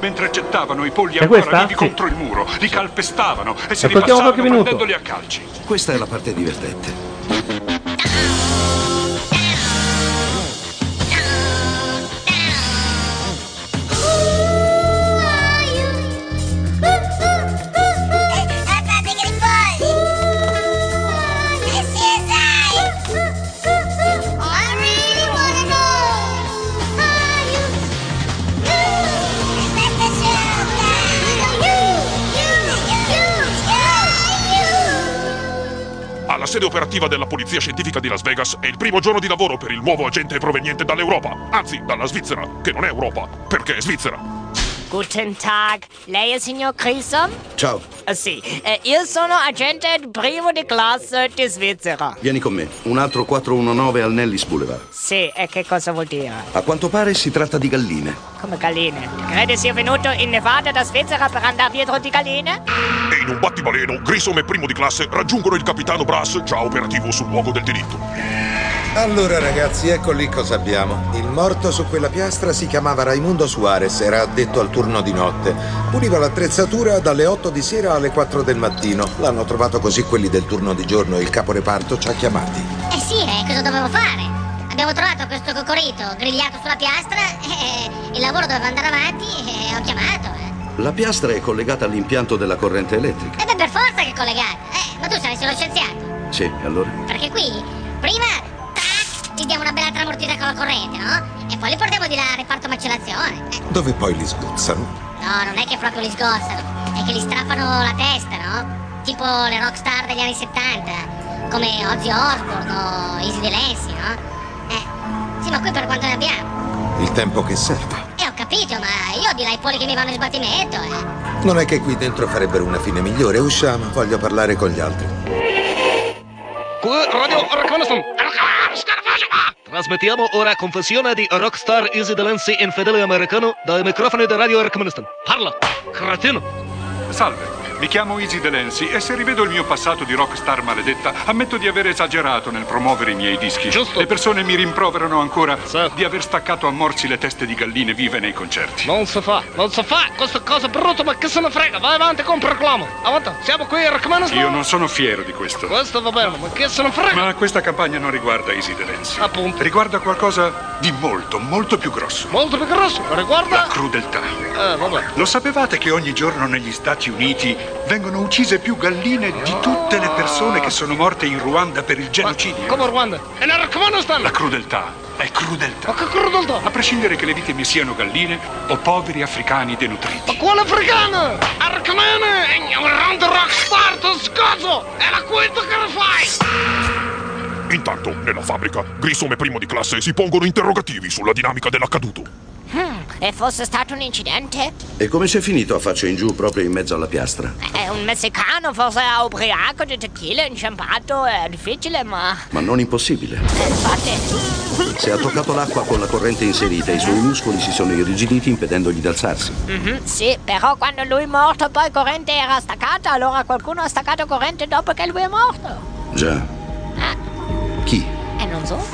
Mentre gettavano i polli
È
ancora
questa?
vivi
Sì.
contro il muro, li calpestavano e si
Ascoltiamo
ripassavano
qualche minuto.
prendendoli a calci.
Questa è la parte divertente.
Alla sede operativa della Polizia Scientifica di Las Vegas è il primo giorno di lavoro per il nuovo agente proveniente dall'Europa, anzi dalla Svizzera, che non è Europa, perché è Svizzera.
Guten Tag, lei è il signor Grissom?
Ciao,
Eh, sì, eh, io sono agente primo di classe di Svizzera.
vieni con me. Un altro 419 al Nellis Boulevard.
Sì, e che cosa vuol dire?
A quanto pare si tratta di galline.
Come galline. Crede sia venuto in Nevada da Svizzera per andare dietro di galline?
E in un battibaleno, Grissom e primo di classe raggiungono il capitano Brass, già operativo sul luogo del delitto.
Allora ragazzi, ecco lì cosa abbiamo. Il morto su quella piastra si chiamava Raimundo Suarez, era addetto al turno di notte. Puliva l'attrezzatura dalle 8 di sera alle 4 del mattino. L'hanno trovato così quelli del turno di giorno e il caporeparto ci ha chiamati.
Eh sì, eh, cosa dovevo fare? Abbiamo trovato questo cocorito grigliato sulla piastra, [LAUGHS] eh, il lavoro doveva andare avanti e ho chiamato. eh.
La piastra è collegata all'impianto della corrente elettrica.
E beh, per forza che è collegato. Eh, ma tu saresti lo scienziato.
Sì, allora?
Perché qui, prima, tac, gli diamo una bella tramortita con la corrente, no? E poi li portiamo di là al reparto macellazione. Eh,
Dove poi li sgozzano?
no, non è che proprio li sgozzano, è che li strappano la testa, no? Tipo le rockstar degli anni 70, come Ozzy Osbourne o Easy Delensi, no? Eh, sì, ma qui per quanto ne abbiamo?
Il tempo che serve.
Eh, ho capito, ma io ho di là i poli che mi vanno in sbattimento, eh.
Non è che qui dentro farebbero una fine migliore. Usciamo, voglio parlare con gli altri.
Radio Racconeston. Trasmettiamo ora confessione di rockstar Easy Delancey infedele americano dai microfoni di Radio Racconeston. Parla, cretino.
Salve, mi chiamo Easy Delensi e se rivedo il mio passato di rockstar maledetta, ammetto di aver esagerato nel promuovere i miei dischi. Giusto. Le persone mi rimproverano ancora
Certo.
di aver staccato a morsi le teste di galline vive nei concerti.
Non si fa, non si fa questa cosa brutta, ma che se ne frega. Vai avanti con proclamo. Avanti, siamo qui a Racconeston.
Io non sono fiero di questo.
Questo va bene, ma che se ne frega.
Ma questa campagna non riguarda Easy Delensi. Appunto. Riguarda qualcosa di molto, molto più grosso.
Molto più grosso, riguarda...
La crudeltà.
Eh, vabbè.
Lo sapevate che ogni giorno negli Stati Uniti vengono uccise più galline di tutte le persone che sono morte in Ruanda per il genocidio?
Come Rwanda. E la Racconeston.
La crudeltà è crudeltà.
Ma che crudeltà.
A prescindere che le vittime siano galline o poveri africani denutriti.
Ma quale frigana? Arcmane è un round rock star del scozzo! È la quinta che ne fai!
Intanto, nella fabbrica, Grissom e primo di classe si pongono interrogativi sulla dinamica dell'accaduto.
Hmm, e fosse stato un incidente?
E come si è finito a faccia in giù proprio in mezzo alla piastra?
Eh, un messicano forse era ubriaco di tequila inciampato, è difficile, ma...
Ma non impossibile.
Infatti...
Se ha toccato l'acqua con la corrente inserita, i suoi muscoli si sono irrigiditi impedendogli d'alzarsi.
Mhm, sì, però quando lui è morto poi corrente era staccata, allora qualcuno ha staccato corrente dopo che lui è morto.
Già. Chi?
E non so.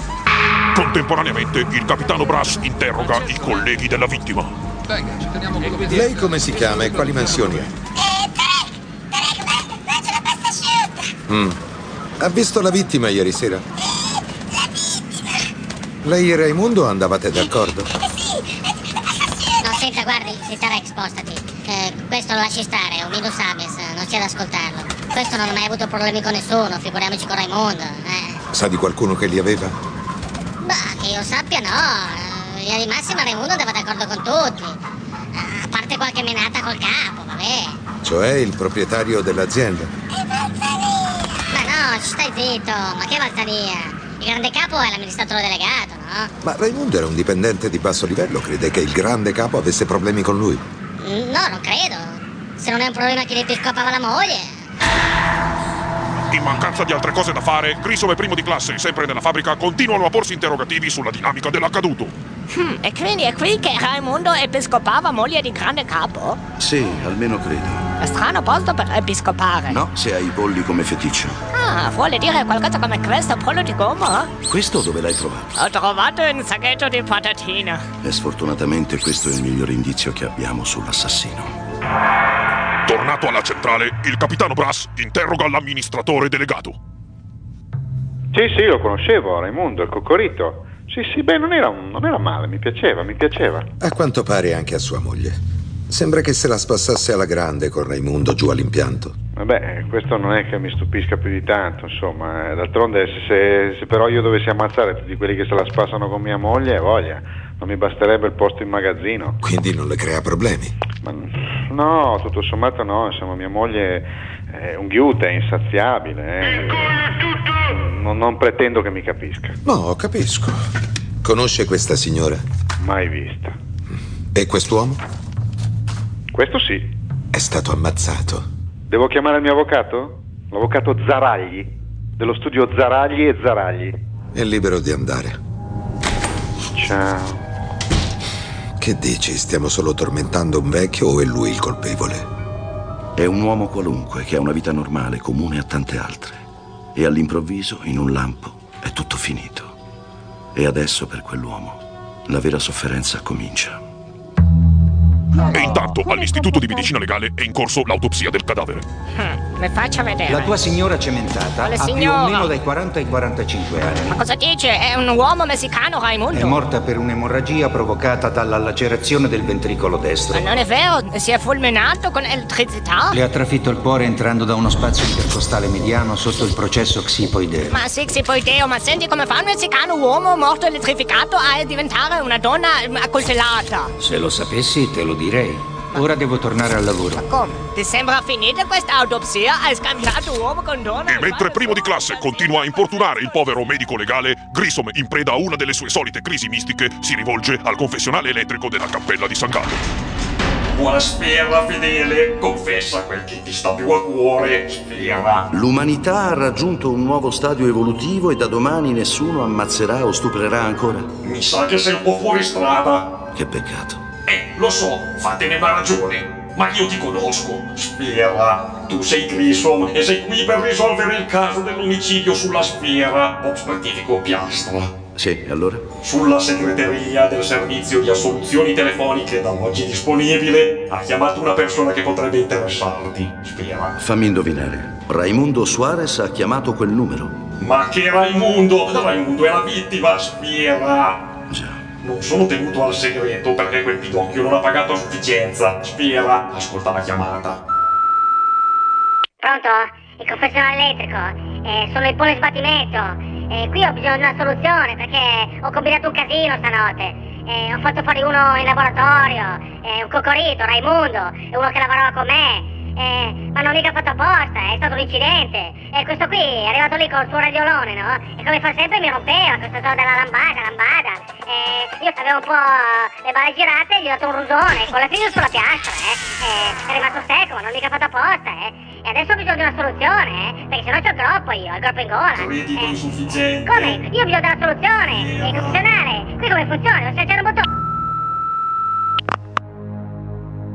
Contemporaneamente, il capitano Brass interroga i colleghi della vittima.
Venga, ci teniamo
Lei come si chiama e quali mansioni ha?
Mm.
Ha visto la vittima ieri sera? Lei e Raimundo andavate d'accordo?
No, senta, guardi, Zittarek, spostati. Eh, questo lo lasci stare, è un minus abes, eh, non c'è da ascoltarlo. Questo non ha mai avuto problemi con nessuno, figuriamoci con Raimondo. Eh.
Sa di qualcuno che li aveva?
Ma che io sappia, no. Eh, Via di massima Raimundo andava d'accordo con tutti. Eh, A parte qualche menata col capo, vabbè.
Cioè il proprietario dell'azienda?
Ma no, stai zitto, ma che valzania? Il grande capo è l'amministratore delegato, no?
Ma Raimundo era un dipendente di basso livello, crede che il grande capo avesse problemi con lui.
Mm, No, non credo. Se non è un problema che le piscopava la moglie.
In mancanza di altre cose da fare, Grissom e primo di classe, sempre nella fabbrica, continuano a porsi interrogativi sulla dinamica dell'accaduto.
Hmm, e quindi è qui che Raimondo episcopava moglie di grande capo?
Sì, almeno credo.
È strano posto per episcopare.
No, se hai i polli come feticcio.
Ah, vuole dire qualcosa come questo pollo di gomma?
Questo dove l'hai trovato?
Ho trovato un sacchetto di patatine.
E sfortunatamente questo è il miglior indizio che abbiamo sull'assassino.
Tornato alla centrale, il capitano Brass interroga l'amministratore delegato.
Sì, sì, lo conoscevo, Raimondo, il Cocorito. Sì, sì, beh, non era, un- non era male, mi piaceva, mi piaceva.
A quanto pare anche a sua moglie. Sembra che se la spassasse alla grande con Raimundo giù all'impianto.
Vabbè, questo non è che mi stupisca più di tanto, insomma. eh, D'altronde, se, se- se però io dovessi ammazzare tutti quelli che se la spassano con mia moglie, voglia, non mi basterebbe il posto in magazzino.
Quindi non le crea problemi.
No, tutto sommato no, insomma, mia moglie è un ghiute, è insaziabile. eh. Non, non pretendo che mi capisca,
No, capisco. Conosce questa signora?
mai vista.
E quest'uomo?
Questo sì.
È stato ammazzato.
Devo chiamare il mio avvocato? L'avvocato Zaragli, dello studio Zaragli e Zaragli.
È libero di andare.
Ciao.
Che dici? Stiamo solo tormentando un vecchio o è lui il colpevole?
È un uomo qualunque che ha una vita normale, comune a tante altre. E all'improvviso, in un lampo, è tutto finito. E adesso per quell'uomo la vera sofferenza comincia.
E intanto, all'Istituto di Medicina Legale è in corso l'autopsia del cadavere.
Hmm, mi faccia vedere.
La tua signora cementata
Quale
ha più
signora?
o meno dai 40 ai 45
Ma
anni.
cosa dice? È un uomo messicano
È
Raimondo?
morta per un'emorragia provocata dalla lacerazione del ventricolo
Ma
destro.
non è vero, si è fulminato con elettricità?
Le ha trafitto il cuore entrando da uno spazio intercostale mediano sotto il processo xipoideo.
Ma sì, sì, poi Deo, ma senti come fa un messicano uomo morto elettrificato a diventare una donna ehm, accoltellata?
Se lo sapessi te lo direi. Ora devo tornare al lavoro.
Come? Ti sembra finita questa autopsia? Hai scambiato uomo con donna?
E mentre primo di classe continua a importunare il povero medico legale, Grissom, in preda a una delle sue solite crisi mistiche, si rivolge al confessionale elettrico della cappella di San Gallo.
Buona sfera fedele, confessa quel che ti sta più a cuore, sfera.
L'umanità ha raggiunto un nuovo stadio evolutivo e da domani nessuno ammazzerà o stuprerà ancora.
Mi sa che sei un po' fuori strada.
Che peccato.
Eh, lo so, fatene una ragione, ma io ti conosco, sfera. Tu sei Grissom e sei qui per risolvere il caso dell'omicidio sulla sfera, o scientifico piastra.
Oh, Sì, e allora?
Sulla segreteria del servizio di assoluzioni telefoniche da oggi disponibile, ha chiamato una persona che potrebbe interessarti, sfera.
Fammi indovinare. Raimundo Suarez ha chiamato quel numero.
Ma che Raimundo! Raimundo è la vittima, spira! Non sono tenuto al segreto perché quel pidocchio non ha pagato a sufficienza. Spira, ascolta la chiamata.
Pronto? Il confessionale elettrico? Eh, sono il polo in sbattimento. Eh, qui ho bisogno di una soluzione perché ho combinato un casino stanotte. Eh, ho fatto fuori uno in laboratorio, eh, un cocorito, Raimundo, e uno che lavorava con me. Eh, ma non l'ho mica fatto apposta, è stato un incidente. E questo qui è arrivato lì col suo radiolone, no? E come fa sempre mi rompeva questo coso della lambada, lambada. E io avevo un po' le balle girate e gli ho dato un rusone, con la figlia sulla piastra, eh. E è rimasto secco, ma l'ho mica fatto apposta, eh. E adesso ho bisogno di una soluzione, eh. Perché sennò c'ho il groppo io, ho il groppo in gola.
Reddito insufficiente.
Come? Io ho bisogno della soluzione, è funzionale. Qui come funziona? Devo schiacciare un bottone.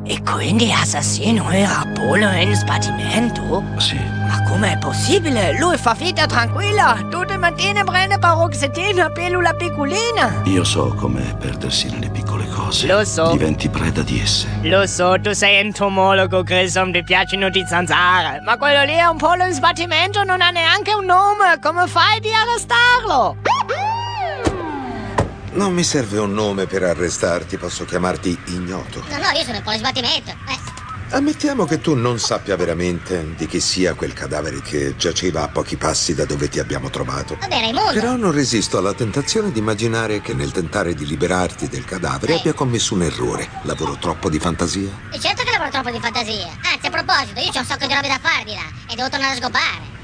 E quindi l'assassino era Apollo in sbattimento?
Sì.
Ma com'è possibile? Lui fa vita tranquilla, tutte le mattine prende paroxetina, pillola piccolina.
Io so com'è perdersi nelle piccole cose.
Lo so.
Diventi preda di esse.
Lo so, tu sei entomologo, Grissom, ti piacciono di zanzare. Ma quello lì è un polo in sbattimento, non ha neanche un nome. Come fai di arrestarlo?
Non mi serve un nome per arrestarti, posso chiamarti ignoto.
No, no, io sono un po' in sbattimento. Eh.
Ammettiamo che tu non sappia veramente di chi sia quel cadavere che giaceva a pochi passi da dove ti abbiamo trovato.
Vabbè, Raimondo.
Però non resisto alla tentazione di immaginare che nel tentare di liberarti del cadavere abbia commesso un errore. Lavoro troppo di fantasia?
E certo che lavoro troppo di fantasia. Anzi, a proposito, io ho un sacco di robe da fare di là e devo tornare a sgobare.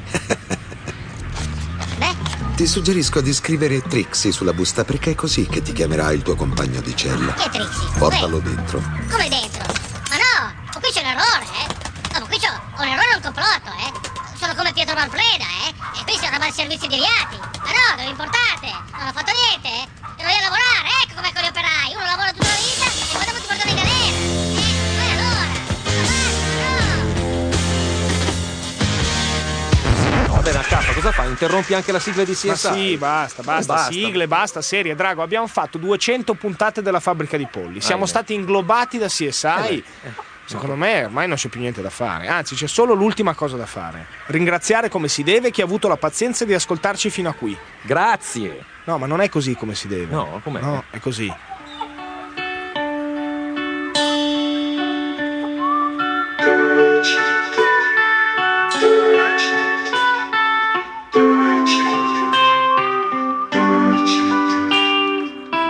Ti suggerisco di scrivere Trixie sulla busta perché è così che ti chiamerà il tuo compagno di cella.
Che Trixie?
Portalo dentro.
Beh, come dentro? Ma no, ma qui c'è un errore, eh. No, ma qui c'ho ho un errore e un complotto, eh. Sono come Pietro Manfreda, eh. E qui sono lavare servizi di reati. Ma no, non importate. Non ho fatto niente, eh. Devo io lavorare, ecco com'è con gli operai. Uno lavora tutta la vita e poi dopo ti portano in galera.
Vabbè, la K cosa fa? Interrompi anche la sigla di CSI?
Ma sì, basta, basta,
Basta.
sigle, basta, serie, Drago. Abbiamo fatto 200 puntate della fabbrica di polli. Siamo
Ah, eh.
stati inglobati da CSI.
Eh,
Secondo me ormai non c'è più niente da fare, anzi c'è solo l'ultima cosa da fare. Ringraziare come si deve chi ha avuto la pazienza di ascoltarci fino a qui. Grazie. No, ma non è così come si deve. No, com'è? No, è così.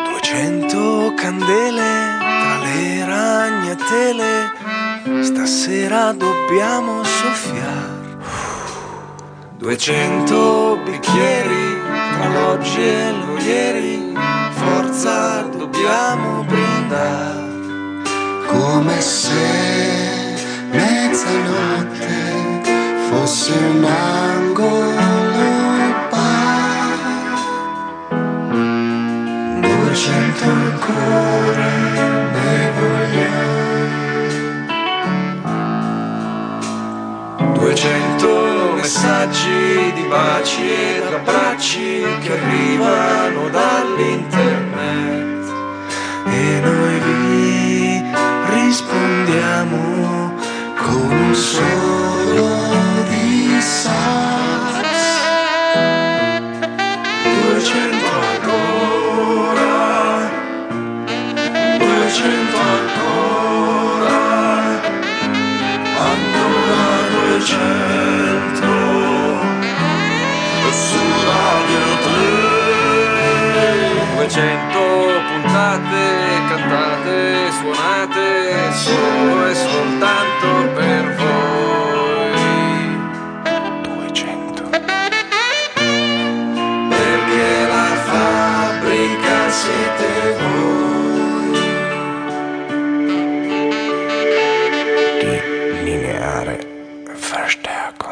Duecento candele tra le ragnatele, stasera dobbiamo soffiare. Duecento bicchieri tra l'oggi e lo ieri, forza dobbiamo brindare.
come se mezzanotte fosse un angolo par. Duecento ancora ne vogliamo.
Duecento messaggi di baci ed abbracci che arrivano dall'internet e noi vi rispondiamo con un solo di sas. Duecento ancora, duecento ancora, ancora duecento, e su Radio 3.
200 puntate cantate, suonate, solo e soltanto per voi.
perché la fabbrica siete voi. Lineare Verstärkung.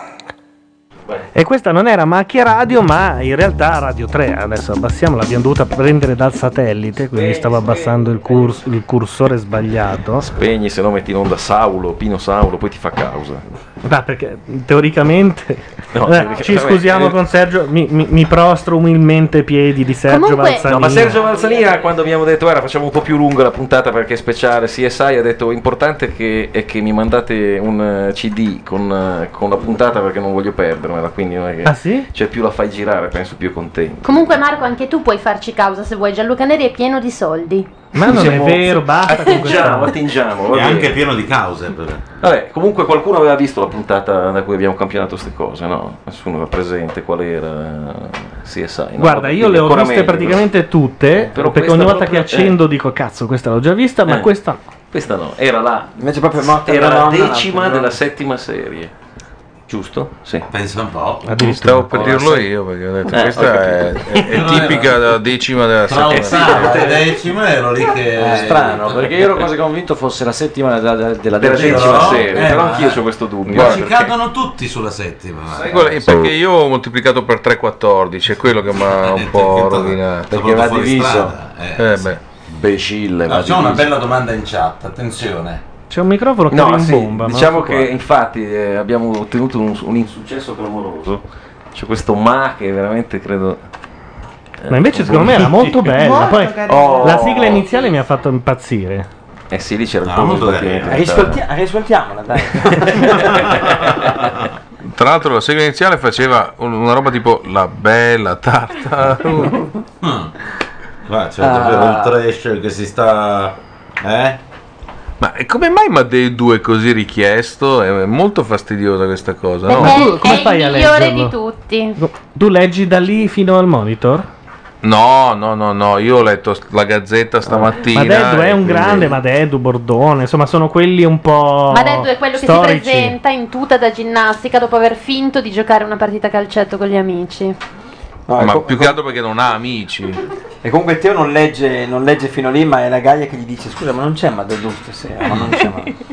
E questa non era Macchia Radio, ma in realtà Radio 3. Adesso abbassiamo, l'abbiamo dovuta prendere dal satellite, quindi stavo abbassando il, curs- il cursore sbagliato.
Spegni, se no metti in onda Saulo, Pino Saulo, poi ti fa causa.
Ma perché teoricamente,
No,
Eh,
teoricamente-
ci scusiamo con Sergio, mi, mi- mi prostro umilmente ai piedi di Sergio Valsanini.
No, ma Sergio Valsanina, quando abbiamo detto guarda facciamo un po' più lunga la puntata perché è speciale, CSI ha detto importante che, è che mi mandate un eh, CD con, eh, con la puntata perché non voglio perdermela, quindi non è che...
Ah, sì?
Cioè più la fai girare, penso più è contento.
Comunque Marco, anche tu puoi farci causa se vuoi. Gianluca Neri è pieno di soldi.
Ma non è vero, basta con
Attingiamo,
questo.
attingiamo.
È
va bene. Eh,
anche pieno di cause. però.
Vabbè, comunque qualcuno aveva visto la puntata da cui abbiamo campionato queste cose, no? Nessuno era presente qual era eh, CSI. no?
Guarda, io
Quindi
le ho
ancora
viste
meglio,
praticamente tutte,
però
perché
questa
ogni volta
proprio-
che accendo dico cazzo, questa l'ho già vista, ma
Eh.
questa
Questa no, era la,
Invece proprio morta
era
la
la
nonna,
decima
l'altro,
della
no?
settima serie. Giusto? Sì. Oh,
Pensa un po'.
Stavo per dirlo io perché ho detto
Eh, ho
questa è,
[LAUGHS]
è- è
capito.
tipica della decima della
Tra un
settimana.
sarto e decima ero lì che...
È eh,
Eh,
strano, perché io ero quasi convinto fosse la settima della, della, della decima
Però-
serie,
eh,
però
ma-
anch'io ho questo dubbio. eh,
Ma ci
perché-
cadono tutti sulla settima. Eh,
Sai qual è? Perché io ho moltiplicato per 3,14, è quello che mi ha un po' rovinato.
Perché va diviso.
Eh, beh.
Becille,
No, c'è una bella domanda in chat, attenzione.
C'è un microfono che
No, sì,
rimbomba. ma
diciamo
non so
che infatti eh, abbiamo ottenuto un, un insuccesso clamoroso. C'è questo ma che veramente credo.
qua. Ma invece secondo me era
[LAUGHS]
molto bella. Poi
carina. Eh, Oh.
la sigla iniziale mi ha fatto impazzire.
Eh sì, lì c'era il
Ah,
No,
pollo
molto
sbattimento.
carina.
Eh, Risvolti- risvoltiamola, [LAUGHS] dai.
Tra l'altro la sigla iniziale faceva un- una roba tipo la bella tarta.
Ah. Qua
Ah.
c'è davvero un trash che si sta... Eh?
Ma e come mai Madei 2 è così richiesto? È molto fastidiosa questa cosa. no?
Ma tu
è
come fai a
il migliore
leggerlo?
di tutti.
Tu leggi da lì fino al monitor?
No, no, no, no, io ho letto la gazzetta stamattina.
Ma Dedu è
e
un
quindi-
grande, ma Dedu, Bordone, insomma sono quelli un po'...
Ma Deddu è quello che
storici.
si presenta in tuta da ginnastica dopo aver finto di giocare una partita a calcetto con gli amici.
ma più che altro perché non ha amici.
E comunque Teo non legge, non legge fino lì, ma è la Gaia che gli dice: Scusa, ma non c'è Madeddu stasera, ma non c'è Madeddu."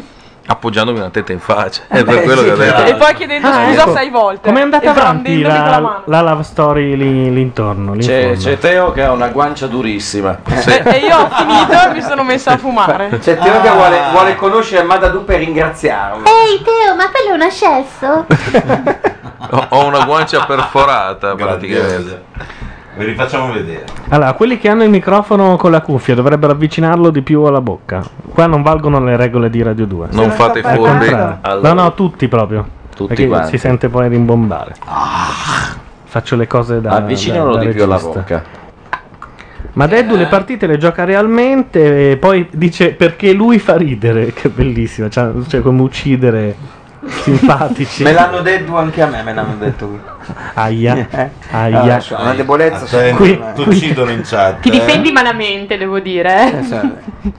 Appoggiandomi una tetta in faccia.
Eh
È per quello che ho
E
detto.
poi chiedendo
Ah,
scusa
ecco.
sei
Cioè,
volte.
Come è andata
E
esatto,
avanti
brandendoli con la
la,
mano.
la love story lì, lì intorno? lì in
C'è,
fondo?
c'è Teo che ha una guancia durissima. [LAUGHS]
E io ho finito e mi sono messa a fumare.
C'è Cioè, Teo che vuole, vuole conoscere Madeddu per ringraziarlo.
Ehi Teo, ma quello è un ascesso?
Ho, ho una guancia perforata praticamente.
Ve li facciamo vedere.
Allora, quelli che hanno il microfono con la cuffia dovrebbero avvicinarlo di più alla bocca. Qua non valgono le regole di Radio 2.
Non Se ne fate sta i parlando. furbi.
No, no, tutti proprio.
Tutti
perché
quanti.
si sente poi rimbombare. Faccio le cose da
Avvicinalo
da- da
di più alla
regista.
bocca.
Ma Deddu le partite le gioca realmente e poi dice perché lui fa ridere, [LAUGHS] che è bellissimo, cioè, cioè come
[LAUGHS]
uccidere simpatici.
Me l'hanno detto anche a me, me l'hanno detto qui.
[LAUGHS]
Aia,
Eh.
Ah,
aia.
Allora, so, una debolezza
Attento,
secondo me.
Ti uccidono in chat. eh.
Ti difendi malamente, devo
Eh,
dire. eh.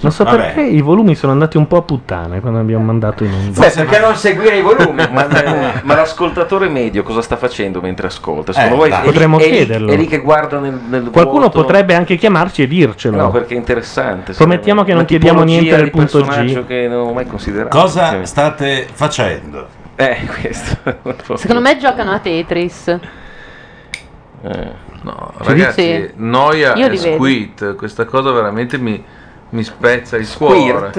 Non so
Vabbè.
perché i volumi sono andati un po' a puttane quando abbiamo mandato in onda.
Beh, perché non seguire i volumi?
[LAUGHS] ma, ma l'ascoltatore medio cosa sta facendo mentre ascolta?
Eh,
Secondo voi
dai.
è lì-
Potremmo
è lì-
chiederlo.
È lì che guarda nel, nel
Qualcuno
vuoto?
potrebbe anche chiamarci e dircelo.
No, perché è interessante.
Promettiamo che non chiediamo niente del punto G.
che non ho mai considerato.
Cosa state facendo?
Eh, [LAUGHS] questo.
Secondo me giocano a Tetris.
Eh, No,
Sì.
ragazzi,
Sì.
noia
Io
e
li vedo.
squid. Questa cosa veramente mi, mi spezza il cuore.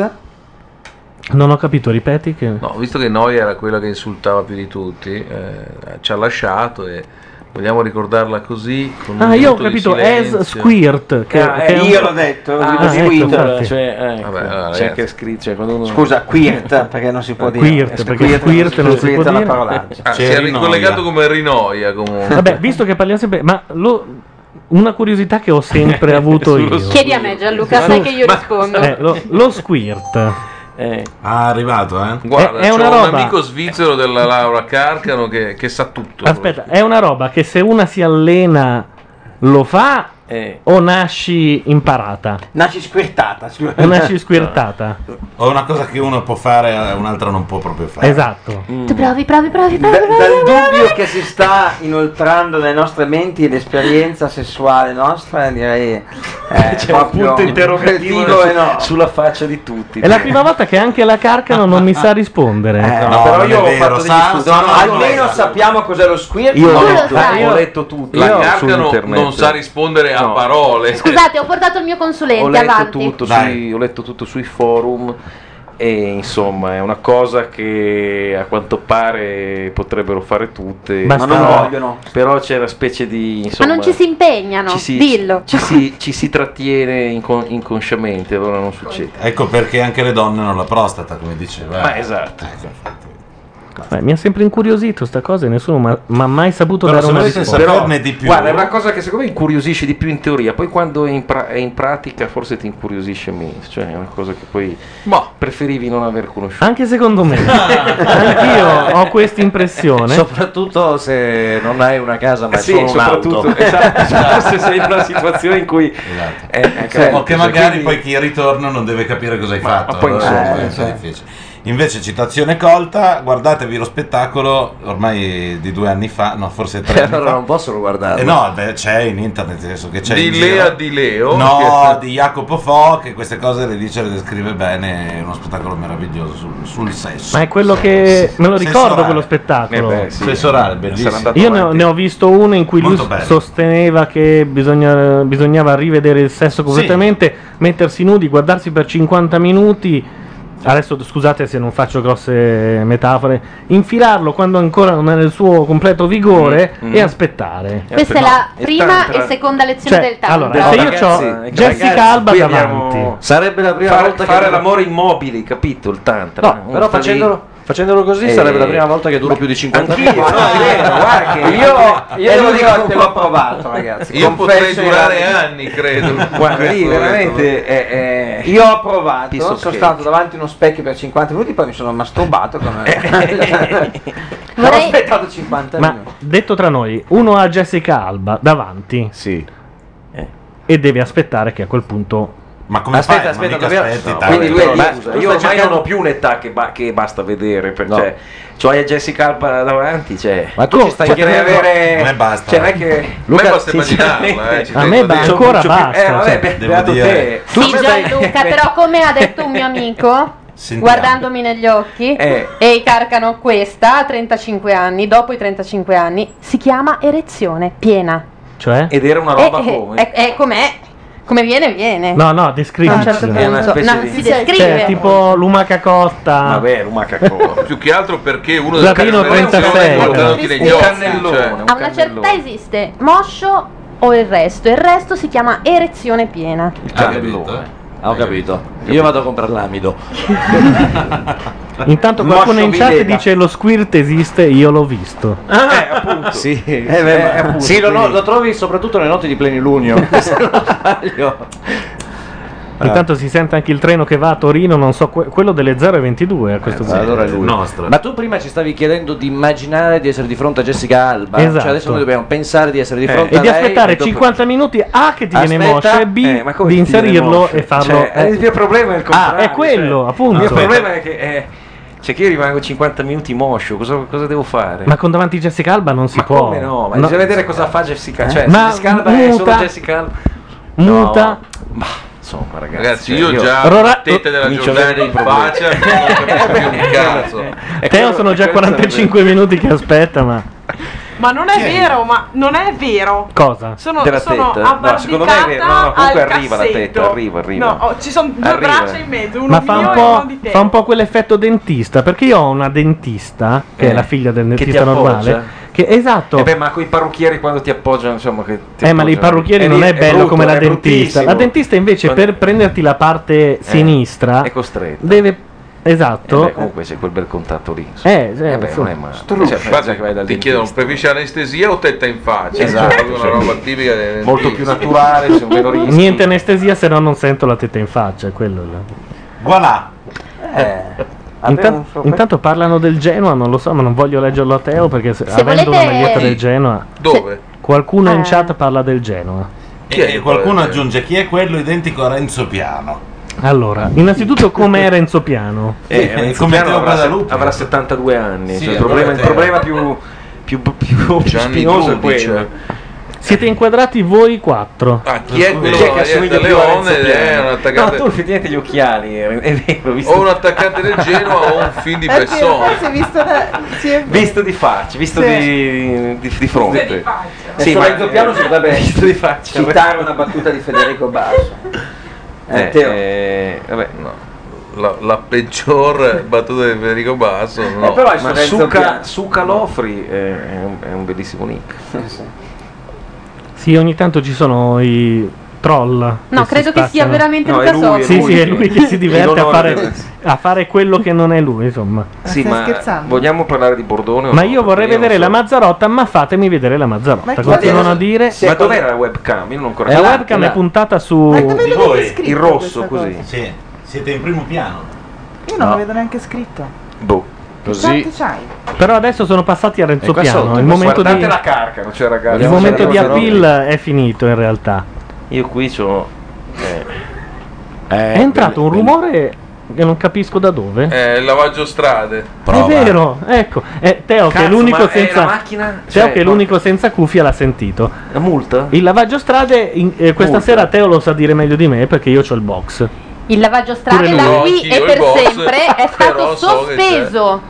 Non ho capito, ripeti che...
No, visto che Noia era quella che insultava più di tutti, eh, ci ha lasciato e vogliamo ricordarla così. Con un
Ah, io ho
minuto di
capito, as
silenzio.
squirt. Che,
Ah,
che è
eh,
un-
io l'ho detto,
Ah,
lo
ecco,
squirt,
infatti.
Cioè, ecco,
Vabbè, allora,
c'è
ragazzi.
anche scritto. cioè, quando uno- Eh,
Scusa, quirt, perché non si può dire.
Eh, Quirt, perché quirt non si può
è una
dire.
parolaccia.
Ah, si è ricollegato come Rinoia comunque.
Vabbè, visto che parliamo sempre... Ma lo- una curiosità che ho sempre avuto io.
Chiedi a me Gianluca,
Su-
sai che io rispondo.
Eh, lo, lo squirt.
Ah, arrivato, eh?
Guarda,
È- è
c'ho
una
un
roba-
amico svizzero della Laura Carcano che, che sa tutto.
Aspetta, è una roba che se una si allena lo fa o nasci imparata?
Nasci squirtata. scusa.
O nasci squirtata?
O una cosa che uno può fare e un'altra non può proprio fare.
Esatto.
Mm.
Tu provi, provi, provi,
Da-
provi. provi.
dal dubbio che si sta inoltrando nelle nostre menti l'esperienza sessuale nostra, direi.
[LAUGHS]
eh,
C'è un
proprio
punto interrogativo
vivo
su-
e no.
sulla faccia di tutti.
È la prima volta che anche la Carcano non mi sa
[LAUGHS]
rispondere.
No, Eh, però io ho fatto degli studi. almeno sappiamo cos'è lo squirt.
Io ho letto-
ho letto
[LAUGHS]
tutto.
La
Io su
Carcano
internet.
non sa rispondere a parole.
Scusate, ho portato il mio
ho
consulente
letto,
avanti.
tutto sui, ho letto tutto sui forum e insomma è una cosa che a quanto pare potrebbero fare tutte
Ma non
però-
vogliono.
però c'è una specie di insomma,
ma non ci si impegnano,
ci si-
dillo.
ci si, ci si
[LAUGHS]
trattiene incon- inconsciamente allora non succede
Ecco perché anche le donne hanno la prostata, come diceva. Ecco,
Ma esatto.
Beh, mi ha sempre incuriosito sta cosa e nessuno ma- mi ha mai saputo dare una risposta.
Però, guarda è una cosa che secondo me incuriosisce di più in teoria poi quando è in, pra- è in pratica forse ti incuriosisce meno cioè è una cosa che poi preferivi non aver conosciuto
Anche secondo
[LAUGHS]
me. Anch'io ho questa
[LAUGHS]
impressione.
Soprattutto se non hai una casa ma è
Eh sì,
solo
soprattutto
un'auto.
[LAUGHS]
[LAUGHS] esatto, esatto, se sei in una situazione in cui eh, eh,
o
capito,
che magari
quindi-
poi chi ritorna non deve capire cosa hai fatto.
poi
allora
insomma,
è
eh,
molto
cioè.
difficile. Invece, citazione colta, guardatevi lo spettacolo ormai di due anni fa, no, forse tre.
[LAUGHS]
anni
Allora
fa.
non possono guardarlo.
Eh no, beh, c'è in internet adesso che c'è
Di
in
Lea
giro.
Di Leo,
No,
Oh, che-
di Jacopo Fo che queste cose le dice e le descrive bene. È uno spettacolo meraviglioso sul, sul sesso.
Ma è quello
Eh,
che. Me lo
Sesso
ricordo
orale.
quello spettacolo.
Eh beh, sì. Sesso orale, bellissimo. Sarà andato
Io ne ho,
avanti.
ne ho visto uno in cui
Molto
lui
bello.
sosteneva che bisogna- bisognava rivedere il sesso completamente, mettersi nudi, guardarsi per 50 minuti. Adesso scusate se non faccio grosse metafore. Infilarlo quando ancora non è nel suo completo vigore
Mm, mm.
e aspettare.
Eh,
Questa è
Eh,
la prima e seconda lezione
Cioè,
del tantra.
allora, se io c'ho Jessica Alba
qui
davanti.
abbiamo- Sarebbe la prima
Fare-
volta
fare
che
l'amore
immobili, capito? Il tantra.
No, però facendolo, facendolo così
Eh,
sarebbe la prima volta che dura più di 50 minuti.
Guarda che io, io
È
devo
l'unico
dire che
che-
l'ho provato, ragazzi.
Io
Confesso
potrei
che-
durare
anni,
[LAUGHS]
credo.
Guarda, lì veramente è- è- Io ho provato,
Piece
sono
of cake.
stato davanti a uno specchio per 50 minuti, poi mi sono masturbato con... [LAUGHS] Ho
Vorrei-
aspettato 50
Ma
minuti.
detto tra noi, uno ha Jessica Alba davanti. eh, E deve aspettare che a quel punto.
Ma
aspetta, aspetta, dobbiamo- no, quindi lui- ma- io ormai non ho più un'età che, ba- che basta vedere, per- cioè, cioè Jessica Alba davanti, cioè.
Ma tu ci stai chiedendo-
avere
A me basta.
Cioè, non è che
Luca,
sinceramente-
immaginarla, eh, ci
A
devo
me
dire.
ba-
C'ho
ancora
mucho più-
basta,
eh, vabbè,
cioè,
be-
devo
beato
dire.
te.
Tu-
Sì, Gianluca, però come ha detto un mio amico,
[LAUGHS] Sentiamo.
guardandomi negli occhi,
Eh.
e carcano questa a 35 anni, dopo i 35 anni, si chiama erezione piena.
Cioè?
Ed era una
Eh,
roba
eh,
come?
eh, eh, com'è? Come viene, viene.
No, no, descrivi.
A un certo
È una
punto.
specie
No,
di-
si descrive.
Cioè, tipo l'umaca cotta. Vabbè,
l'umaca
[LAUGHS] Più che altro perché uno
Latino
deve stare
36.
guardandosi negli
Un
occhi,
cannellone,
cioè.
A una certa esiste moscio o il resto, il resto si chiama erezione piena.
Ah, ho capito. Io vado a comprare l'amido.
Intanto qualcuno
Moscio
in chat
Villela.
dice lo squirt esiste, io l'ho visto.
[LAUGHS] Sì,
Eh, beh, ma-
Eh, appunto, sì, lo,
quindi-
lo trovi soprattutto nelle notti di plenilunio. [LAUGHS] se non sbaglio. Ah.
Intanto si sente anche il treno che va a Torino, non so, que- quello delle 0,22 a eh, questo punto.
Eh, Allora è lui. Ma tu prima ci stavi chiedendo di immaginare di essere di fronte a Jessica Alba.
Esatto.
Cioè adesso noi dobbiamo pensare di essere di
Eh,
fronte
e
a
di
lei
aspettare
dopo-
50 minuti A che ti viene
Aspetta,
moscia e B
eh, ma come
di
ti viene
inserirlo
moscia?
e farlo.
Cioè,
eh.
il mio problema è il
Ah,
contrario.
è quello,
cioè.
appunto.
Il mio problema è che eh, cioè che io rimango 50 minuti moscio, cosa, cosa devo fare?
Ma con davanti Jessica Alba non si può.
come no? Ma bisogna vedere cosa fa Jessica,
Eh?
cioè
Ma
Jessica Alba è solo
muta.
Jessica Alba.
Muta.
Ma insomma, ragazzi,
Ragazzi,
cioè,
io già
Allora-
tette della
Comincio a
Giordania
avere
in
dei [LAUGHS] problemi.
faccia, non [LAUGHS] capisco
[LAUGHS]
più un
eh,
cazzo.
Teo sono già 45 minuti che aspetta, ma
Ma non è vero, ma non è vero.
cosa?
Sono, sono
No, secondo me è vero. No, no, comunque
al
arriva la
cassetto.
tetta, arriva, arriva.
No, oh, ci sono due
Arriva.
braccia in mezzo, uno
Ma fa
mio
un,
e uno di
po',
te.
fa un po' quell'effetto dentista, perché io ho una dentista, che è
Eh,
la figlia del
che ti
dentista
appoggia.
normale, che esatto,
Eh beh, ma con i parrucchieri quando ti appoggiano, insomma, che ti
Eh, ma
appoggiano.
dei parrucchieri
Eh,
non
lì
è bello
brutto,
come la
è
dentista. La
bruttissimo.
dentista invece
Quando- Eh,
per prenderti la parte sinistra
è costretta.
deve
Eh beh,
esatto.
comunque c'è quel bel contatto lì. insomma.
Eh, sì,
beh,
sì.
non è male.
Struff.
Cioè, pensa che vai dal
ti
dentista.
chiedono preferisci anestesia o tetta in faccia?
Esatto,
Cioè, una
cioè,
roba
sì.
tipica del
Molto più naturale, se un
[LAUGHS]
vero rischio.
Niente anestesia, se no non sento la tetta in faccia, è quello là.
Voilà.
Intan-
un sopra-
intanto parlano del Genoa, non lo so, ma non voglio leggerlo a Teo perché se-
Se
avendo una
volete- Eh.
maglietta del
Sì.
Genoa.
Dove?
Qualcuno in chat parla del Genoa.
E Eh, qualcuno aggiunge chi è quello identico a Renzo Piano?
Allora, innanzitutto com'è Renzo Piano?
Eh, Renzo
come
Piano
Teo
avrà,
Guadalupe.
avrà 72 anni.
Sì,
cioè, il,
allora
problema, il
Teo.
problema più, più, più spinoso è quello. Ah,
Siete inquadrati voi quattro.
chi è quello
Chi è eh,
che
che assomiglia
assomiglia
più a
Leone
Renzo
ed è
Piano?
un attaccante
No, tu effettivamente gli occhiali, eh, è vero, visto.
o un attaccante del Genoa o un film di
È vero,
Besson?
forse ho visto la- sì, è vero.
Visto di faccia, visto
Sì.
di, di, di fronte. Eh,
Sì, ma il piano si potrebbe
visto di faccia.
citare una battuta di Federico Basso.
[LAUGHS]
Eh,
Eh, eh, vabbè, no. La, la
[LAUGHS]
peggior battuta di Federico Basso, no.
No, ma Suca,
Suca-
Suca Lofri eh, è, un, è un bellissimo nick.
Sì, ogni tanto ci sono i troll.
No,
si
credo che sia
spaccano.
veramente No, Luca è lui, Soffi. è
Sì,
lui
sì, è
che-
lui che si diverte
[LAUGHS] in
a
onore
fare,
del-
a fare quello che non è lui, insomma.
Sì, ma vogliamo parlare di Bordone? o
Ma
no?
io vorrei
Perché non
vedere
so.
la Mazzarotta, ma fatemi vedere la Mazzarotta. Continuano a dire.
Ma dov'era la webcam? Io non ancora
La webcam è puntata su.
Di voi, il rosso così.
Sì, siete in primo piano.
Io non
No.
lo vedo neanche scritto.
Boh,
Quanti c'hai?
Però adesso sono passati a Renzo
E qua
Piano.
sotto,
il momento
guardate
di,
la carcano, cioè ragazzi.
il momento di
Guardate la
appeal è finito in realtà.
Io qui c'ho. eh,
È entrato un rumore che non capisco da dove.
Eh, il lavaggio strade.
È vero, ecco. Eh, Teo, che è
Cazzo,
l'unico
ma è
senza.
la macchina?
Teo,
Cioè,
che è l'unico senza cuffia, l'ha sentito. La multa? Il lavaggio strade. in- eh, questa
Multa.
sera Teo lo sa dire meglio di me perché io ho il box.
Il lavaggio strade
Pure lui.
da
No,
qui
sì,
e
io
per
il box,
sempre è
però
stato
so che c'è.
sospeso.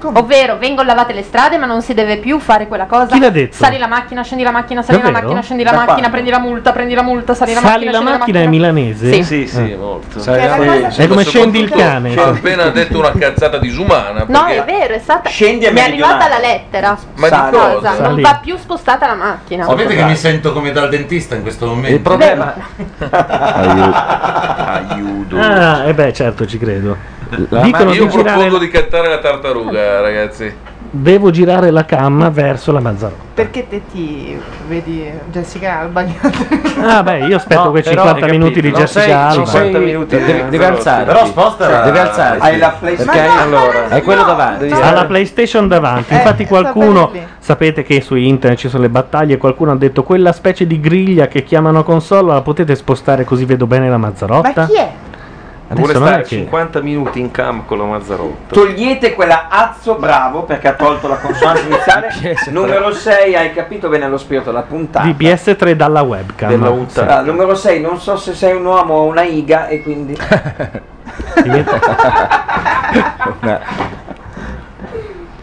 Ovvero vengono lavate le strade, ma non si deve più fare quella cosa.
Chi l'ha detto?
Sali la macchina, scendi la macchina, sali la
Davvero?
macchina, scendi la
Da
macchina,
quando?
prendi la multa, prendi la multa, sali la
Sali
macchina.
la
scendi
macchina è milanese?
Sì.
Sì, sì,
Eh.
Cioè,
molto.
Sai, È la cosa
È come scendi il cane. cioè.
Ha appena detto una cazzata disumana.
No,
perché-
è vero, è stata.
Scendi a
Mi è arrivata
meridionale.
la lettera.
Ma di
Sali.
cosa?
Non
Sali.
va più spostata la macchina.
Sapete che mi sento come dal dentista in questo momento? Il
problema-
[LAUGHS]
Aiuto.
Ah, e beh, certo, ci credo. Dicono
io
di girare,
propongo di cantare la tartaruga, ragazzi.
devo girare la camma verso la Mazzarò.
Perché te ti vedi Jessica Alba? [LAUGHS]
Ah, beh, io aspetto
No,
quei
però,
50
hai
minuti di
capito, non
Jessica
sei-
Alba.
non sei-
Devi, devi alzarti.
Però sposta la-
Devi alzarti.
Hai la
PlayStation.
Ma no,
allora, è quello davanti.
eh.
Devi-
alla PlayStation davanti. Infatti, qualcuno sapete che su internet ci sono le battaglie. Qualcuno ha detto quella specie di griglia che chiamano console la potete spostare così vedo bene la Mazzarotta.
è?
Vuole
Adesso non è
stare
che
50 minuti in campo con la Mazzarotta.
Togliete quella azzo bravo perché ha tolto la consonante iniziale. numero 6, hai capito bene lo spirito della puntata.
di PS3 dalla webcam. Sì.
Ah, numero 6, non so se sei un uomo o una iga e quindi...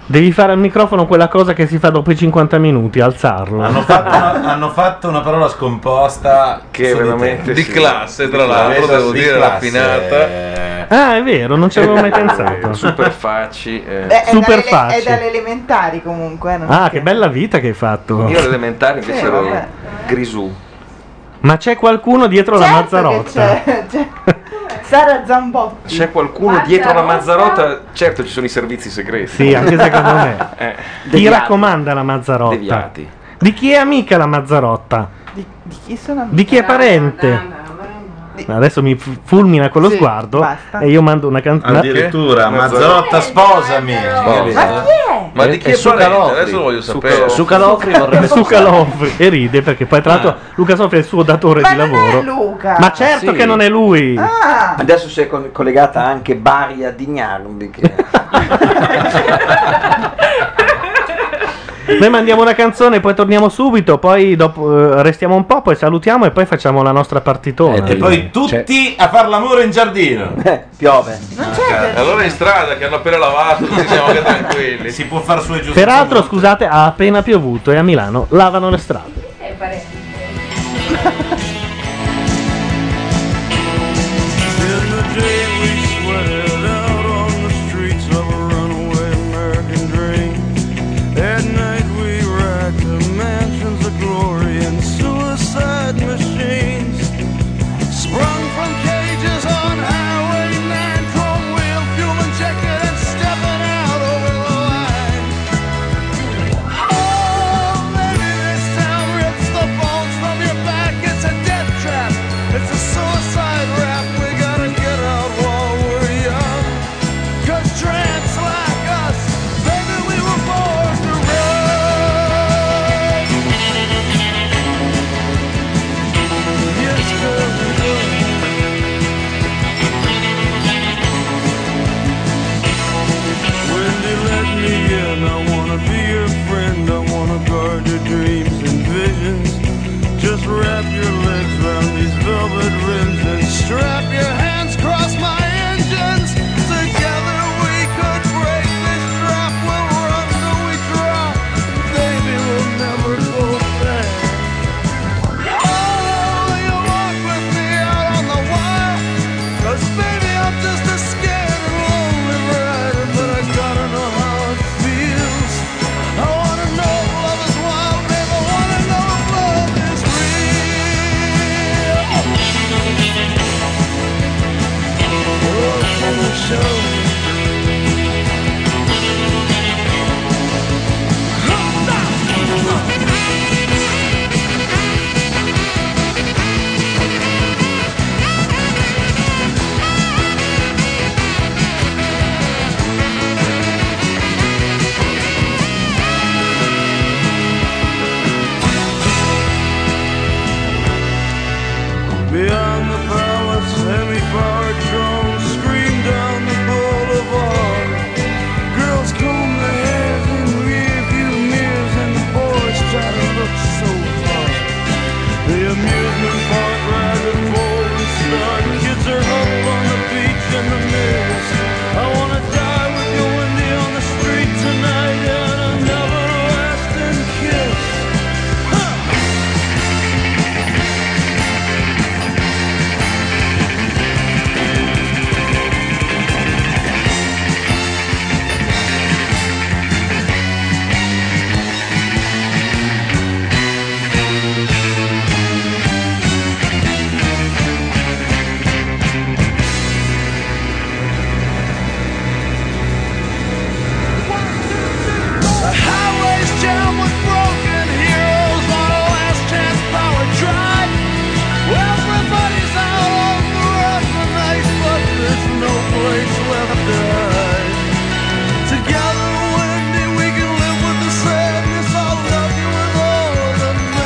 Devi fare al microfono quella cosa che si fa dopo i 50 minuti, alzarlo.
Hanno fatto, una, hanno fatto una parola scomposta
Che
su di te.
veramente
Di sì. classe, tra l'altro, devo
Di
dire,
classe.
raffinata.
Ah, è vero, non ci avevo
[LAUGHS]
mai pensato.
Eh, Super facci. eh.
Beh, è
Super
dalle-
facile.
È dalle elementari comunque. eh, non
Ah, che bella vita che hai fatto.
Io all'elementare invece
Sì, vabbè.
ero Grisù.
Ma c'è qualcuno dietro la Mazzarotta.
Certo C'è, c'è Sara Zambotti.
C'è qualcuno dietro la Mazzarotta? Certo, ci sono i servizi segreti.
Sì, anche secondo me.
[LAUGHS] Eh.
Chi raccomanda la Mazzarotta?
Deviati.
Di chi è amica la Mazzarotta?
Di, di chi sono amici?
Di chi è parente? Adesso mi f- fulmina con lo
Sì,
sguardo
basta.
e io mando una canzone.
Addirittura, Mazzarotta, sposami.
Ma
chi è?
Ma di chi
Eh,
è parente? Adesso lo voglio
[LAUGHS]
sapere.
Su Calofri. e ride perché poi tra l'altro
Ah.
Luca Sofri è il suo datore di
Eh,
lavoro.
Luca.
Ma certo che non è lui.
Ah.
Adesso si è con- collegata anche Baria Dignardi. Che...
Noi mandiamo una canzone, poi torniamo subito, poi dopo eh, restiamo un po', poi salutiamo e poi facciamo la nostra partitona.
Eh,
Cioè,
E poi tutti a far l'amore in giardino. Ah,
Piove.
Allora in strada che hanno appena lavato, tutti
Diciamo
siamo anche tranquilli.
Si può far su e giù.
Peraltro, scusate, ha appena piovuto e a Milano lavano le strade.
In the day we sweated out on the streets of a runaway American dream. At night we ride to mansions of glory and suicide machines. Sprung from cages on Highway 9, chrome wheel, fuel injected and stepping out over the line. Oh, maybe this town rips the ball.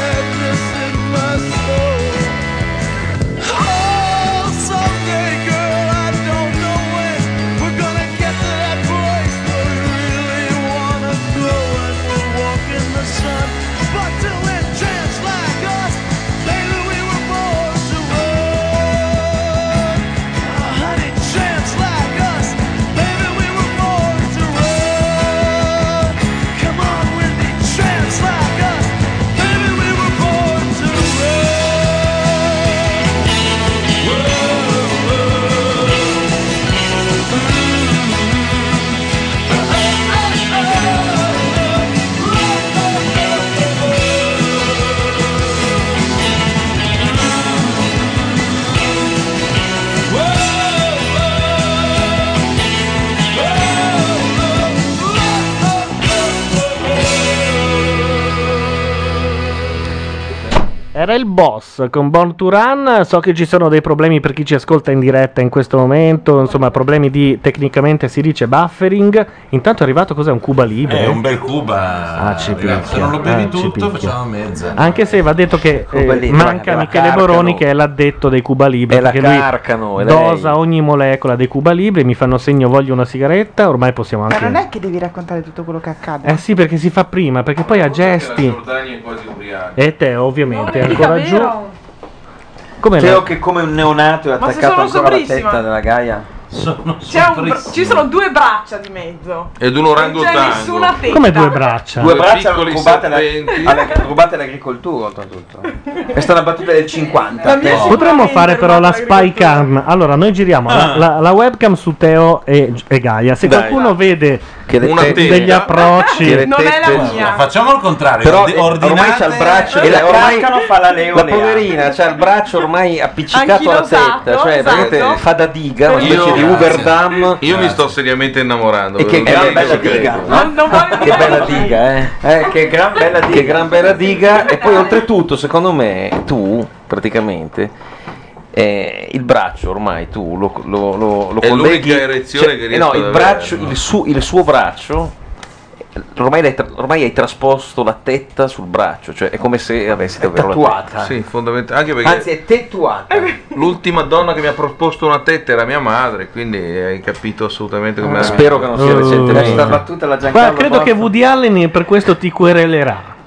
Oh, Oh,
Era il boss con Born to Run. So che ci sono dei problemi per chi ci ascolta in diretta in questo momento. Insomma, problemi di tecnicamente si dice buffering. Intanto è arrivato cos'è un Cuba libero?
È Eh, un bel Cuba.
Ah, ci
ragazzi, se
picchia,
non lo bevi
ah, ci
tutto,
picchia.
facciamo mezza.
Anche se va detto che eh,
Cuba libero,
manca
la
Michele
Carcano.
Boroni, che è l'addetto dei Cuba Libri.
È la
perché lui
Carcano, è lei.
dosa ogni molecola dei Cuba Libri. Mi fanno segno, voglio una sigaretta. Ormai possiamo
Ma
anche.
non è che devi raccontare tutto quello che accade.
Eh sì, perché si fa prima, perché poi ha gesti. E te, ovviamente, è ancora giù. Come
Teo
la-
che come un neonato è
Ma se
attaccato
sono
ancora alla
sobrissima.
testa della Gaia.
C'è un bra- ci sono due braccia di mezzo.
Ed un
orangotango. Non c'è nessuna testa.
Come due braccia?
Due
Due
braccia
piccoli
rubate, alla- alla- rubate all'agricoltura, oltretutto. Questa è una battuta del 50.
No. Potremmo fare però la spy cam. Allora, noi giriamo la,
Ah.
la- la webcam su Teo e, e Gaia. Se
Dai.
qualcuno vede
Che le
una
tette-
degli approcci,
Facciamo il contrario.
Però
ordi-
eh, ormai
ordinate-
c'ha il braccio
E
e la, ormai
Carcano
fa la
la
leonea.
poverina c'ha il braccio ormai appiccicato alla
Anchilosato,
testa, cioè
esatto.
veramente fa da diga, una specie
Io-
di Uber Dam.
Io mi sto seriamente innamorando.
E che
Guardate
gran bella
questo
diga,
credo.
Che bella diga, eh. Eh, che gran bella diga. Che gran bella diga. E poi oltretutto, secondo me, tu praticamente eh, il braccio ormai tu lo, lo, lo, lo
È
colleghi.
l'unica erezione che
eh,
riesco
No,
ad
il
avere,
braccio,
no?
il, suo, il suo braccio. eh, Ormai, l'hai tra- ormai hai trasposto la tetta sul braccio, cioè è come se avessi davvero la tetta.
Sì, fondamentalmente. Anche perché
Anzi, è tettuata.
l'ultima donna che mi ha proposto una tetta era mia madre, quindi hai capito assolutamente come
Ah, Spero che non sia recentemente. Questa battuta la Giancarlo
Oh. Guarda, credo che Woody Allen per questo ti
[LAUGHS]
querelerà.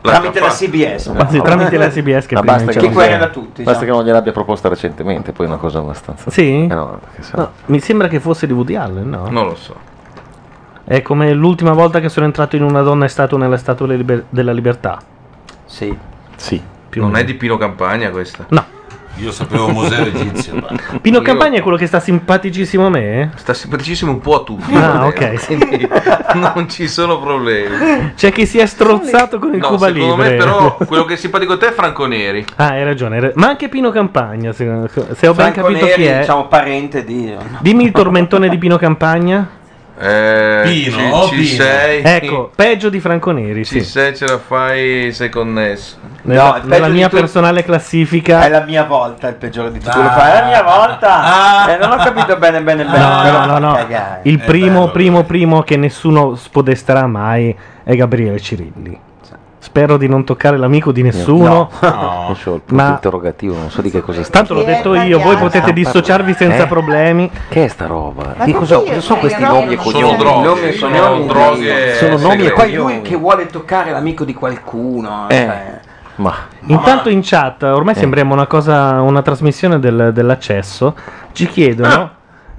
Tramite la CBS.
Ma sì, tramite la CBS che
Ma
prima
basta
c'era
che,
un-
basta che non gliel'abbia proposta recentemente, poi è una cosa abbastanza.
Sì?
Eh no, perché se no-
No, Ah, mi sembra che fosse di Woody Allen, no?
Non lo so.
È come l'ultima volta che sono entrato in una donna è stato nella Statua della Liber- della Libertà.
Sì.
Sì.
non è di Pino Campagna questa?
No.
Io sapevo
Museo Egizio, ma-
[LAUGHS] Pino Campagna è quello che sta simpaticissimo a me? eh?
Sta simpaticissimo un po' a tutti.
Ah, ok.
Quindi [LAUGHS] non ci sono problemi.
C'è chi Cioè, si è strozzato con il
No,
Cuba
secondo
Libre. [LAUGHS]
me però quello che è simpatico a te è Franco Neri.
Ah, hai ragione. hai ra- Ma anche Pino Campagna, se, se ho ben
Franco
capito
Neri,
chi è.
diciamo parente di
Dimmi il tormentone di Pino Campagna.
Eh,
Pino,
ci,
oh,
ci
Pino.
sei.
Ecco, peggio di Franco Neri,
Ci
sì.
sei, ce la fai, sei connesso.
Nella,
il peggio
nella
di
mia
tutti-
personale classifica.
È la mia volta il peggiore di tutti.
Ah.
Lo fa, È la mia volta. Eh, non ho capito bene, bene, bene.
No,
però-
no, no, no.
Cagare.
Il primo, primo, primo che nessuno spodesterà mai è Gabriele Cirilli. Spero di non toccare l'amico di nessuno. [LAUGHS]
Non so, il punto
Ma-
interrogativo, non so di che cosa sta.
Tanto l'ho detto io, voi potete dissociarvi senza
Eh?
problemi.
Che è sta roba?
Ma
Che cosa,
perché
cosa sono
io-
questi
eh,
nomi e
no,
cognomi?
sono droghe,
Nomi e
sono
cognomi.
droghe
Sono nomi e
e poi
cognomi.
lui che vuole toccare l'amico di qualcuno.
Eh.
cioè.
Ma Eh.
Intanto in chat, ormai sembriamo una cosa, una trasmissione del- dell'accesso, ci chiedono
Ah.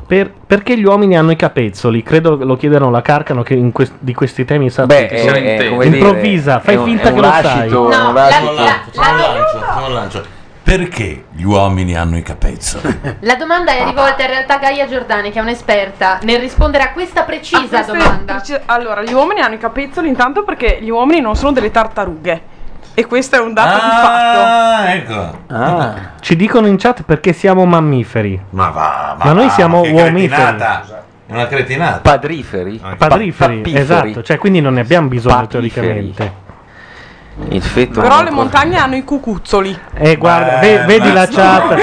per- perché gli uomini hanno i capezzoli. Credo lo chiedano la Carcano che in quest- di questi temi sa
Beh,
tutto.
è- è come dire,
improvvisa, fai
è un-
finta
è
che
un
lo sai.
lascito, è un No, la-
Facciamo un
la-
lancio, facciamo un lancio, facciamo un lancio. Perché gli uomini hanno i capezzoli?
La domanda è rivolta in realtà a Gaia Giordani, che è un'esperta nel rispondere a questa precisa
Ah, queste-
domanda.
preci- allora, gli uomini hanno i capezzoli intanto perché gli uomini non sono delle tartarughe. E questo è un dato di fatto.
Ah, ecco.
Ci dicono in chat perché siamo mammiferi.
Ah, Ma va,
Ma noi
va,
siamo
che
uomiferi.
cretinata. È una cretinata.
Padriferi?
Padriferi, esatto, cioè quindi non ne abbiamo bisogno teoricamente.
Il feto.
Però le montagne hanno i cucuzzoli.
Eh, guarda, ve- vedi la chat,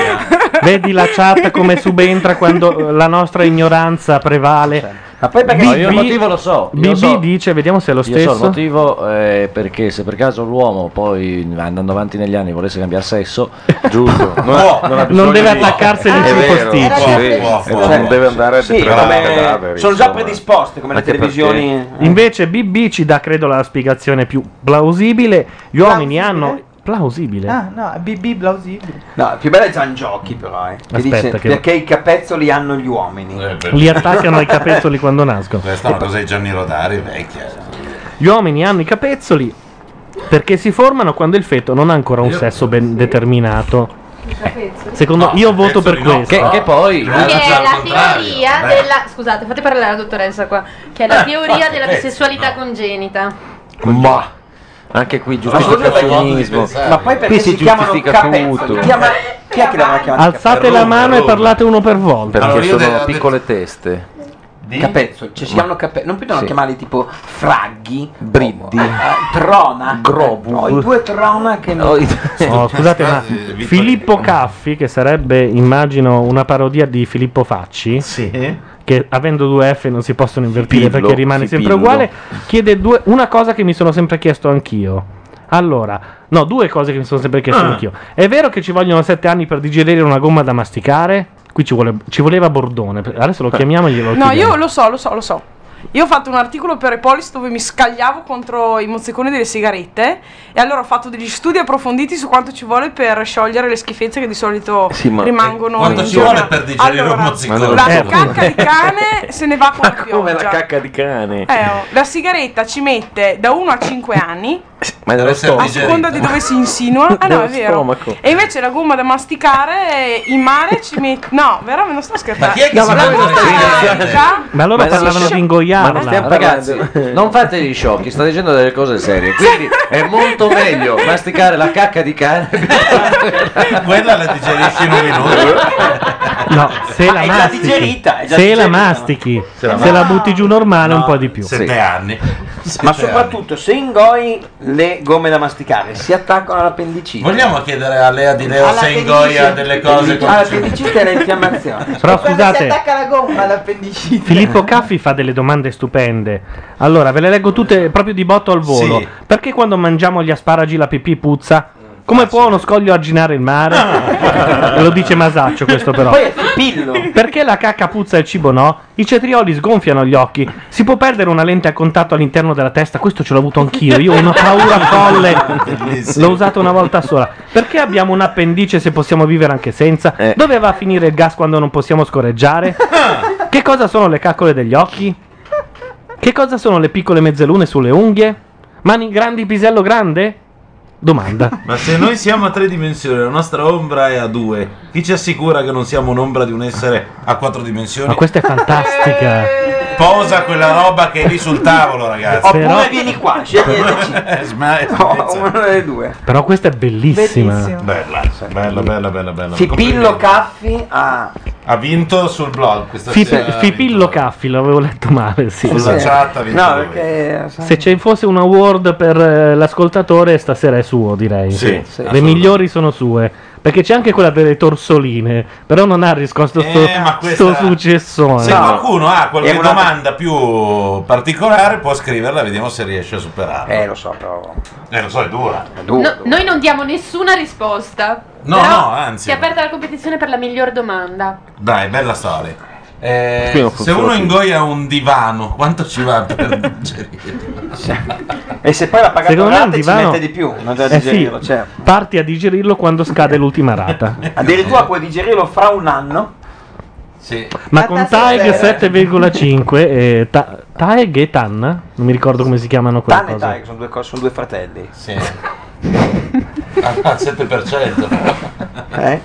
vedi la chat come subentra quando la nostra ignoranza prevale.
Ma poi
perché-
No, io il motivo lo so, io lo
BB
so.
dice, vediamo se è lo
Io so,
stesso.
il motivo è perché se per caso l'uomo poi andando avanti negli anni volesse cambiare
[LAUGHS]
sesso, [LAUGHS] giusto, non,
No,
ha
non
bisogno
deve
di-
attaccarsi ai È vero, posticci. era già previsto.
Cioè,
non deve andare a
sì,
detrarre
come-
cadaveri,
Sono già
insomma.
predisposte come le
Anche
televisioni.
eh.
Invece BB ci dà credo la spiegazione più plausibile. Gli uomini hanno plausibile.
Ah, no, è BB plausibile.
No, il più bello è Giangiocchi, però. Eh, che
Aspetta
dice
che-
perché i capezzoli hanno gli uomini.
Li attaccano ai [LAUGHS] capezzoli quando nascono.
Eh,
Questa è una cosa di Gianni Rodari, vecchia.
Gli uomini hanno i capezzoli perché si formano quando il feto non ha ancora un sesso ben determinato. Secondo io voto per questo.
Che, che poi
Che è la teoria della. Scusate, fate parlare la dottoressa qua. Che è la
Eh,
teoria
infatti,
della
vedi,
bisessualità congenita.
Ma anche qui giustificazionismo.
Ma poi perché
qui
si,
si
chiamano
giustifica
capezzoli?
tutto.
Eh,
Chiama- Chi è che l'aveva chiamato?
Alzate la mano e parlate uno per volta.
Perché sono piccole teste.
Di? Capezzo, cioè si
Ma-
chiamano capezzo, non potevano
Sì.
chiamarli tipo fraghi, eh,
Briddi.
trona, grobu, i due trona che non... [LAUGHS]
Oh, scusate, ma Filippo Caffi, che sarebbe immagino una parodia di Filippo Facci, che avendo due F non si possono invertire
Filipillo,
perché rimane sempre
Filipillo.
uguale, chiede due- una cosa che mi sono sempre chiesto anch'io. Allora, no, due cose che mi sono sempre chiesto
Ah.
anch'io. È vero che ci vogliono sette anni per digerire una gomma da masticare? Qui ci, vuole- ci voleva Bordone, adesso lo chiamiamo e glielo
No,
chiediamo.
io lo so, lo so, lo so. Io ho fatto un articolo per Epolis dove mi scagliavo contro i mozziconi delle sigarette e allora ho fatto degli studi approfonditi su quanto ci vuole per sciogliere le schifezze che di solito
Sì, ma-
rimangono.
Quanto
in
ci vuole
zona.
per digerire
Allora,
un mozzicone?
La
Eh,
cacca
[LAUGHS]
di cane Eh,
[LAUGHS]
se ne va con la
Come
pioggia.
la cacca di cane.
Eh, oh, la sigaretta ci mette da 1 a 5 anni
Ma nello
a seconda di dove
[LAUGHS]
si insinua. Ah no,
Nello
è vero.
stomaco.
E invece la gomma da masticare eh, in mare ci mette. No, veramente non sto scherzando.
chi è che
No,
si
ma la
vuole
gomma
masticare?
da masticare-
Ma loro
Ma
parlavano
sì.
di ingoiarla.
Ma non stiamo parlando- ragazzi, non fate gli sciocchi, sto dicendo delle cose serie. Quindi è molto meglio masticare la cacca di cane.
Quella la digerisci
[LAUGHS]
in un minuto.
No, se
Ma
la
è già
mastichi,
digerita, è già
se
digerita.
la mastichi, se,
la
la,
mastichi.
butti giù normale un
No,
po' di più.
sette Sì.
anni.
Ma soprattutto se ingoi le gomme da masticare si attaccano all'appendicite.
Vogliamo chiedere a Lea di Leo se ingoia delle cose con
All'appendicite e all'infiammazione.
Però scusate-
si attacca la gomma all'appendicite.
Filippo Caffi fa delle domande stupende. Allora, ve le leggo tutte proprio di botto al volo.
Sì.
Perché quando mangiamo gli asparagi la pipì puzza? Come può uno scoglio arginare il mare? Lo dice Masaccio questo però.
Poi è pillo.
Perché la cacca puzza e il cibo no? I cetrioli sgonfiano gli occhi. Si può perdere una lente a contatto all'interno della testa? Questo ce l'ho avuto anch'io. Io ho una paura folle. L'ho usato una volta sola. Perché abbiamo un appendice se possiamo vivere anche senza? Dove va a finire il gas quando non possiamo scorreggiare? Che cosa sono le caccole degli occhi? Che cosa sono le piccole mezzelune sulle unghie? Mani grandi, pisello grande? Domanda.
Ma se noi siamo a tre dimensioni, la nostra ombra è a due, chi ci assicura che non siamo un'ombra di un essere a quattro dimensioni?
Ma questa è fantastica.
Posa quella roba che è lì sul tavolo, ragazzi. Eh,
Oppure Però-
vieni
[LAUGHS]
qua,
Una
delle due.
Però questa è bellissima.
Bellissima.
Bella, bella, bella, bella, bella.
Fipillo Caffi a...
Ha vinto sul blog questa
Fi-
sera.
Fipillo Caffi, l'avevo letto male, sì.
Sulla chat ha vinto
No,
lui.
perché...
Se ci fosse un award per eh, l'ascoltatore, stasera è suo, direi.
Sì, sì,
Le
assolutamente.
migliori sono sue. Perché c'è anche quella delle torsoline, però non ha riscosso sto,
Eh, ma questa-
sto successone.
Se qualcuno ha qualche
È una-
domanda più particolare può scriverla, vediamo se riesce a superarla. Eh, lo so, però. Eh, lo so, è dura. È
dura.
No, noi non diamo nessuna risposta.
No,
però
no, anzi.
Si è aperta la competizione per la miglior domanda.
Dai, bella storia. Eh,
Qui non
se
funziona
uno
più.
ingoia un divano, quanto ci
[LAUGHS]
va per digerirlo?
E se poi la pagata
Secondo me il
rate ci
divano
mette di più, non da
Eh sì,
digerirlo, certo.
Parti a digerirlo quando scade l'ultima rata.
[LAUGHS]
Addirittura puoi digerirlo fra un anno.
Sì.
Ma con Taeg 7,5 e eh, Ta- Taeg e Tan, non mi ricordo come si chiamano quelle
Tan e
cose.
Taeg sono due, co- sono due fratelli.
Sì. Ah, Al 7%.
Eh?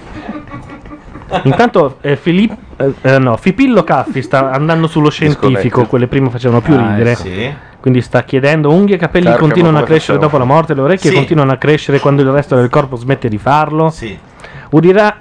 Intanto eh, Filippo, eh, eh, no, Fipillo Caffi sta andando sullo scientifico, quelle prima facevano più
Ah, eh,
ridere.
sì.
Quindi sta chiedendo unghie e capelli
Carcamo
continuano a
come
crescere
facciamo?
dopo la morte, le orecchie
Sì.
continuano a crescere quando il resto del corpo smette di farlo.
Sì.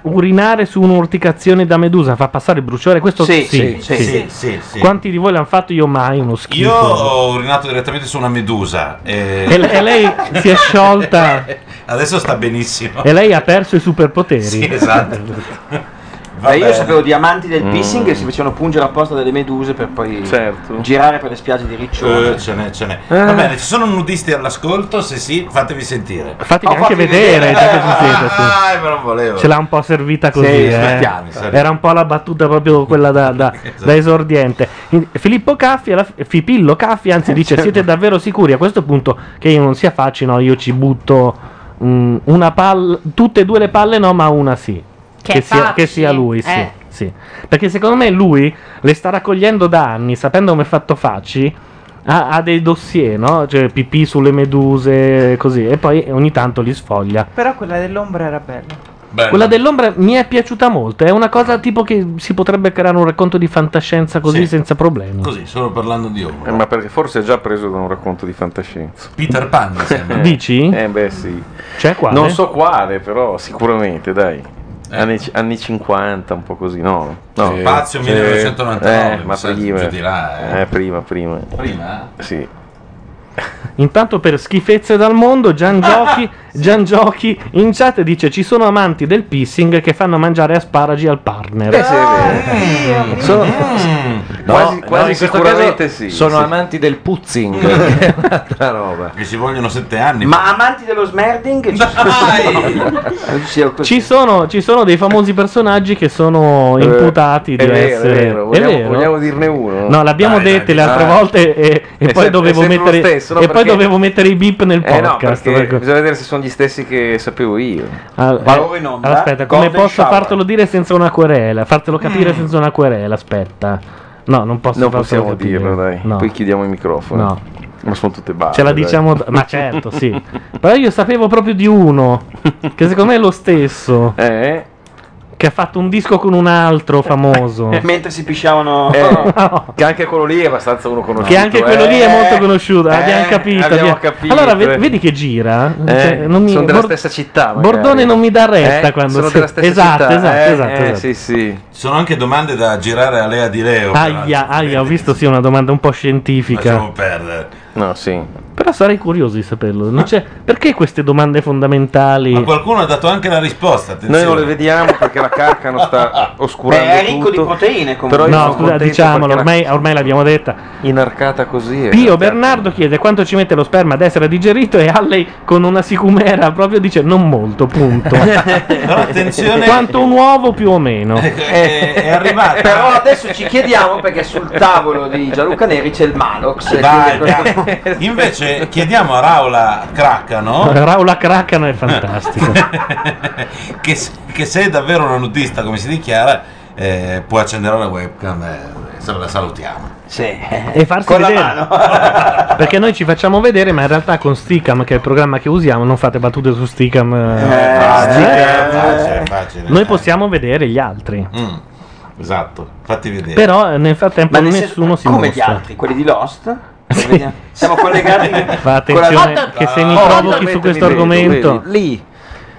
urinare su un'urticazione da medusa fa passare il bruciore, questo
Sì,
sì.
sì, sì, sì, sì, sì.
Quanti di voi l'hanno fatto? Io mai, uno schifo.
Io ho urinato direttamente su una medusa. E,
E, e lei si è sciolta
[LAUGHS] Adesso sta benissimo.
e lei ha perso i superpoteri.
Sì, esatto.
Beh, io sapevo di amanti del
Mm.
pissing che si facevano pungere apposta delle meduse per poi
Certo.
girare per le spiagge di Riccione.
Eh, ce n'è, ce n'è.
Ah.
Va bene, ci sono nudisti all'ascolto? Se sì, fatevi sentire.
Fatemi anche vedere, già che ci siete, sì.
Ah, eh, ma non volevo.
Ce l'ha un po' servita così,
Sì,
eh.
sbattiamo, sì. Esatto.
era un po' la battuta proprio quella da,
[LAUGHS]
da- da esordiente. In- Filippo Caffi, alla fi- Fipillo Caffi,
Eh,
anzi
certo.
dice siete davvero sicuri a questo punto che io non sia facile, no, io ci butto mm, una palla, tutte e due le palle no, ma una sì.
Che è
sia,
facile,
sia lui, sì,
eh.
sì. Perché secondo me lui le sta raccogliendo da anni, sapendo come è fatto Facci, ha, ha dei dossier, no? Cioè pipì sulle meduse, così, e poi ogni tanto li sfoglia.
Però quella dell'ombra era bella.
Quella dell'ombra mi è piaciuta molto. È una cosa tipo che si potrebbe creare un racconto di fantascienza così
Sì.
senza problemi.
Così, solo parlando di ombra.
Eh, ma perché forse è già preso da un racconto di fantascienza.
Peter Pan, mi sembra.
[LAUGHS] Dici?
Eh beh sì.
C'è quale?
Non so quale, però sicuramente, dai. Anni, anni 50, un po' così, no? no.
Eh. Sì. Spazio 1999,
Eh, ma
mi sa,
prima,
giù di là, eh.
Eh, prima, prima.
Prima?
Sì.
Intanto per schifezze dal mondo, Gian Giochi, Gian Giochi in chat dice ci sono amanti del pissing che fanno mangiare asparagi al partner.
Eh sì, è
Mm.
Sono- No,
Quasi-
no,
quasi
in questo
sicuramente
caso
sì,
Sono
sì.
amanti del
[LAUGHS]
puzzing, che è un'altra roba.
Che ci vogliono sette anni.
Ma amanti dello smerding?
[LAUGHS]
ci sono-
Ci sono, ci sono dei famosi personaggi che sono imputati
Eh, è
di
vero, è
essere.
vero. Vogliamo- vogliamo dirne uno?
No, l'abbiamo
Dai, dai,
dette le
dai.
altre volte e, e
È
poi
sempre-
dovevo
è sempre lo
mettere.
stesso, no?
e poi
Perché-
dovevo mettere i beep nel
Eh no,
podcast.
perché
per-
bisogna vedere se sono gli stessi che sapevo io.
Al- eh, allora, aspetta, come posso fartelo dire senza una querela? Fartelo capire senza una querela, aspetta. No, non posso
Non
fartelo
possiamo
capire.
dirlo, dai.
No.
Poi chiudiamo il microfono.
No.
Ma sono tutte balle.
Ce la
dai.
diciamo, d- ma certo,
[LAUGHS]
sì. Però io sapevo proprio di uno, che secondo me è lo stesso.
Eh?
Che ha fatto un disco con un altro
[LAUGHS]
famoso.
Mentre si
[LAUGHS]
pisciavano.
Eh, Che anche quello lì è abbastanza uno conosciuto. eh.
Che anche quello lì è molto conosciuto, eh, abbiamo capito.
abbiamo
abbiamo-
capito.
Allora ve- vedi che gira?
Eh,
Cioè,
sono della
Bord-
stessa città. magari.
Bordone non mi dà retta
Eh,
quando
sono
si-
della stessa
esatto,
città,
esatto,
eh,
esatto,
eh,
esatto.
Sì, sì.
Sono anche domande da girare a Lea di Leo.
Ah,
però.
Aia, aia, ho visto sì una domanda un po' scientifica.
Lasciamo perdere.
No, sì.
Però sarei curioso di saperlo. Non c'è- Perché queste domande fondamentali?
Ma qualcuno ha dato anche la risposta. Attenzione.
Noi non le vediamo perché la carcano
[LAUGHS]
sta oscurando.
Beh, è ricco
tutto.
di proteine comunque.
Però io
no,
sono
scusa, diciamo.
contento
diciamolo,
perché
ormai, ormai l'abbiamo detta.
la- Inarcata così. è-
certo.
Pio Bernardo chiede quanto ci mette lo sperma ad essere digerito e Alley con una sicumera proprio dice non molto, punto.
[LAUGHS] Però attenzione. Eh,
Quanto un uovo più o meno. Eh.
è, è arrivata.
Però adesso ci chiediamo perché sul tavolo di Gianluca Neri c'è il Malox. e
Dai,
quindi questo-
dai.
[LAUGHS]
Invece chiediamo a Raula Craccano
Raula Cracano è
[LAUGHS]
fantastico.
che, s- che se è davvero una nudista come si dichiara eh, può accendere la webcam e se la salutiamo. [LAUGHS]
e farsi
Con la
vedere. [LAUGHS] Perché noi ci facciamo vedere, ma in realtà con Sticam, che è il programma che usiamo, non fate battute su Sticam. eh.
facile, facile, facile.
Noi possiamo vedere gli altri.
eh, Mm, esatto, fatti vedere.
Però eh, nel frattempo
Ma nel
nessuno
senso-
si
come
mostra.
gli altri?
Quelli di
[LAUGHS]
Lost? Siamo collegati.
Fa attenzione che se mi
Oh,
provochi
finalmente
su
mi
questo
vedo,
argomento.
vedi, lì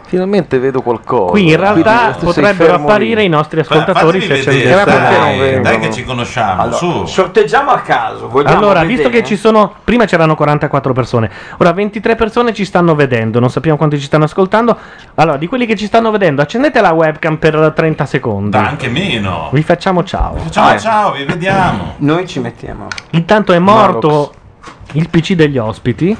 finalmente vedo qualcosa.
Qui in realtà
Quindi, se sei
potrebbero
fermo
apparire
lì.
i nostri
Fa-
ascoltatori
fatemi
se c'è
vedere,
dai, dai che ci conosciamo,
Allora,
su.
Sorteggiamo a caso. Vogliamo
Allora,
vedere?
visto che ci sono, prima c'erano 44 persone, ora 23 persone ci stanno vedendo, non sappiamo quanti ci stanno ascoltando. Allora, di quelli che ci stanno vedendo, accendete la webcam per 30 secondi.
Anche meno.
Vi facciamo ciao.
Ciao, ciao, vi vediamo.
Noi ci mettiamo.
Intanto è morto il PC degli ospiti.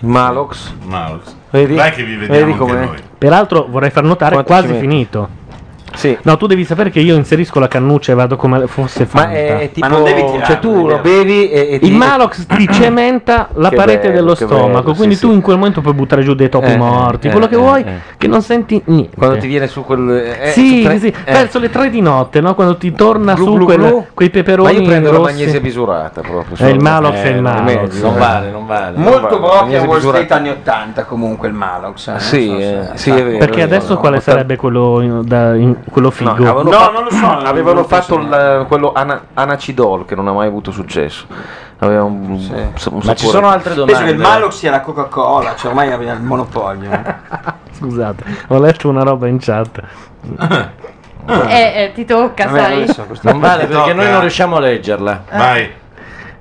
Malox.
Malox.
Vedi?
Dai che vi vediamo
Vedi
anche
com'è?
noi.
Peraltro vorrei far notare
Quanto ci
quasi
metti?
finito. No, tu devi sapere che io inserisco la cannuccia e vado come fosse fatta.
Ma è, è tipo, cioè tu lo bevi e, e ti-
Il Malox [CLEARS THROAT] ti cementa la
Che
parete
bello,
dello
che
stomaco,
bello,
quindi
sì,
tu in quel momento puoi buttare giù dei topi
Eh,
morti,
eh,
quello che
eh,
vuoi,
eh.
che non senti niente.
quando ti viene su quel eh,
sì,
su tre-
sì, sì,
eh.
verso le tre di notte, no? quando ti torna
Glu,
su
glu,
quel-
glu.
quei
Ma
peperoni
io prendo la
rossi.
magnese misurata proprio.
Eh, il Malox è il Malox.
Non vale, non vale.
Molto brocchi
brocchi
a Wall Street anni 80 comunque il Malox. eh,
Sì,
non so se-
eh, sì, è vero.
Perché
è vero.
adesso quale sarebbe quello, in- da- in- quello figo?
No, avevano fa-
non lo so, non
Avevano
lo
fatto il- eh, quello ana- Anacidol che non ha mai avuto successo. Aveva un, un sapore.
Penso che il Malox sia la Coca-Cola, cioè ormai è il
[LAUGHS]
monopolio.
Ah, Scusate, ho letto una roba in chat.
Eh, eh, ti tocca, sai.
Non vale perché noi non riusciamo a leggerla.
Vai.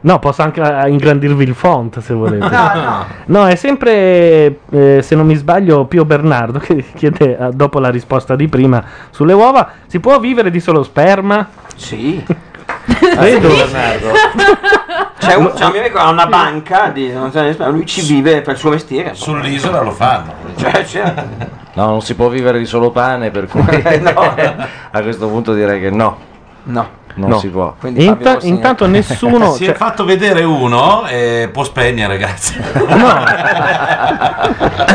No, posso anche eh, ingrandirvi il font se volete.
[LAUGHS] No, no.
No, è sempre, eh, se non mi sbaglio, Pio Bernardo [LAUGHS] che chiede, eh, dopo la risposta di prima, sulle uova, si può vivere di solo sperma?
Sì.
[LAUGHS] Vedo.
C'è un, c'è un mio amico ha una banca, di, non so, lui ci vive per il suo mestiere.
Sull'isola lo fanno.
Cioè, certo.
No, non si può vivere di solo pane, per
[LAUGHS]
cui
[LAUGHS]
a questo punto direi che no.
No.
Non
Eh, No.
si può.
Inta- intanto nessuno...
[LAUGHS] si
cioè-
è fatto vedere uno e può spegnere, grazie.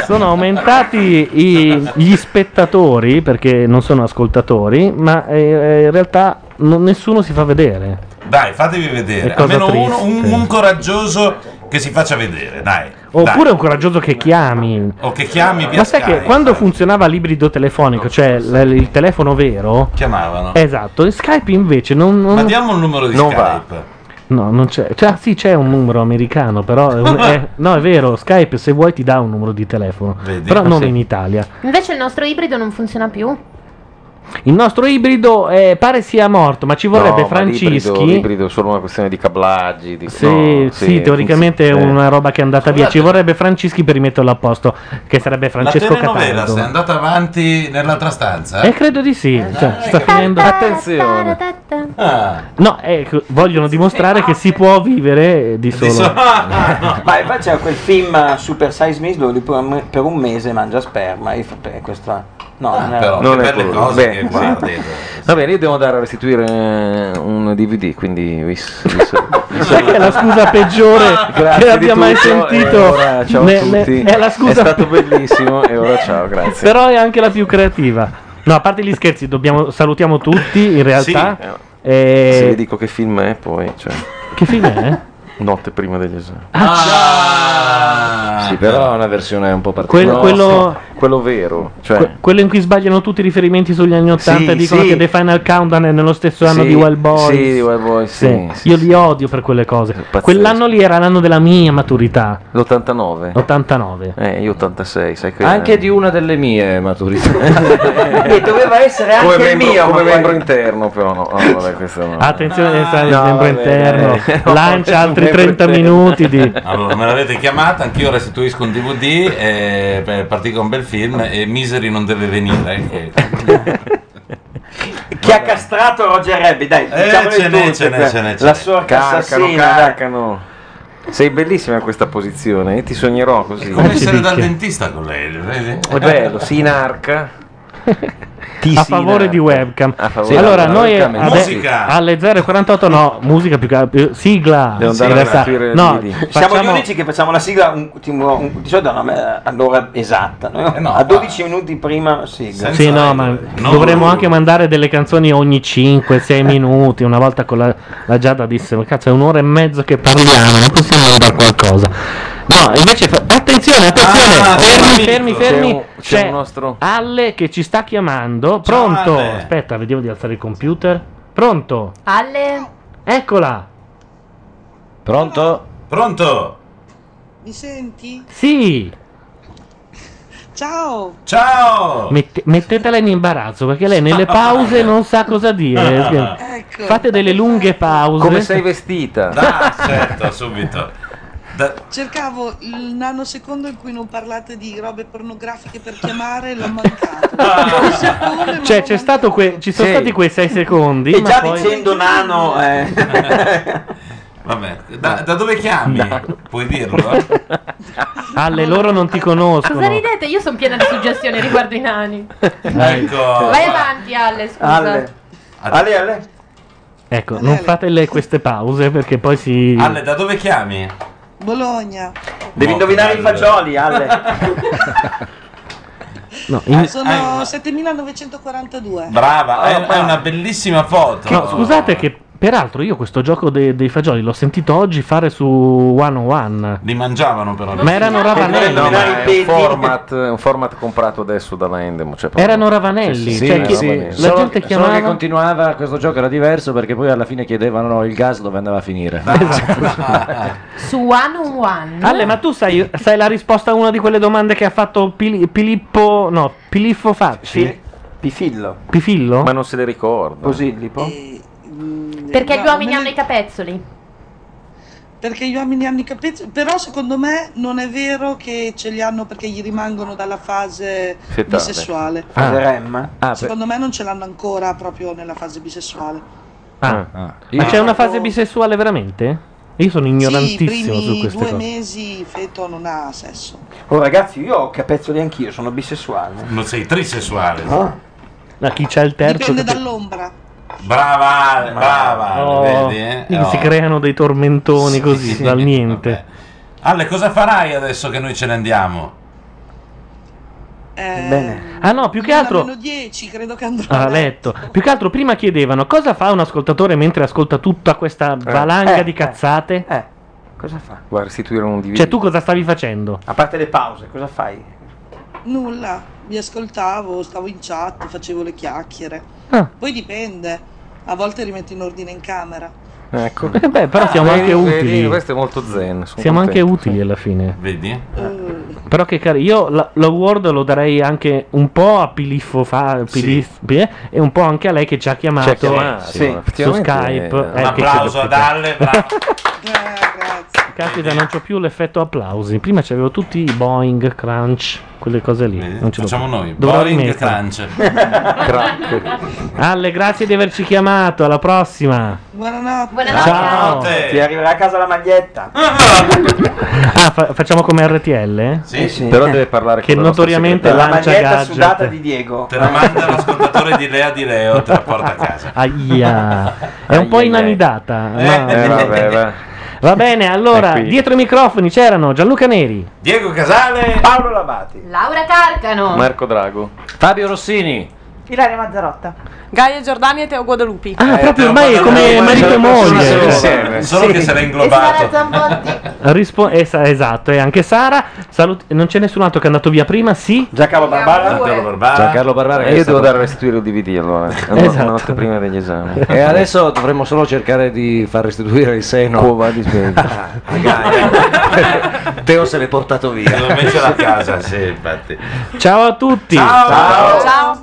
sono aumentati i- gli spettatori perché non sono ascoltatori, ma eh, in realtà non- nessuno si fa vedere.
Dai, fatevi
È
vedere.
cosa
Almeno uno, un,
triste.
un coraggioso che si faccia vedere, dai.
Oppure
Dai.
un coraggioso che chiami.
O che chiami via
Ma sai
Skype.
che quando funzionava l'ibrido telefonico, cioè l- il telefono vero,
Chiamavano.
esatto, e Skype invece non, non-
Ma diamo un numero di Skype.
no, non c'è. Cioè, sì, c'è un numero americano, però è un- è- no, è vero, Skype se vuoi ti dà un numero di telefono, però
Ah,
non
sì.
in Italia.
Invece il nostro ibrido non funziona più.
Il nostro ibrido eh, pare sia morto, ma ci vorrebbe
No, ma
Francischi.
L'ibrido, l'ibrido è solo una questione di cablaggi. Di...
Sì,
no,
sì, teoricamente è
funziona- eh.
una roba che è andata via. Ci vorrebbe Francischi per rimetterlo a posto, che sarebbe Francesco
la telenovela se è
Cataldo.
andata Eh, avanti nell'altra stanza?
E credo di sì. cioè, sta finendo.
Attenzione. Ah.
No, ecco, vogliono dimostrare che si può vivere di
[LAUGHS]
solo.
Ma infatti c'era quel film eh, Super Size Me dove lui per un- per un mese mangia sperma e fa- e questa no, non
Ah,
era-
non è quello.
eh,
Beh, sì.
eh,
Va bene, io devo andare a restituire eh, un DVD, quindi vi, vi-
[LAUGHS] Sai che è la scusa peggiore
[LAUGHS] Grazie
che
di
abbia mai
tutto,
sentito.
e ora ciao a
Ne- ne-
tutti.
è la scusa
È stato bellissimo e ora ciao, grazie.
Però è anche la più creativa. No, a parte gli scherzi, dobbiamo- salutiamo tutti in realtà.
Sì.
E-
Eh, Se vi dico che film è poi, cioè,
Che fine è? Ah,
notte prima degli esami.
Sì, però Ah, è una versione un po'
Quello-
particolare.
quello-
quello vero, cioè
Que- quello in cui sbagliano tutti i riferimenti sugli anni 80 e
Sì,
dicono
sì.
che The Final Countdown è nello stesso anno
Sì,
di Wild Boys.
sì, di Wild Boys, sì, sì,
Io li odio per quelle cose. Quell'anno lì era l'anno della mia maturità.
l'89.
89.
Eh, io 86, sai che
Anche di una delle mie
[LAUGHS]
maturità.
E doveva essere anche
come
il
membro,
mio.
come
ma poi-
membro interno però no. Ah, vabbè, questo no.
Attenzione, eh, sta il
no,
membro
vabbè,
interno.
eh, [LAUGHS] no,
[LAUGHS] Lancia
vabbè,
altri
membro
30
interno.
minuti
[LAUGHS]
di...
Allora, me l'avete chiamata, anch'io restituisco un DVD, e beh, eh, partì con un bel film e Misery non
[LAUGHS]
deve venire. eh, che-
Ah,
Chi ha castrato Roger Rabbit, dai,
Eh,
diciamolo
ce n'è,
tutte,
ce n'è,
que-
ce n'è, ce
La
n'è.
sorca
Carcano,
assassina. dai.
carcano. Sei bellissima in questa posizione, io ti sognerò così.
Come essere dal dentista con lei, lo vedi?
È bello, si inarca.
a favore di webcam.
favore
allora,
della
noi
webcam,
ade-
musica.
alle 0.48 no, musica più che più- sigla.
Devo
Sì,
andare a
in realtà.
restituire il
no,
DVD.
Siamo gli
facciamo-
unici che facciamo la sigla un, tipo, un- di solito è una- all'ora esatta, no?
Eh,
a 12 minuti prima sigla.
Sì, no, ma dovremmo anche mandare delle canzoni ogni
Eh.
5-6 minuti. Una volta con la, la Giada disse: "Ma Cazzo, è un'ora e mezzo che parliamo, non possiamo mandare qualcosa. No, invece, fa- attenzione, attenzione, fermi, fermi, fermi.
Ah, C'è un- c'è un nostro-
Ale che ci sta chiamando. Pronto? Aspetta, vediamo di alzare il computer. Pronto?
Ale,
Eccola.
Pronto?
Pronto?
Mi senti?
Sì.
Ciao!
Ciao!
Mette- mettetela in imbarazzo perché lei nelle pause non sa cosa
[LAUGHS]
dire.
Ecco.
Fate delle lunghe pause.
Come sei vestita?
Ah, certo, subito.
Cercavo il nanosecondo in cui non parlate di robe pornografiche per chiamare, l'ho mancato.
[LAUGHS] Cioè, c'è stato que- ci sono
Sì.
stati quei 6 secondi.
E
ma
già
poi-
dicendo nano, eh.
Vabbè, da, da dove chiami? [LAUGHS] Puoi dirlo? eh?
[LAUGHS] Alle loro non ti conoscono. [LAUGHS]
cosa ridete? Io sono piena di suggestioni riguardo i nani.
Ecco.
Vai avanti, Ale, scusa.
Oh. Ale.
Ale, Ale.
Ecco, non fate le- queste pause perché poi si.
Ale, da dove chiami? eh,
Bologna.
Devi indovinare i fagioli,
[LAUGHS]
Ale.
No, in-
Ah, Eh,
Eh,
Sono 7942.
Brava, è, è una bellissima foto.
No, scusate che peraltro io questo gioco de- dei fagioli l'ho sentito oggi fare su 101.
Li mangiavano però.
Ma erano ravanelli.
No, ma è
Peti.
un format, è un format comprato adesso dalla Endemo. Cioè proprio-
Erano ravanelli,
Sì, sì,
cioè
sì,
chi-
sì.
la
Solo-
gente
solo
chiamava
che continuava, questo gioco era diverso perché poi alla fine chiedevano il gas dove andava a finire.
Ah, [LAUGHS] certo.
Su One on
Eh?
One.
Ale, ma tu sai, sai la risposta a una di quelle domande che ha fatto Pili- Pilippo. No, Piliffo Facci?
Pifillo.
Pifillo?
Ma non se le ricorda.
Posillipo?
Perché
No,
gli uomini
me ne-
hanno i capezzoli.
Perché gli uomini hanno i capezzoli, però secondo me non è vero che ce li hanno perché gli rimangono dalla fase
Fetale.
bisessuale.
Ah. Ah,
Secondo me non ce l'hanno ancora proprio nella fase bisessuale.
Ah.
Io-
Ma c'è una fase bisessuale veramente? Io sono
sì, i
ignorantissimo
primi
su queste
due
cose.
mesi il feto non ha sesso.
Oh ragazzi, io ho capezzoli anch'io, sono bisessuale. Ah?
Non sei trisessuale.
Ma chi c'ha il terzo?
Dipende
che-
dall'ombra.
Brava, Ale, brava.
Oh,
vedi, eh?
quindi Si
Oh.
creano dei tormentoni così dal niente.
Ale, cosa farai adesso che noi ce ne andiamo?
Bene. Ah no, più che altro...
Meno 10, credo che andrò.
Ah, letto. Più che altro prima chiedevano cosa fa un ascoltatore mentre ascolta tutta questa valanga
Eh,
di
eh,
cazzate.
Eh, cosa fa?
Va a restituire un DVD.
Cioè tu cosa stavi facendo?
A parte le pause, cosa fai?
Nulla, mi ascoltavo, stavo in chat, facevo le chiacchiere.
Ah.
Poi dipende. A volte rimetto in ordine in camera.
Ecco.
Eh beh, però siamo anche
vedi,
utili.
vedi, questo è molto zen. sono
Siamo anche
contento.
utili alla fine.
Vedi?
Però che cari, io la- l'award lo darei anche un po' a Piliffo Fa- Pilif- eh, e un po' anche a lei che ci ha chiamato, eh,
Ci ha chiamato,
su-
sì,
su
effettivamente,
Skype.
eh,
eh,
un
che
applauso
ci
ad
ospita.
Alle, bravo.
[LAUGHS]
Caspita, non c'ho più l'effetto applausi. Prima c'avevo tutti i Boeing, Crunch, quelle cose lì. Non ce l'ho
Facciamo
più.
noi.
Dovrò
Boring
rimettere.
Crunch.
[LAUGHS]
Alle, grazie di averci chiamato. Alla prossima.
Buonanotte.
Ciao.
Ti arriverà a casa la maglietta.
Ah, fa- facciamo come RTL?
Sì, sì.
Però deve parlare
Che
con la nostra
notoriamente
La
lancia
maglietta
gadget.
sudata di Diego.
Te la manda l'ascoltatore di Lea di Leo, te la porta a
[LAUGHS]
casa.
Aia. È un po' inamidata. no?
Eh, vabbè, va.
Va bene, allora,
È qui.
dietro i microfoni c'erano Gianluca Neri.
Diego Casale,
Paolo Lavati,
Laura Carcano.
Marco Drago, Fabio Rossini.
Ilaria Mazzarotta. Gaia Giordani e Teo Guadalupi.
Ah, proprio ormai è come marito e moglie.
insieme. Solo che se l'è inglobato.
Rispo- es- esatto, e anche Sara. Salut- non c'è nessun altro che è andato via prima, sì?
Giancarlo
Barbara.
Giancarlo
Barbara.
Giancarlo Barbara, che
io
è
devo
stato-
dare a restituire il DVD allora. Una
Esatto.
notte prima degli esami.
E
[LAUGHS]
adesso dovremmo solo cercare di far restituire il seno. Ah,
Cuova di spesa.
[LAUGHS]
[LAUGHS]
Teo se l'è portato via.
L'ho messo a casa, sì, infatti.
Ciao a tutti.
Ciao.
Ciao.